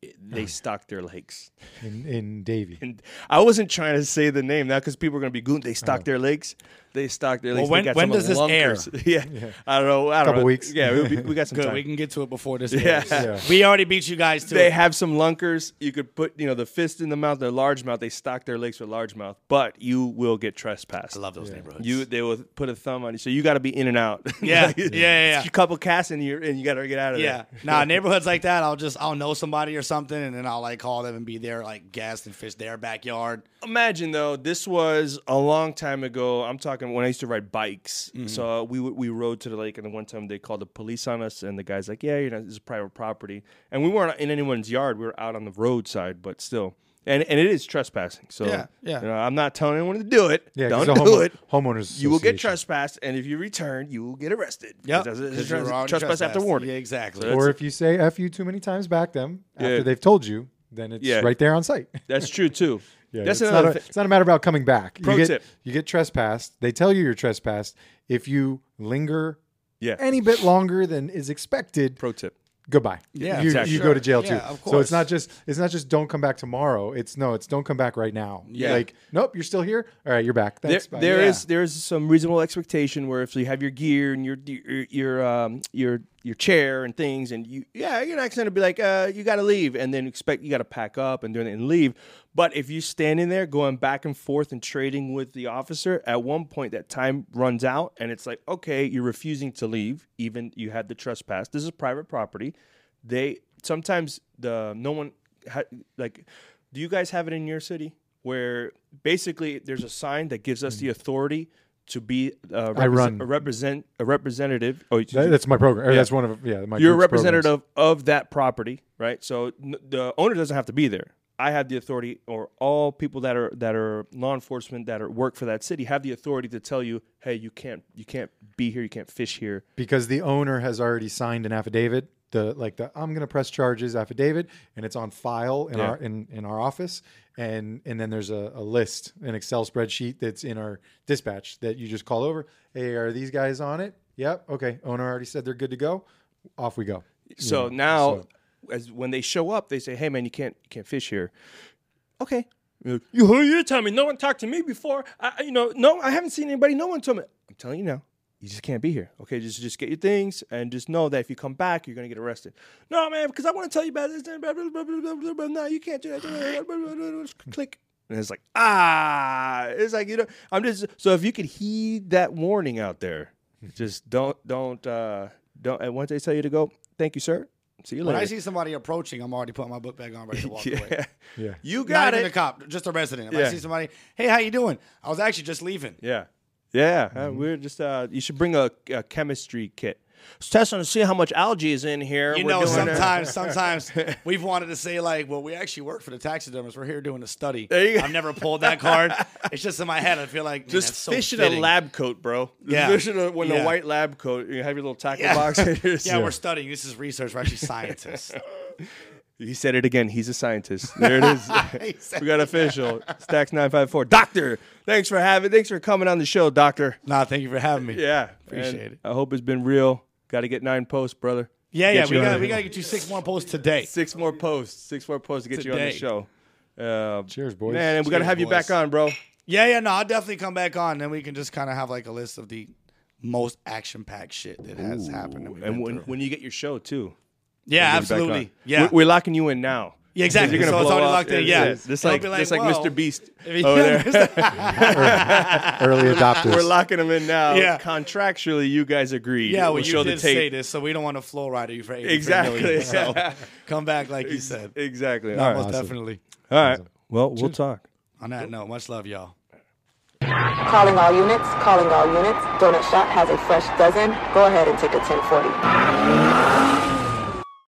S3: It- They stock their lakes.
S2: In in Davy.
S3: And I wasn't trying to say the name now because people are going to be goon. They
S4: Oh.
S3: stock their lakes. They stock their lakes. They
S4: when-
S3: got
S4: when
S3: some
S4: does this air?
S3: lunkers. (laughs)
S4: (laughs)
S3: Yeah. I don't know. I don't
S2: Couple
S3: know.
S2: weeks.
S3: Yeah, we'll be, we got some
S4: Good,
S3: time.
S4: we can get to it before this.
S3: (laughs) Yeah.
S4: airs. we already beat you guys to
S3: They
S4: it.
S3: have some lunkers. You could put, you know, the fist in the mouth. They're largemouth. They stock their lakes with largemouth, but you will get trespassed.
S4: I love those neighborhoods.
S3: you. They will put a thumb on you, so you got to be in and out. (laughs)
S4: Yeah.
S3: Like,
S4: Yeah, yeah, yeah.
S3: A (laughs) couple casts and you and you got to get out of
S4: yeah,
S3: there.
S4: nah, neighborhoods like that, I'll just I'll know somebody or something, and then I'll like call them and be there, like guest and fish their backyard.
S3: imagine though this was a long time ago i'm talking when i used to ride bikes
S2: Mm-hmm.
S3: so uh, we would we rode to the lake and then one time they called the police on us and the guy's like yeah you know this is private property and we weren't in anyone's yard we were out on the roadside but still and and it is trespassing so
S4: Yeah, yeah.
S3: you know, i'm not telling anyone to do it
S2: Yeah, 'cause
S3: don't do
S2: the homeowner-
S3: it
S2: homeowners
S3: you will get
S2: association.
S3: trespassed and if you return you will get arrested
S4: Yep.
S3: Because it's
S4: 'Cause
S3: trans-
S4: you're already
S3: trespass after
S4: trespassed.
S3: warning
S4: Yeah, exactly.
S2: Or if you say F you too many times back them
S3: Yeah.
S2: after they've told you, then it's
S3: Yeah.
S2: right there on site.
S3: that's true too
S2: (laughs) Yeah,
S3: that's
S2: it's,
S3: another
S2: not a,
S3: thi-
S2: it's not a matter about coming back.
S3: Pro
S2: you get,
S3: tip.
S2: You get trespassed. They tell you you're trespassed. If you linger
S3: Yeah.
S2: any bit longer than is expected,
S3: pro tip
S2: goodbye.
S4: Yeah,
S2: you,
S3: exactly.
S2: you go to jail too.
S4: Yeah, of
S2: So it's
S4: course.
S2: not just it's not just don't come back tomorrow. It's no, it's don't come back right now.
S3: Yeah.
S2: Like, nope, you're still here. All right, you're back. Thanks.
S3: There,
S2: bye.
S3: there
S4: Yeah.
S3: is- there is some reasonable expectation where if you have your gear and your your your um, your your chair and things and you yeah you're not going to be like uh, you got to leave and then expect you got to pack up and do it and leave. But if you stand in there going back and forth and trading with the officer, at one point that time runs out and it's like okay you're refusing to leave even you had the trespass. This is private property. They sometimes the no one ha- like. Do you guys have it in your city? where basically there's a sign that gives us the authority to be uh,
S2: Hmm. I
S3: represent-
S2: run.
S3: a represent a representative. Oh, you-
S2: That- that's my program. or That's one of yeah. My
S3: you're a
S2: group's programs.
S3: representative of that property, right? So n- the owner doesn't have to be there. I have the authority, or all people that are that are law enforcement that are work for that city have the authority to tell you, hey, you can't you can't be here, you can't fish here.
S2: because the owner has already signed an affidavit. The like the I'm gonna press charges affidavit, and it's on file in our in, in our office, and and then there's a, a list, an Excel spreadsheet that's in our dispatch that you just call over. Hey, are these guys on it? Yep. Okay. Owner already said they're good to go. Off
S3: (laughs)
S2: we go.
S3: So now, as when they show up, they say, "Hey, man, you can't you can't fish here." Okay. You're like, You who are you to tell me? No one talked to me before. I, I- you know, no, I haven't seen anybody. No one told me. I'm telling you now. You just can't be here. Okay, just just get your things and just know that if you come back, you're gonna get arrested. No, man, because I want to tell you about this. Blah, blah, blah, blah, blah, blah, blah. No, you can't do that. Click. And it's like ah, it's like you know. I'm just so if you could heed that warning out there, just don't don't uh don't. And once they tell you to go, thank you, sir. See you
S4: When I
S3: (laughs) later.
S4: see somebody approaching, I'm already putting my book bag on, ready to walk away.
S3: (laughs) yeah,
S2: Yeah.
S3: you
S4: Not
S3: got
S4: even
S3: it.
S4: a cop, just a resident. If
S3: Yeah.
S4: I see somebody, hey, how you doing? I was actually just leaving.
S3: Yeah. Yeah. uh, we're just, uh, you should bring a, a chemistry kit. Just testing to see how much algae is in here.
S4: You know, sometimes, sometimes
S3: (laughs)
S4: we've wanted to say like, well, we actually work for the taxidermist. We're here doing a study.
S3: There you go.
S4: I've never pulled that card.
S3: (laughs)
S4: It's just in my head. I feel like man,
S3: just
S4: that's so
S3: fish in a
S4: fitting.
S3: lab coat, bro.
S4: Yeah.
S3: Fish in a, when a
S4: Yeah.
S3: white lab coat, you have your little tackle
S4: Yeah. (laughs)
S3: box. (laughs)
S4: Yeah, we're studying. This is research. We're actually scientists.
S3: He said it again. He's a scientist. There it is.
S4: (laughs) He said-
S3: we got official. Stacks954. Doctor, thanks for having, thanks for coming on the show, Doctor.
S4: nah, thank you for having me.
S3: Yeah.
S4: Appreciate
S3: and
S4: it.
S3: I hope it's been real. Got to get nine posts, brother.
S4: yeah,
S3: Get
S4: yeah.
S3: you
S4: We
S3: on
S4: got
S3: the-
S4: we got to get you six more posts today.
S3: Six more posts. Six more posts to get you on the
S4: Today.
S3: show. Uh,
S2: Cheers, boys.
S3: Man, and we gotta
S4: Cheers,
S3: have you
S4: boys.
S3: back on, bro.
S4: Yeah, yeah. No, I'll definitely come back on. Then we can just kind of have like a list of the most action packed shit that has happened. that we've
S3: And
S4: been
S3: when,
S4: through.
S3: when you get your show too,
S4: yeah,
S3: get back on.
S4: absolutely. Yeah.
S3: we're, we're locking you in now.
S4: Yeah, exactly.
S3: You're gonna
S4: so it's
S3: blow
S4: already
S3: up.
S4: locked in. Yeah,
S3: This
S4: They'll
S3: like,
S4: be
S3: this like
S4: "Whoa."
S3: Mr.
S4: (laughs)
S3: Beast
S4: If you-
S3: over there. (laughs)
S2: Early adopters.
S3: we're locking him in now.
S4: Yeah.
S3: Contractually, you guys agreed.
S4: Yeah, well,
S3: we'll
S4: you
S3: show
S4: did
S3: the
S4: say
S3: tape.
S4: this, so we don't want to flow ride you for 83
S3: Exactly.
S4: million,
S3: (laughs)
S4: (laughs) So come back like you said.
S3: exactly.
S4: No,
S3: All right.
S4: most definitely.
S3: All right. Well, we'll talk.
S4: On that note, much love, y'all.
S1: Calling all units, calling all units. Donut Shop has a fresh dozen. Go ahead and take a 1040.